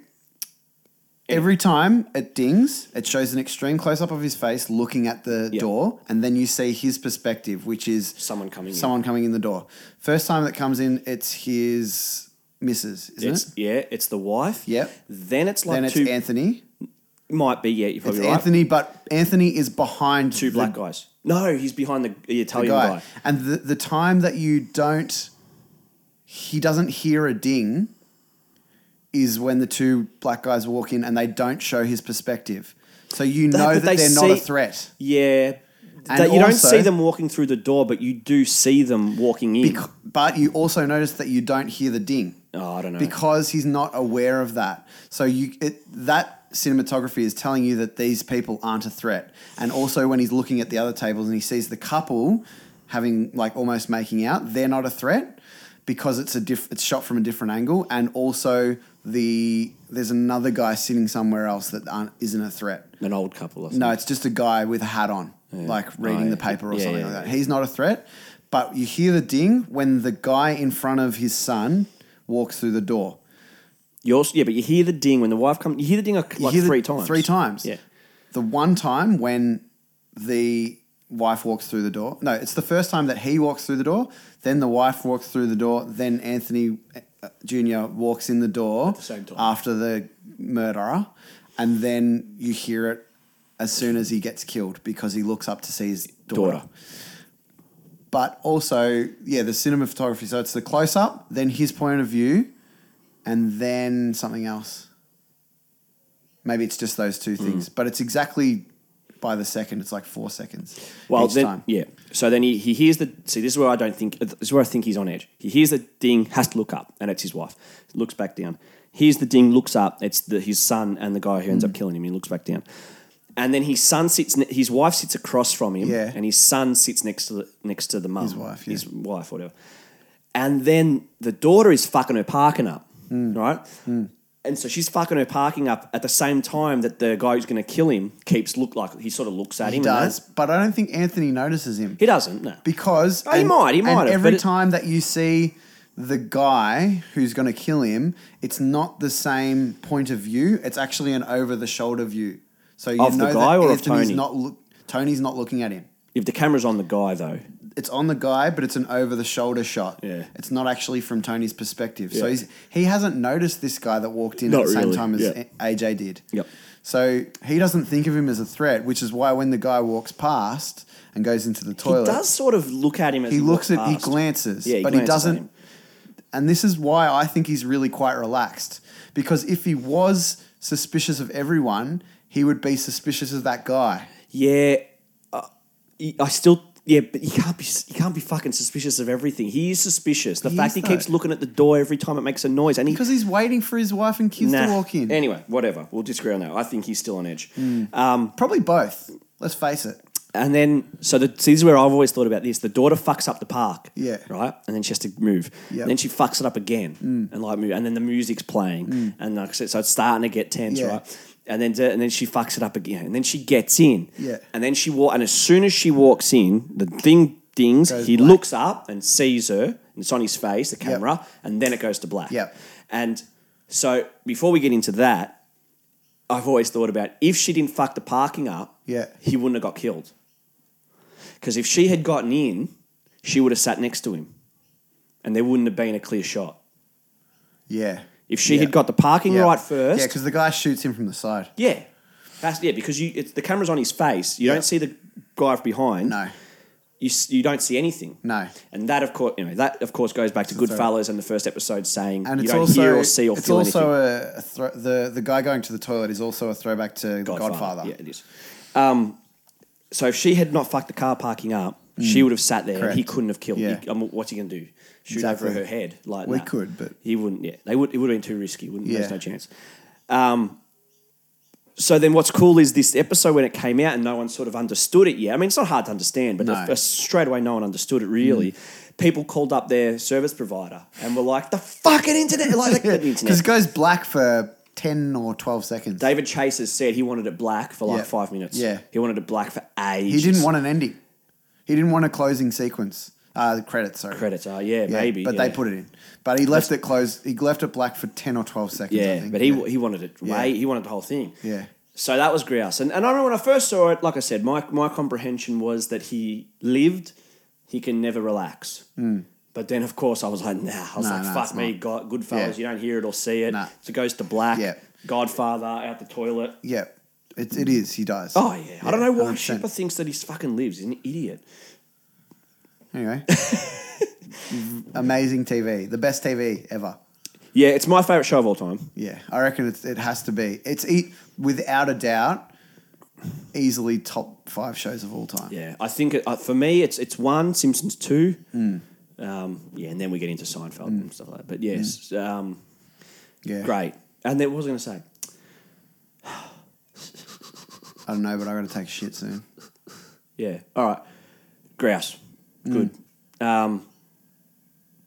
Speaker 2: every time it dings, it shows an extreme close up of his face looking at the
Speaker 1: Yeah.
Speaker 2: door, and then you see his perspective, which is
Speaker 1: Someone coming in.
Speaker 2: someone coming in the door. First time that comes in, it's his missus, isn't
Speaker 1: It's
Speaker 2: it?
Speaker 1: yeah, it's the wife.
Speaker 2: Yep.
Speaker 1: Then it's like
Speaker 2: Then it's
Speaker 1: two.
Speaker 2: Anthony.
Speaker 1: Might be, yeah, you're
Speaker 2: It's
Speaker 1: probably right.
Speaker 2: Anthony, but Anthony is behind
Speaker 1: Two black guys. No, he's behind the, the
Speaker 2: the
Speaker 1: Italian
Speaker 2: guy.
Speaker 1: guy.
Speaker 2: And the, the time that you don't, he doesn't hear a ding, is when the two black guys walk in and they don't show his perspective. So you know
Speaker 1: but
Speaker 2: that
Speaker 1: they
Speaker 2: they are not a
Speaker 1: see-
Speaker 2: threat.
Speaker 1: Yeah.
Speaker 2: And
Speaker 1: that you don't
Speaker 2: also-
Speaker 1: see them walking through the door, but you do see them walking in.
Speaker 2: Bec- But you also notice that you don't hear the ding.
Speaker 1: oh, I don't know.
Speaker 2: because he's not aware of that. So you it, that cinematography is telling you that these people aren't a threat. And also when he's looking at the other tables and he sees the couple having like almost making out, they're not a threat because it's a diff, it's shot from a different angle and also the there's another guy sitting somewhere else that aren't, isn't a threat.
Speaker 1: An old couple. I think.
Speaker 2: No, it's just a guy with a hat on, like reading
Speaker 1: Oh,
Speaker 2: the paper or
Speaker 1: yeah,
Speaker 2: something
Speaker 1: yeah,
Speaker 2: like that. He's not a threat, but you hear the ding when the guy in front of his son walks through the door.
Speaker 1: You also, yeah, but you hear the ding when the wife comes. You hear the ding like
Speaker 2: You hear the-
Speaker 1: three times.
Speaker 2: Three times.
Speaker 1: Yeah.
Speaker 2: The one time when the wife walks through the door. No, it's the first time that he walks through the door. Then the wife walks through the door. Then Anthony uh, Jr. walks in the door
Speaker 1: the same time.
Speaker 2: after the murderer, and then you hear it as soon as he gets killed because he looks up to see his
Speaker 1: Daughter.
Speaker 2: daughter. But also, yeah, the cinematography. So it's the close up, then his point of view, and then something else. Maybe it's just those two things,
Speaker 1: Mm.
Speaker 2: but it's exactly by the second. It's like four seconds
Speaker 1: Well,
Speaker 2: each
Speaker 1: then
Speaker 2: time.
Speaker 1: yeah. So then he, he hears the see. This is where I don't think this is where I think he's on edge. He hears the ding, has to look up, and it's his wife. Looks back down. Hears the ding, looks up. It's the, his son and the guy who ends
Speaker 2: Mm.
Speaker 1: up killing him. He looks back down, and then his son sits. Ne- his wife sits across from him,
Speaker 2: Yeah.
Speaker 1: and his son sits next to the next to the mum, his
Speaker 2: wife, yeah.
Speaker 1: his wife, whatever. And then the daughter is fucking her parking up,
Speaker 2: Mm.
Speaker 1: right? And so she's fucking her parking up at the same time that the guy who's going to kill him keeps look like he sort of looks at
Speaker 2: He
Speaker 1: him. and
Speaker 2: does,
Speaker 1: that.
Speaker 2: but I don't think Anthony notices him
Speaker 1: He doesn't. No.
Speaker 2: because
Speaker 1: Oh, he might, he
Speaker 2: and
Speaker 1: might have,
Speaker 2: every
Speaker 1: but it-
Speaker 2: time that you see the guy who's going to kill him, it's not the same point of view. It's actually an over the shoulder view. So you
Speaker 1: Of the
Speaker 2: know
Speaker 1: guy
Speaker 2: that
Speaker 1: or of
Speaker 2: Anthony's
Speaker 1: Tony?
Speaker 2: not look, Tony's not looking at him.
Speaker 1: If the camera's on the guy though,
Speaker 2: it's on the guy, but it's an over the shoulder shot.
Speaker 1: Yeah.
Speaker 2: It's not actually from Tony's perspective. So
Speaker 1: Yeah.
Speaker 2: he's, he hasn't noticed this guy that walked in
Speaker 1: Not
Speaker 2: at the same
Speaker 1: really,
Speaker 2: time as
Speaker 1: yeah.
Speaker 2: AJ did.
Speaker 1: Yep.
Speaker 2: So he doesn't think of him as a threat, which is why when the guy walks past and goes into the
Speaker 1: he
Speaker 2: toilet,
Speaker 1: does sort of look at him as
Speaker 2: he
Speaker 1: he,
Speaker 2: looks at,
Speaker 1: walks
Speaker 2: he
Speaker 1: past.
Speaker 2: glances,
Speaker 1: Yeah, he
Speaker 2: but
Speaker 1: glances
Speaker 2: he
Speaker 1: at
Speaker 2: doesn't.
Speaker 1: him.
Speaker 2: And this is why I think he's really quite relaxed because if he was suspicious of everyone, he would be suspicious of that guy.
Speaker 1: Yeah, uh, he- I still yeah, but you can't be you can't be fucking suspicious of everything. He is suspicious. The
Speaker 2: He
Speaker 1: fact
Speaker 2: is,
Speaker 1: he
Speaker 2: though.
Speaker 1: keeps looking at the door every time it makes a noise, and he
Speaker 2: Because he's waiting for his wife and kids to
Speaker 1: nah.
Speaker 2: walk in.
Speaker 1: Anyway, whatever. We'll disagree on that. I think he's still on edge.
Speaker 2: Probably both. Let's face it.
Speaker 1: And then, so the, see, this is where I've always thought about this. The daughter fucks up the park,
Speaker 2: Yeah.
Speaker 1: right, and then she has to move.
Speaker 2: Yep. Mm.
Speaker 1: And then she fucks it up again, and like, move, and then the music's playing, and like, I said, so it's starting to get tense,
Speaker 2: Yeah.
Speaker 1: right? And then, and then she fucks it up again, and then she gets in,
Speaker 2: Yeah.
Speaker 1: And then she walk, and as soon as she walks in, the thing dings.
Speaker 2: Goes
Speaker 1: he
Speaker 2: black.
Speaker 1: looks up and sees her, and it's on his face, the camera, and then it goes to black.
Speaker 2: Yep.
Speaker 1: And so, before we get into that, I've always thought about if she didn't fuck the parking up,
Speaker 2: Yeah.
Speaker 1: he wouldn't have got killed. Because if she had gotten in, she would have sat next to him, and there wouldn't have been a clear shot.
Speaker 2: Yeah.
Speaker 1: If she
Speaker 2: Yeah.
Speaker 1: had got the parking
Speaker 2: Yeah.
Speaker 1: right first,
Speaker 2: Yeah, because the guy shoots him from the side.
Speaker 1: yeah, That's, yeah, because you it's, the camera's on his face, you don't see the guy behind,
Speaker 2: No.
Speaker 1: you s- you don't see anything,
Speaker 2: No.
Speaker 1: and that of course you know that of course goes back to
Speaker 2: It's a
Speaker 1: Goodfellas and the first episode saying
Speaker 2: And
Speaker 1: you
Speaker 2: it's
Speaker 1: don't
Speaker 2: also
Speaker 1: hear or see or
Speaker 2: it's
Speaker 1: feel
Speaker 2: also
Speaker 1: anything.
Speaker 2: a, a thro- the the guy going to the toilet is also a throwback to Godfather. Godfather.
Speaker 1: yeah, it is. Um, so if she had not fucked the car parking up, she would have sat there and he
Speaker 2: Mm. Correct.
Speaker 1: couldn't have killed.
Speaker 2: Yeah.
Speaker 1: He, um, what's he going to do? Shoot
Speaker 2: Exactly.
Speaker 1: over her head like
Speaker 2: We
Speaker 1: that?
Speaker 2: could, but-
Speaker 1: he wouldn't. Yeah, they would. It would have been too risky. Wouldn't there's
Speaker 2: Yeah.
Speaker 1: no chance. Um, so then what's cool is this episode when it came out and no one sort of understood it yet. I mean, it's not hard to understand, but
Speaker 2: No. Mm.
Speaker 1: the- straight away no one understood it really. People called up their service provider and were like, "The fucking internet!" Like the internet
Speaker 2: Because it goes black for 10 or 12 seconds.
Speaker 1: David Chase has said he wanted it black for like
Speaker 2: Yeah.
Speaker 1: five minutes.
Speaker 2: Yeah.
Speaker 1: He wanted it black for
Speaker 2: he
Speaker 1: ages.
Speaker 2: didn't want an ending. He didn't want a closing sequence. Uh, the credits, sorry.
Speaker 1: credits. Oh, yeah,
Speaker 2: Yeah,
Speaker 1: maybe.
Speaker 2: But
Speaker 1: yeah.
Speaker 2: they put it in. But he left it closed. He left it black for 10 or 12 seconds, I
Speaker 1: Yeah,
Speaker 2: think.
Speaker 1: but he, he wanted it
Speaker 2: Yeah.
Speaker 1: way. He wanted the whole thing.
Speaker 2: Yeah.
Speaker 1: So that was Grouse. And, and I remember when I first saw it, like I said, my, my comprehension was that he lived, he can never relax. But then, of course, I was like, nah. I was
Speaker 2: No,
Speaker 1: like,
Speaker 2: no, Hmm. it's
Speaker 1: fuck me, God, Goodfellas.
Speaker 2: Yeah.
Speaker 1: You don't hear it or see it.
Speaker 2: Nah.
Speaker 1: So it goes to black.
Speaker 2: Yeah.
Speaker 1: Godfather out the toilet.
Speaker 2: Yeah. It, it is. He does.
Speaker 1: Oh yeah, I don't know why
Speaker 2: 100%.
Speaker 1: Shipper thinks that he fucking lives. He's an idiot.
Speaker 2: Anyway. Amazing TV. The best TV ever.
Speaker 1: Yeah, it's my favorite show of all time.
Speaker 2: Yeah. I reckon it's, it has to be. It's e- without a doubt easily top five shows of all time.
Speaker 1: Yeah, I think it, uh, for me, it's it's one Simpsons two. Um, yeah, and then we get into Seinfeld and stuff like that. But yes, um,
Speaker 2: Mm. Yeah.
Speaker 1: great. And then what was I going to say?
Speaker 2: I don't know, but I got to take a shit soon.
Speaker 1: Yeah. All right. Grouse.
Speaker 2: Mm.
Speaker 1: Good. Um,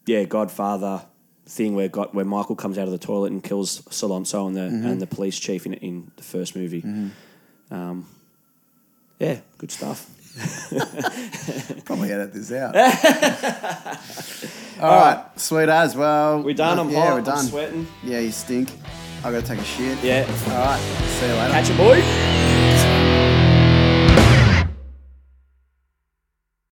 Speaker 1: yeah, Godfather thing where got where Michael comes out of the toilet and kills Salonso and the
Speaker 2: Mm-hmm.
Speaker 1: and the police chief in in the first movie. Um, yeah, good stuff.
Speaker 2: Probably edit this out. All right. Sweet as well.
Speaker 1: We're done. I'm
Speaker 2: yeah,
Speaker 1: hot.
Speaker 2: We're done.
Speaker 1: I'm sweating.
Speaker 2: Yeah, you stink. I got to take a shit.
Speaker 1: Yeah.
Speaker 2: All right. See you later.
Speaker 1: Catch you, boy.